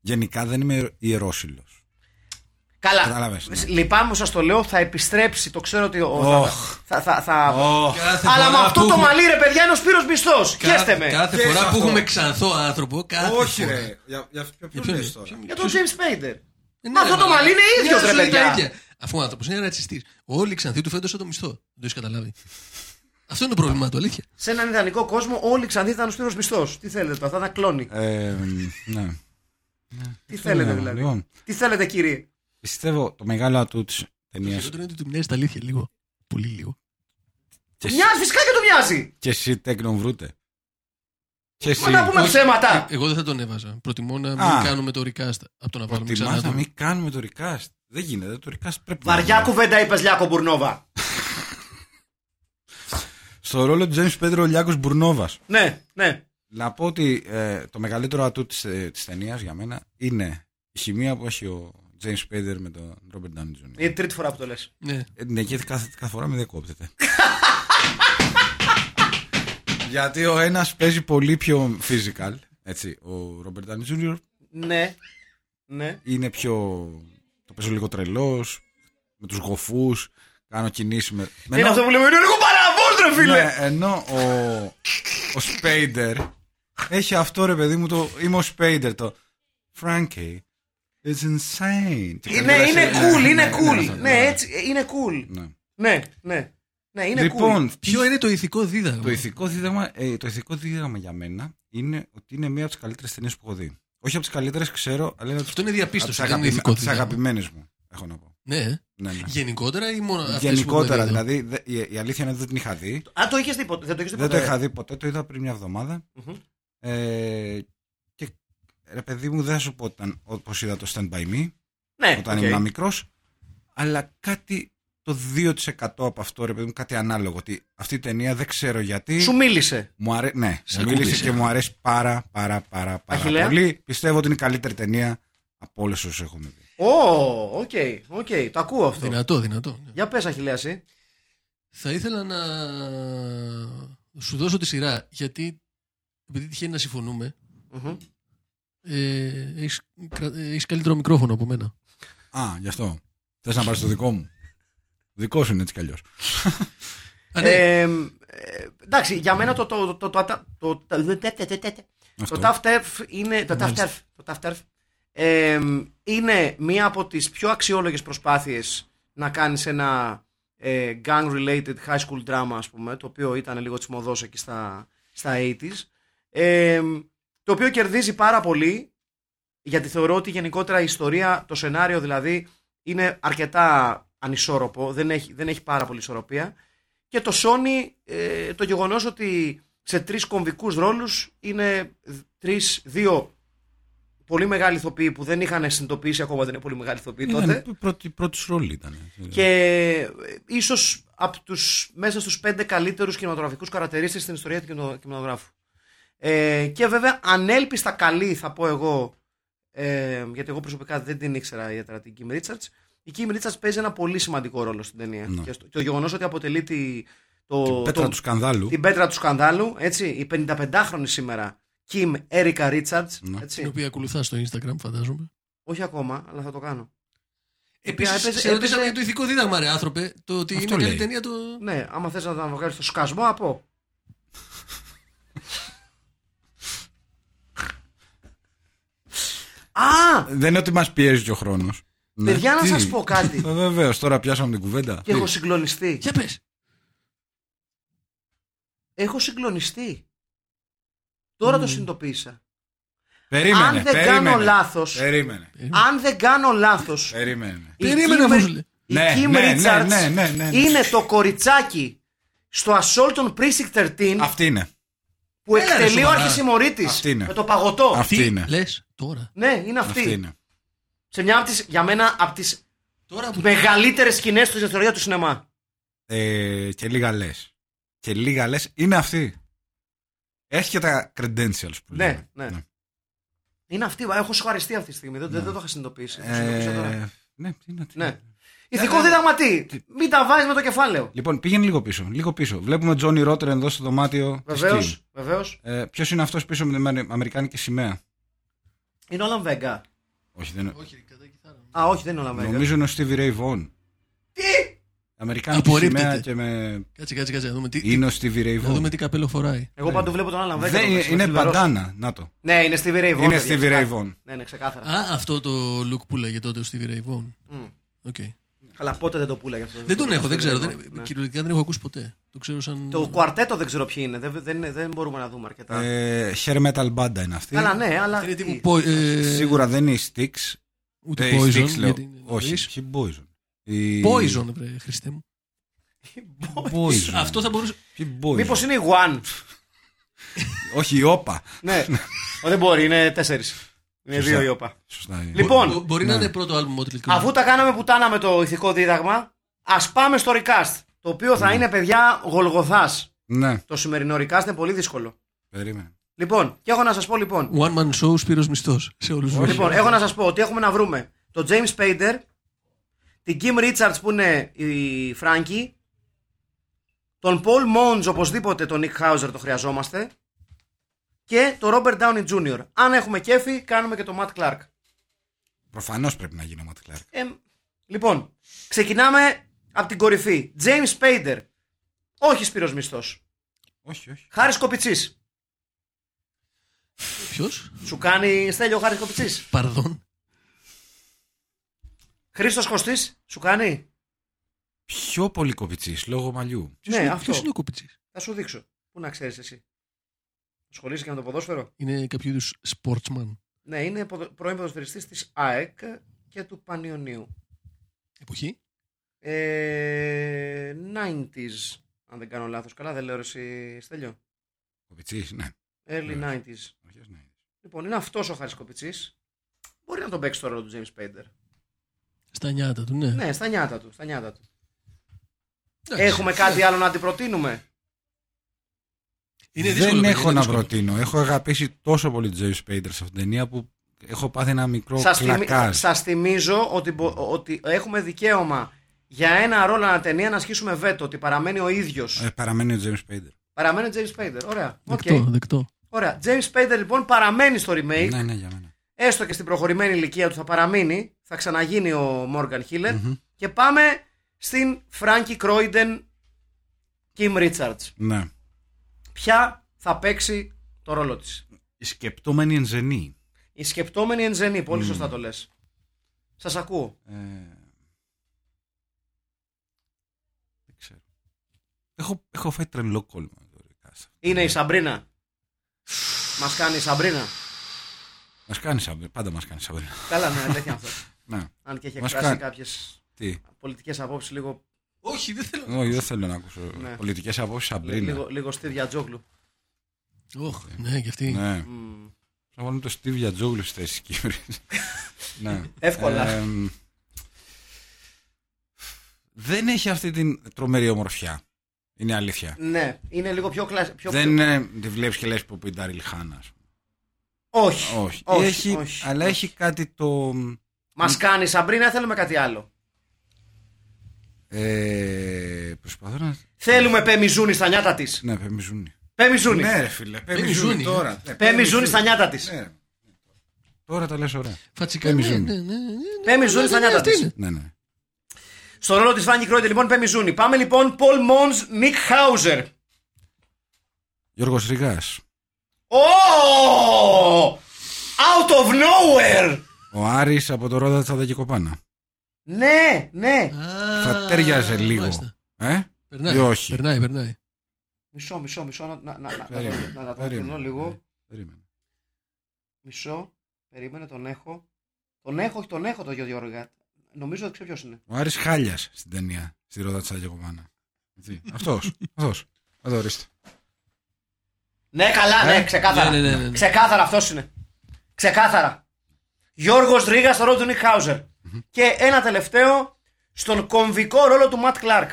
S3: γενικά δεν είμαι ιερόσιλο.
S2: Καλά.
S3: Κατάλαβες, ναι.
S2: Λυπάμαι που σας το λέω, θα επιστρέψει. Το ξέρω ότι. ο-
S3: Οχ.
S2: Θα, θα, θα- θα-
S4: Κάθε
S2: Αλλά με
S4: φορά
S2: αυτό
S4: που
S2: το
S4: έχουμε-
S2: μαλλί, ρε παιδιά, είναι ο Σπύρος Μισθός.
S4: Κα-
S2: Χαίστε με.
S4: Κάθε
S3: Χαίρεστε
S4: φορά που
S3: αυτό.
S4: έχουμε ξανθό άνθρωπο, κάθε φορά.
S3: Για, για,
S2: Ε,
S3: για
S4: Για ποιον λες τώρα?
S2: Για τον James Spader.
S4: Ε,
S2: Αυτό
S4: ρε,
S2: το
S4: μα-
S2: μαλλί είναι ίδιο,
S4: μοιάζουν
S2: ρε,
S4: τα
S2: παιδιά.
S4: ίδια. Αφού ο άνθρωπος είναι ρατσιστής. Όλοι οι ξανθοί του φαίνονται σαν το μισθό. Δεν το έχεις καταλάβει. Αυτό είναι το πρόβλημά του, αλήθεια.
S2: Σε έναν ιδανικό κόσμο, όλοι ξανθοί ήταν ο Σπύρος Μισθός. Τι θέλετε τώρα, θα ήταν κλόνη.
S3: Ε, ναι.
S2: Τι θέλετε
S3: ναι,
S2: δηλαδή.
S3: λοιπόν.
S2: Τι θέλετε, κύριε.
S3: Πιστεύω το μεγάλο ατού της
S4: Το
S3: ταινίας
S4: χειρότερο είναι ότι του μοιάζει τα αλήθεια λίγο. Πολύ λίγο.
S2: Μοιάζει, φυσικά και του μοιάζει.
S3: και εσύ τέκνον βρούτε. Και εσύ. ε,
S2: Μα τα πούμε ψέματα.
S4: Εγώ δεν θα τον έβαζα. Προτιμώ να μην
S3: Α.
S4: κάνουμε το recast από το να βάλουμε ξανά.
S3: Προτιμάς να
S4: τον.
S3: μην κάνουμε το recast. Δεν γίνεται, το recast πρέπει να
S2: Βαριά
S3: είναι.
S2: κουβέντα είπες Λιάκο Μπουρνόβα.
S3: Στο ρόλο του James Πέντρο ο Λιάκος Μπουρνόβας.
S2: Ναι, ναι.
S3: Να πω ότι ε, το μεγαλύτερο ατού της, ε, της ταινίας για μένα είναι η χημεία που έχει ο James Spader με τον Robert Downey Jr.
S2: Είναι τρίτη φορά που το λες.
S4: Ναι.
S3: Ε, ναι, και κάθε, κάθε φορά με
S2: (laughs)
S3: δεν κόπτεται. Γιατί ο ένας παίζει πολύ πιο physical, έτσι, ο Robert Downey Jr.
S2: Ναι. Ναι.
S3: είναι πιο... το παίζω λίγο τρελός, με τους γοφούς, κάνω κινήσεις με... με
S2: Είναι αυτό που λέμε. Είναι λίγο παραβό, ρε φίλε.
S3: ναι, ενώ ο, ο Σπέιντερ έχει αυτό ρε παιδί μου το. Είμαι ο Σπέιντερ το. Frankie, it's insane. Και
S2: Είναι,
S3: καλύτερα σε-
S2: είναι cool, είναι
S3: αυτό,
S2: cool. Ναι, έτσι, ε, είναι cool.
S3: ναι.
S2: Ναι, ναι. Ναι, είναι cool.
S3: λοιπόν,
S4: Ποιο είναι το ηθικό δίδαγμα.
S3: το, ηθικό δίδαγμα, ε, το ηθικό δίδαγμα για μένα είναι ότι είναι μία από τις καλύτερες ταινίες που έχω δει. Όχι από τις καλύτερες, ξέρω, αλλά είναι από
S4: Αυτό είναι
S3: τις
S4: διαπίστωση. δεν είναι
S3: αγαπη...
S4: ηθικό δίδαγμα.
S3: αγαπημένες μου. Έχω να πω.
S4: Ναι. ε.
S3: Ναι, ναι.
S4: Γενικότερα ή μόνο αυτές που
S3: Γενικότερα,
S4: έχουμε δει εδώ.
S3: δηλαδή, δε- η, η αλήθεια είναι ότι δεν την είχα δει.
S2: Α, το είχες δει ποτέ. Δεν το είχες δει
S3: Δεν το
S2: ποτέ.
S3: είχα δει ποτέ, το είδα πριν μια εβδομάδα.
S2: Μμμ.
S3: Ε, και ρε παιδί μου, δεν θα σου πω όταν, όπως είδα το Stand By Me,
S2: Ναι,
S3: όταν
S2: οκ.
S3: ήμουν μικρός, αλλά κάτι το 2% από αυτό, ρε παιδί μου, κάτι ανάλογο. Ότι αυτή η ταινία δεν ξέρω γιατί.
S2: Σου μίλησε.
S3: Μου αρέ... Ναι,
S4: Σε
S3: μου μίλησε
S4: ακούμπησε.
S3: και μου αρέσει πάρα πάρα πάρα, πάρα
S2: Αχιλέα.
S3: πολύ. Πιστεύω ότι είναι η καλύτερη ταινία από όλες όσες έχουμε δει.
S2: Ω, οκ, οκ. Το ακούω αυτό.
S4: Δυνατό, δυνατό. ναι.
S2: Για πες, Αχιλέαση.
S4: Θα ήθελα να σου δώσω τη σειρά γιατί επειδή τυχαίνει να συμφωνούμε ε, έχεις, κρα- ε, έχεις καλύτερο μικρόφωνο από μένα.
S3: Α, γι' αυτό. Θες να πάρεις το δικό μου. Δικό σου είναι έτσι κι αλλιώς.
S4: Α, ναι.
S2: Ε, ε, εντάξει, για μένα το. Το, το, το, το, το, το, το Tough Turf είναι. Το Tough
S4: Μάλιστα.
S2: Turf, το Tough Turf, ε, είναι μία από τις πιο αξιόλογες προσπάθειες να κάνεις ένα ε, gang related high school drama ας πούμε το οποίο ήταν λίγο τσιμωδός εκεί στα, στα 80s ε, το οποίο κερδίζει πάρα πολύ γιατί θεωρώ ότι γενικότερα η ιστορία, το σενάριο δηλαδή είναι αρκετά ανισόρροπο, δεν έχει, δεν έχει πάρα πολύ ισορροπία και το Sony ε, το γεγονός ότι σε τρεις κομβικούς ρόλους είναι δ- τρεις, δύο πολύ μεγάλοι ηθοποιοί που δεν είχαν συνειδητοποιήσει ακόμα ότι είναι πολύ μεγάλοι ηθοποιοί τότε
S3: Πρώτη, πρώτη ρόλη ήταν.
S2: και ε, ίσως από τους, μέσα στους πέντε καλύτερους κινηματογραφικούς καρατερίστες στην ιστορία του κινηματο- κινηματογράφου. Ε, και βέβαια ανέλπιστα καλή θα πω εγώ, ε, γιατί εγώ προσωπικά δεν την ήξερα ιδιαίτερα την Kim Richards, η Kim Richards παίζει ένα πολύ σημαντικό ρόλο στην ταινία.
S3: Ναι.
S2: Και, στο- και το γεγονός ότι αποτελεί τη, το,
S3: Την πέτρα
S2: το-
S3: του σκανδάλου.
S2: την πέτρα του σκανδάλου, έτσι, η 55χρονη σήμερα, Kim Erica Richards,
S3: Ναι.
S2: έτσι,
S4: Την οποία ακολουθά στο Instagram, φαντάζομαι.
S2: όχι ακόμα, αλλά θα το κάνω. οποία
S4: Επίση,
S2: έπαιζε-
S4: σε ρωτήσαμε
S2: έπαιζε-
S4: για το ηθικό δίδαγμα, ρε άνθρωπε. Το ότι
S3: Αυτό
S4: είναι καλή
S3: λέει.
S4: ταινία το.
S2: Ναι, άμα θες να τα βγάλεις στο σκασμό,
S3: (laughs)
S2: από. Α!
S3: Δεν είναι ότι μας πιέζει και ο Ναι, χρόνος.
S2: Παιδιά, να σας πω
S3: (laughs)
S2: κάτι.
S3: Βεβαίω, Ε, τώρα πιάσαμε την κουβέντα.
S2: Και έχω συγκλονιστεί.
S4: Για πες.
S2: Έχω συγκλονιστεί. Τώρα το συνειδητοποίησα.
S3: Περίμενε,
S2: αν δεν
S3: περίμενε.
S2: κάνω λάθος-
S3: Περίμενε.
S2: Αν δεν κάνω λάθος,
S3: Ε. Περίμενε.
S2: η
S4: Περίμενε,
S2: Kim-
S4: μου σου λέει.
S2: η
S3: Ναι,
S2: Kim
S3: ναι, ναι,
S2: Richards
S3: ναι, ναι, ναι, ναι.
S2: είναι το κοριτσάκι στο Assault on Precinct 13
S3: Αυτή είναι.
S2: που
S4: Έλα, ρε,
S2: εκτελεί ο
S4: σοβαρά.
S2: αρχισημωρίτης
S3: Αυτή είναι.
S2: με το παγωτό.
S3: Αυτή
S4: Τι
S3: είναι.
S4: λες τώρα.
S2: Ναι, είναι αυτή.
S3: Αυτή είναι.
S2: Σε μια από τις, για μένα, από τις
S4: Τώρα
S2: Ναι.
S4: που.
S2: μεγαλύτερες σκηνές στην ιστορία του σινεμά.
S3: Ε, και λίγα λες. Και λίγα λες. Είναι αυτή. Έχει και τα credentials που
S2: Ναι,
S3: λέμε.
S2: ναι. Είναι αυτή. Έχω σοκαριστεί αυτή τη στιγμή. Δεν, δεν το είχα συνειδητοποιήσει. Το συνειδητοποίησα τώρα.
S3: Ε, ναι, τι να- τι-
S2: Ναι. Ηθικό δίδαγμα τι. Μην τα βάζεις με το κεφάλαιο.
S3: Λοιπόν, πήγαινε λίγο πίσω. Λίγο πίσω. Βλέπουμε Τζόνι Ρότερ εδώ στο δωμάτιο. της
S2: Βεβαίως.
S3: Kim.
S2: Βεβαίως.
S3: Ε, Ποιος είναι αυτός πίσω με την Αμε- Αμερικάνικη σημαία.
S2: Είναι όλα Βέγγα.
S3: Όχι, δεν είναι.
S4: Όχι, κατά κιθάρα.
S2: Α, όχι, δεν είναι όλα Βέγγα.
S3: Νομίζω είναι ο Stevie Ray Vaughan. Τι! Αμερικάνικη
S4: Απορρίπτεται.
S3: σημαία και με.
S4: Κάτσε, κάτσε, κάτσε. Να δούμε τι,
S3: Είναι ο Stevie Ray
S4: να
S3: Vaughan.
S4: δούμε τι καπέλο φοράει.
S2: Εγώ πάντου βλέπω τον Άλαν Βέγγα.
S3: Δεν
S2: το
S3: είναι,
S2: παίξιμο,
S3: είναι
S2: θλιβερός.
S3: παντάνα. Να το.
S2: Ναι, είναι Stevie Ray Vaughan.
S3: Είναι
S2: παιδιά,
S3: Stevie Ray
S2: ξεκάθαρα.
S3: Vaughan.
S2: Ναι, ναι, ξεκάθαρα.
S4: Α, αυτό το look που λέγε τότε ο Stevie Ray Vaughan.
S2: Μμ.
S4: Οκ.
S2: Αλλά πότε δεν το πουλάγε αυτό.
S4: Ε, Δεν τον έχω, δεν ξέρω.
S2: Ναι.
S4: Δεν, κυριολεκτικά δεν έχω ακούσει ποτέ. Το ξέρω σαν.
S2: Το κουαρτέτο δεν ξέρω ποιοι είναι. Δεν, δεν, δεν μπορούμε να δούμε αρκετά.
S3: Ε, hair metal μπάντα είναι αυτή.
S2: Καλά, ναι, αλλά.
S4: Είναι
S2: τι.
S4: τύπου. πο- ε,
S3: Σίγουρα δεν είναι οι Sticks. Ε,
S4: Ούτε
S3: οι
S4: Poison.
S3: Sticks λέω.
S4: γιατί είναι
S3: Όχι,
S4: νωρίς.
S3: όχι Poison. Οι-
S4: Poison, βρε, Χριστέ μου.
S3: Poison.
S4: (laughs) Ε, Αυτό θα μπορούσε.
S3: Ποιοι Poison.
S2: Μήπως είναι η (laughs) One.
S3: Όχι, η όπα.
S2: Ναι. Ω, Δεν μπορεί, είναι τέσσερις. Είναι
S3: Σωστά.
S2: δύο η όπα.
S3: Σωστά. είναι.
S2: Λοιπόν,
S4: Μπο- μπορεί να
S3: ναι.
S4: είναι πρώτο άλμπουμ Motley Crue.
S2: Αφού τα κάναμε πουτάνα με το ηθικό δίδαγμα, ας πάμε στο recast. Το οποίο θα είναι παιδιά γολγοθάς.
S3: Ναι,
S2: Το σημερινό recast είναι πολύ δύσκολο.
S3: περίμενε.
S2: Λοιπόν, και έχω να σας πω λοιπόν.
S4: One man show, Σπύρος Μισθός. Σε όλους τους.
S2: Λοιπόν, έχω να σας πω ότι έχουμε να βρούμε τον James Spader, την Kim Richards που είναι η Frankie, τον Paul Mons οπωσδήποτε τον Nick Hauser το χρειαζόμαστε και τον Robert Downey Jr. Αν έχουμε κέφι, κάνουμε και τον Matt Clark.
S3: Προφανώς πρέπει να γίνει ο Ματ Κλάρκ.
S2: Ε, λοιπόν, ξεκινάμε από την κορυφή. James Spader. Όχι Σπύρος Μισθός.
S3: Όχι, όχι.
S2: Χάρης Κοπιτσής.
S4: Ποιος?
S2: Σου κάνει στέλιο ο Χάρης Κοπιτσής.
S4: Παρδόν.
S2: Χρήστος Κωστής. Σου κάνει.
S3: Πιο πολύ κοπιτσής λόγω μαλλιού.
S4: Ποιος
S2: ναι,
S4: είναι-
S2: αυτό.
S4: Ε, Ποιος είναι ο Κοπιτσής.
S2: Θα σου δείξω. Πού να ξέρεις εσύ. Ασχολείσαι και με το ποδόσφαιρο.
S4: Είναι κάποιο είδους sportsman.
S2: Ναι, είναι ποδο- πρώην ποδοσφαιριστής της ΑΕΚ και του Πανιωνίου.
S4: Εποχή.
S2: Ε, 90s, αν δεν κάνω λάθος. Καλά δεν λέω ρε εσύ, Στέλιο.
S3: Κοπιτσής, ναι.
S2: Early
S3: Ναι.
S2: 90s.
S3: Αρχές, ναι.
S2: Λοιπόν, είναι αυτός ο Χάρης Κοπιτσής. Μπορεί να τον παίξει το ρόλο του James Spader.
S4: Στα νιάτα του, ναι.
S2: Ναι, στα νιάτα του. Στα νιάτα του.
S4: Εντάξει.
S2: Έχουμε κάτι άλλο να αντιπροτείνουμε.
S4: Είναι δύσκολο,
S3: Δεν
S4: παιδιά,
S3: έχω
S4: είναι
S3: να
S4: δύσκολο.
S3: προτείνω. Έχω αγαπήσει τόσο πολύ τον Τζέι Σπέιντερ σε αυτήν την ταινία που έχω πάθει ένα μικρό
S2: Σας, θυμι-
S3: κλακάζ.
S2: σας θυμίζω ότι, μπο- ότι έχουμε δικαίωμα για ένα ρόλο ανά ταινία να ασχίσουμε βέτο, ότι παραμένει ο ίδιος.
S3: Ε, παραμένει ο Τζέι Σπέιντερ.
S2: Παραμένει James Spader. Ωραία. Οκ.
S4: Δεκτό, δεκτό.
S2: Ωραία. James Spader λοιπόν παραμένει στο remake.
S3: Ναι, ναι, για μένα.
S2: Έστω και στην προχωρημένη ηλικία του θα παραμείνει. Θα ξαναγίνει ο Morgan Hiller. Και πάμε στην Frankie Croydon Kim Richards.
S3: Ναι.
S2: Ποια θα παίξει το ρόλο της.
S3: Σκεπτόμενοι εν ζενή.
S2: Η σκεπτόμενη εν ζενή, πολύ σωστά το λες. Σας ακούω.
S3: Ε, δεν ξέρω. Έχω, έχω φάει τρελό κόλμα.
S2: Είναι η Σαμπρίνα. Μας κάνει η Σαμπρίνα.
S3: Μας κάνει σαμπρί, πάντα μας κάνει σαμπρί.
S2: Καλά, ναι, αλήθεια αυτό.
S3: Ναι,
S2: Αν και έχει
S3: Μας
S2: εκφράσει
S3: κάνει.
S2: κάποιες
S3: τι.
S2: πολιτικές απόψεις λίγο,
S4: Όχι, δεν θέλω.
S3: Όχι, δεν θέλω να ακούσω
S2: Ναι.
S3: πολιτικές απόψεις σαμπρίνα.
S2: λίγο, λίγο στήρια τζόγλου.
S4: Ωχ, ναι, και αυτή.
S3: Ναι.
S2: Μμμ.
S3: Θα βάλω το Steve Γιατζόγλου στη θέση της Κύπρης. ναι.
S2: Εύκολα.
S3: Ε, εμ, δεν έχει αυτή την τρομερή ομορφιά. Είναι αλήθεια.
S2: Ναι, είναι λίγο πιο κλασικό. Πιο...
S3: δεν
S2: πιο-
S3: είναι, τη βλέπεις και λες που είναι η Ντάριλ Χάνα.
S2: Όχι.
S3: Όχι.
S2: Όχι,
S3: έχει,
S2: όχι,
S3: αλλά
S2: όχι.
S3: έχει κάτι το...
S2: Μας κάνει η Σαμπρίνα, θέλουμε κάτι άλλο.
S3: Ε, προσπαθώ να...
S2: Θέλουμε πέμιζούνι στα νιάτα της.
S3: Ναι, Πέμιζούνι.
S2: Πέμιζούνι.
S3: Ναι, ρε φίλε. Πέμιζούνι
S4: Πέμιζούνι,
S3: τώρα. Ναι,
S2: Πέμιζούνι στα νιάτα της.
S3: Ναι, ρε. Τώρα τα λες ωραία.
S4: Φατσικά, ναι,
S3: Πέμιζούνι.
S4: ναι, ναι, ναι, ναι.
S2: Πέμιζούνι στα νιάτα
S4: αυτή
S2: τη.
S4: είναι.
S3: Ναι, ναι.
S2: Στο ρόλο της Φάνη Κρόιντε, λοιπόν, πέμιζούνι. Πάμε λοιπόν, Πολ Μόνς, Νικ Χάουζερ.
S3: Γιώργος Ρηγάς.
S2: Oh! Out of nowhere!
S3: Ο Άρης από το Ρόδα Τσάντα και Κοπάνα.
S2: Ναι, ναι.
S4: Α,
S3: Θα τέριαζε λίγο.
S4: μάλιστα.
S3: Ε?
S4: Περνάει,
S3: Ή όχι.
S4: περνάει, περνάει.
S2: Μισό, μισό, μισό. Να, να, να, να,
S3: Περίμενε,
S2: να- να- να το
S3: περίμενε.
S2: αφήνω λίγο.
S3: Περίμενε.
S2: Μισό. Περίμενε, τον έχω. Τον έχω, όχι τον έχω το Γιώργο Γιώργα. Νομίζω ότι ξέρω ποιος είναι.
S3: Ο Άρης Χάλιας στην ταινία, στη Ρόδα της Αγιακοπάνα. Αυτός, αυτός. Εδώ ορίστε.
S2: Ναι, καλά,
S3: Ε,
S2: ναι, ξεκάθαρα.
S4: ναι, ναι, ναι, ναι.
S2: Ξεκάθαρα αυτός είναι. Ξεκάθαρα. Γιώργος Ρίγα στο ρόλο του Νικ χαουζερ Και ένα τελευταίο στον κομβικό ρόλο του Ματ Κλάρκ.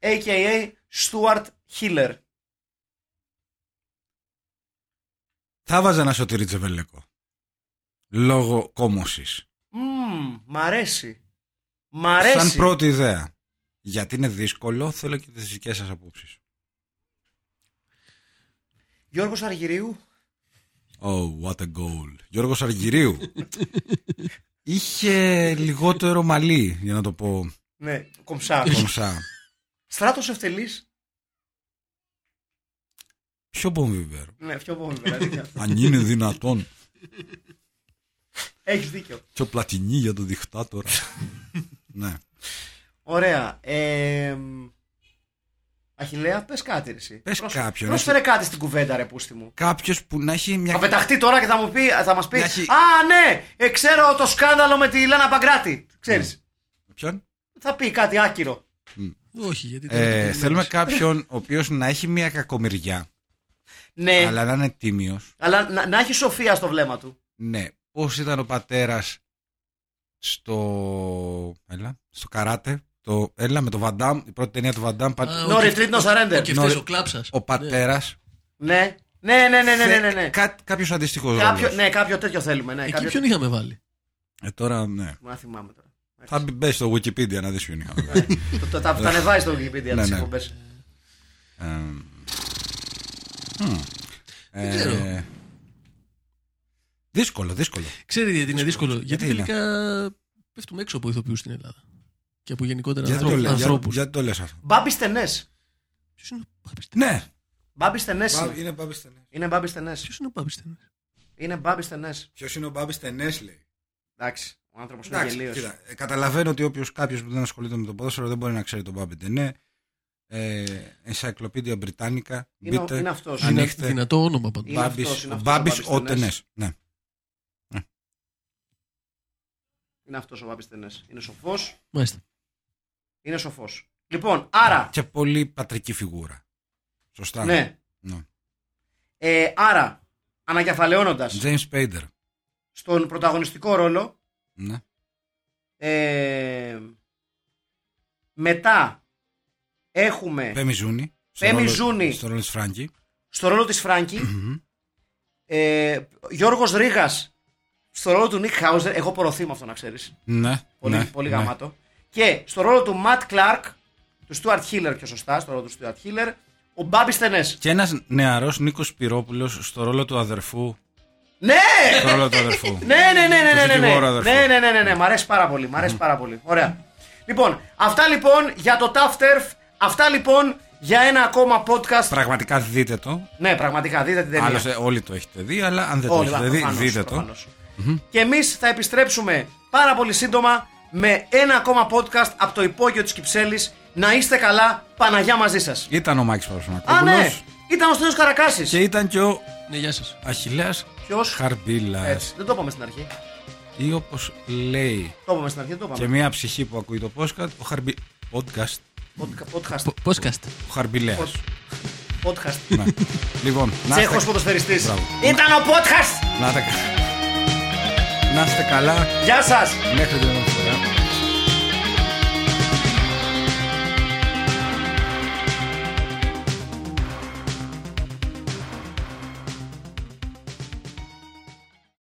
S2: AKA Stuart Hiller.
S3: Θα βάζα ένα σωτήρι τζεβελέκο. Λόγω κόμωσης.
S2: Μμμ, μ' αρέσει. Μ'
S3: Σαν
S2: αρέσει.
S3: πρώτη ιδέα. Γιατί είναι δύσκολο, θέλω και τις δικές σας απόψεις.
S2: Γιώργος Αργυρίου.
S3: Oh, what a goal.
S2: (laughs)
S3: Γιώργος Αργυρίου. Είχε λιγότερο μαλλί, για να το πω
S2: Ναι, κομψά.
S3: κομψά.
S2: Στράτος Ευτελής.
S3: Πιο μπομβιβέρο.
S2: Ναι, πιο πολύ βέβαια.
S3: Αν είναι δυνατόν.
S2: Έχεις δίκιο.
S3: Πιο πλατινή για τον
S2: (laughs)
S3: δικτάτορα. ναι.
S2: Ωραία. Ε, Αχιλέα, πες κάτι ρε, εσύ.
S3: Πες
S2: Πρόσ-
S3: κάποιον, Ε,
S2: Πρόσφερε κάτι στην κουβέντα ρε πούστη μου.
S3: Κάποιος που να έχει μια.
S2: Θα πεταχτεί τώρα και θα, μου πει, θα μας πει
S3: Να έχει-
S2: «Α, ναι, ε, ξέρω το σκάνδαλο με τη Λένα Παγκράτη». Ξέρεις.
S3: Ναι. Ποιον?
S2: Θα πει κάτι άκυρο.
S4: Όχι, γιατί. δεν
S3: Ε,
S4: περιμένεις.
S3: θέλουμε κάποιον ο οποίος να έχει μια κακομοιριά,
S2: Ναι, αλλά,
S3: αλλά να είναι τίμιος.
S2: να, να έχει σοφία στο βλέμμα του.
S3: Ναι. Πώς ήταν ο πατέρας στο. Έλα, στο καράτε Το, έλα με το Βαντάμ, η πρώτη ταινία του Βαντάμ. πα-
S5: Α,
S2: No
S5: όχι.
S2: retreat, no surrender.
S5: Και
S3: No
S5: φταίει
S3: re-
S5: ο κλάψας.
S3: Ο πατέρας.
S2: Ναι. Ναι, ναι, ναι, ναι, ναι, ναι, ναι.
S3: Κάποιος αντίστοιχος
S2: Κάποιο, ναι, κάποιο τέτοιο θέλουμε. Ναι,
S5: Εκεί
S2: κάποιο...
S5: ποιον είχαμε βάλει.
S3: Ε, τώρα, ναι.
S2: Μα θυμάμαι τώρα.
S3: Θα μπει μπες στο Wikipedia να δεις ποιον είχαμε. βάλει.
S2: Το- το- Τα τα ανεβάζει στο Wikipedia
S3: Ναι,
S2: τις
S3: ναι.
S2: εκπομπές.
S3: Ε, μμ. Ε,
S5: ξέρω.
S3: Δύσκολο, δύσκολο.
S4: Ε,
S5: Ξέρετε γιατί είναι δύσκολο. Γιατί
S3: Γιατί είναι.
S5: τελικά πέφτουμε έξω από ηθοποιούς στην Ελλάδα. Και από γενικότερα
S3: Γιατί το, λες,
S5: ανθρώπου.
S3: γιατί το λες αυτό.
S2: Μπάμπι στενές.
S5: Ποιος είναι ο Πάπης Τενές?
S3: Ναι.
S2: Μπάμπι στενές
S3: Μπα-
S2: είναι.
S3: Είναι Μπάμπης Τενές.
S2: Είναι μπάμπι στενές.
S5: Ποιος είναι ο Πάπης Τενές?
S2: Είναι μπάμπι στενές.
S3: Ποιος είναι ο Μπάμπης Τενές λέει.
S2: Εντάξει. Ο άνθρωπος είναι
S3: Εντάξει,
S2: γελίος.
S3: κοίτα, ε, καταλαβαίνω ότι όποιος κάποιος που δεν ασχολείται με το ποδόσφαιρο δεν μπορεί να ξέρει τον Μπάμπη Τενέ. Ε, Ενσακλοπίδια Βρυτάνικα.
S2: Είναι, ο-
S3: Μπείτε.
S2: είναι αυτός.
S3: Αν-
S5: Δυνα-
S3: Ανοίχτε.
S5: Δυνατό όνομα πάντως.
S2: Είναι
S3: Μπάμπης-
S2: αυτός, είναι
S3: ο
S2: αυτός ο
S3: Μπάμπης ο
S2: Μπάμπης Τενές.
S3: Τενές. Ναι.
S2: Είναι αυτός ο μπάμπι στενές. Είναι σοφός.
S5: Μάλιστα.
S2: Είναι σοφός. Λοιπόν, άρα.
S3: Και πολύ πατρική φιγούρα. Σωστά.
S2: Ναι.
S3: Ναι.
S2: Ε, άρα, ανακεφαλαιώνοντας
S3: James Spader.
S2: στον πρωταγωνιστικό ρόλο,
S3: Ναι.
S2: Ε, μετά έχουμε
S3: Πέμι Ζούνη. στο
S2: Πέμι
S3: ρόλο-
S2: Ζούνη.
S3: Στο ρόλο της Φράγκη.
S2: στο ρόλο της Φράγκη
S3: Μμμ.
S2: ε, Γιώργος Ρήγας στο ρόλο του Νίκ Χάουζερ. Έχω προωθεί με αυτό να ξέρεις.
S3: Ναι.
S2: Πολύ,
S3: ναι,
S2: πολύ
S3: ναι.
S2: γαμάτο. Και στο ρόλο του Ματ Κλάρκ, του Στουαρτ Χίλερ πιο σωστά, στο ρόλο του Στουαρτ Χίλερ, ο Μπάμπη Στενές
S3: Και ένας νεαρός Νίκος Πυρόπουλος στο ρόλο του αδερφού.
S2: Ναι!
S3: Στο ρόλο του
S2: (laughs)
S3: αδερφού.
S2: Ναι, ναι, ναι, ναι, ναι, ναι, ναι.
S3: δικηγόρο, αδερφέ.
S2: ναι, ναι, ναι, ναι, ναι. Μ' αρέσει πάρα πολύ. Μ' αρέσει πάρα πολύ. Ωραία. Λοιπόν, αυτά λοιπόν για το Tough Turf. Αυτά λοιπόν για ένα ακόμα podcast.
S3: Πραγματικά δείτε το.
S2: Ναι, πραγματικά δείτε την ταινία.
S3: Άλλωστε, όλοι το έχετε δει, αλλά αν δεν το
S2: Όλοι,
S3: έχετε
S2: βα-
S3: δει,
S2: προφανώς,
S3: δείτε το.
S2: προφανώς. Και εμείς θα επιστρέψουμε πάρα πολύ σύντομα με ένα ακόμα podcast από το υπόγειο της Κυψέλης. Να είστε καλά, Παναγιά μαζί σας.
S3: Ήταν ο Μάκης
S2: Α,
S3: Παρασονακόπουλο.
S2: ναι, ήταν ο Στέλιος Καρακάσης.
S3: Και ήταν και ο
S5: Ναι, γεια σας.
S3: Αχηλέα
S2: Ποιος?
S3: Χαρμπίλα.
S2: Έτσι, δεν το είπαμε στην αρχή.
S3: Ή όπως λέει
S2: Το είπαμε στην αρχή, δεν το
S3: και
S2: είπαμε.
S3: μια ψυχή που ακούει το podcast, ο Χαρμπι... podcast,
S2: Podca- Podcast.
S5: Πόσκαστ.
S3: ο Χαρμπιλέας.
S2: Podcast.
S3: λοιπόν, να
S2: Τσέχος
S3: είστε,
S2: ποδοσφαιριστής.
S3: Μπράβο.
S2: Ήταν ο podcast.
S3: να, τα- να είστε καλά.
S2: Γεια σας.
S3: Μέχρι την επόμενη.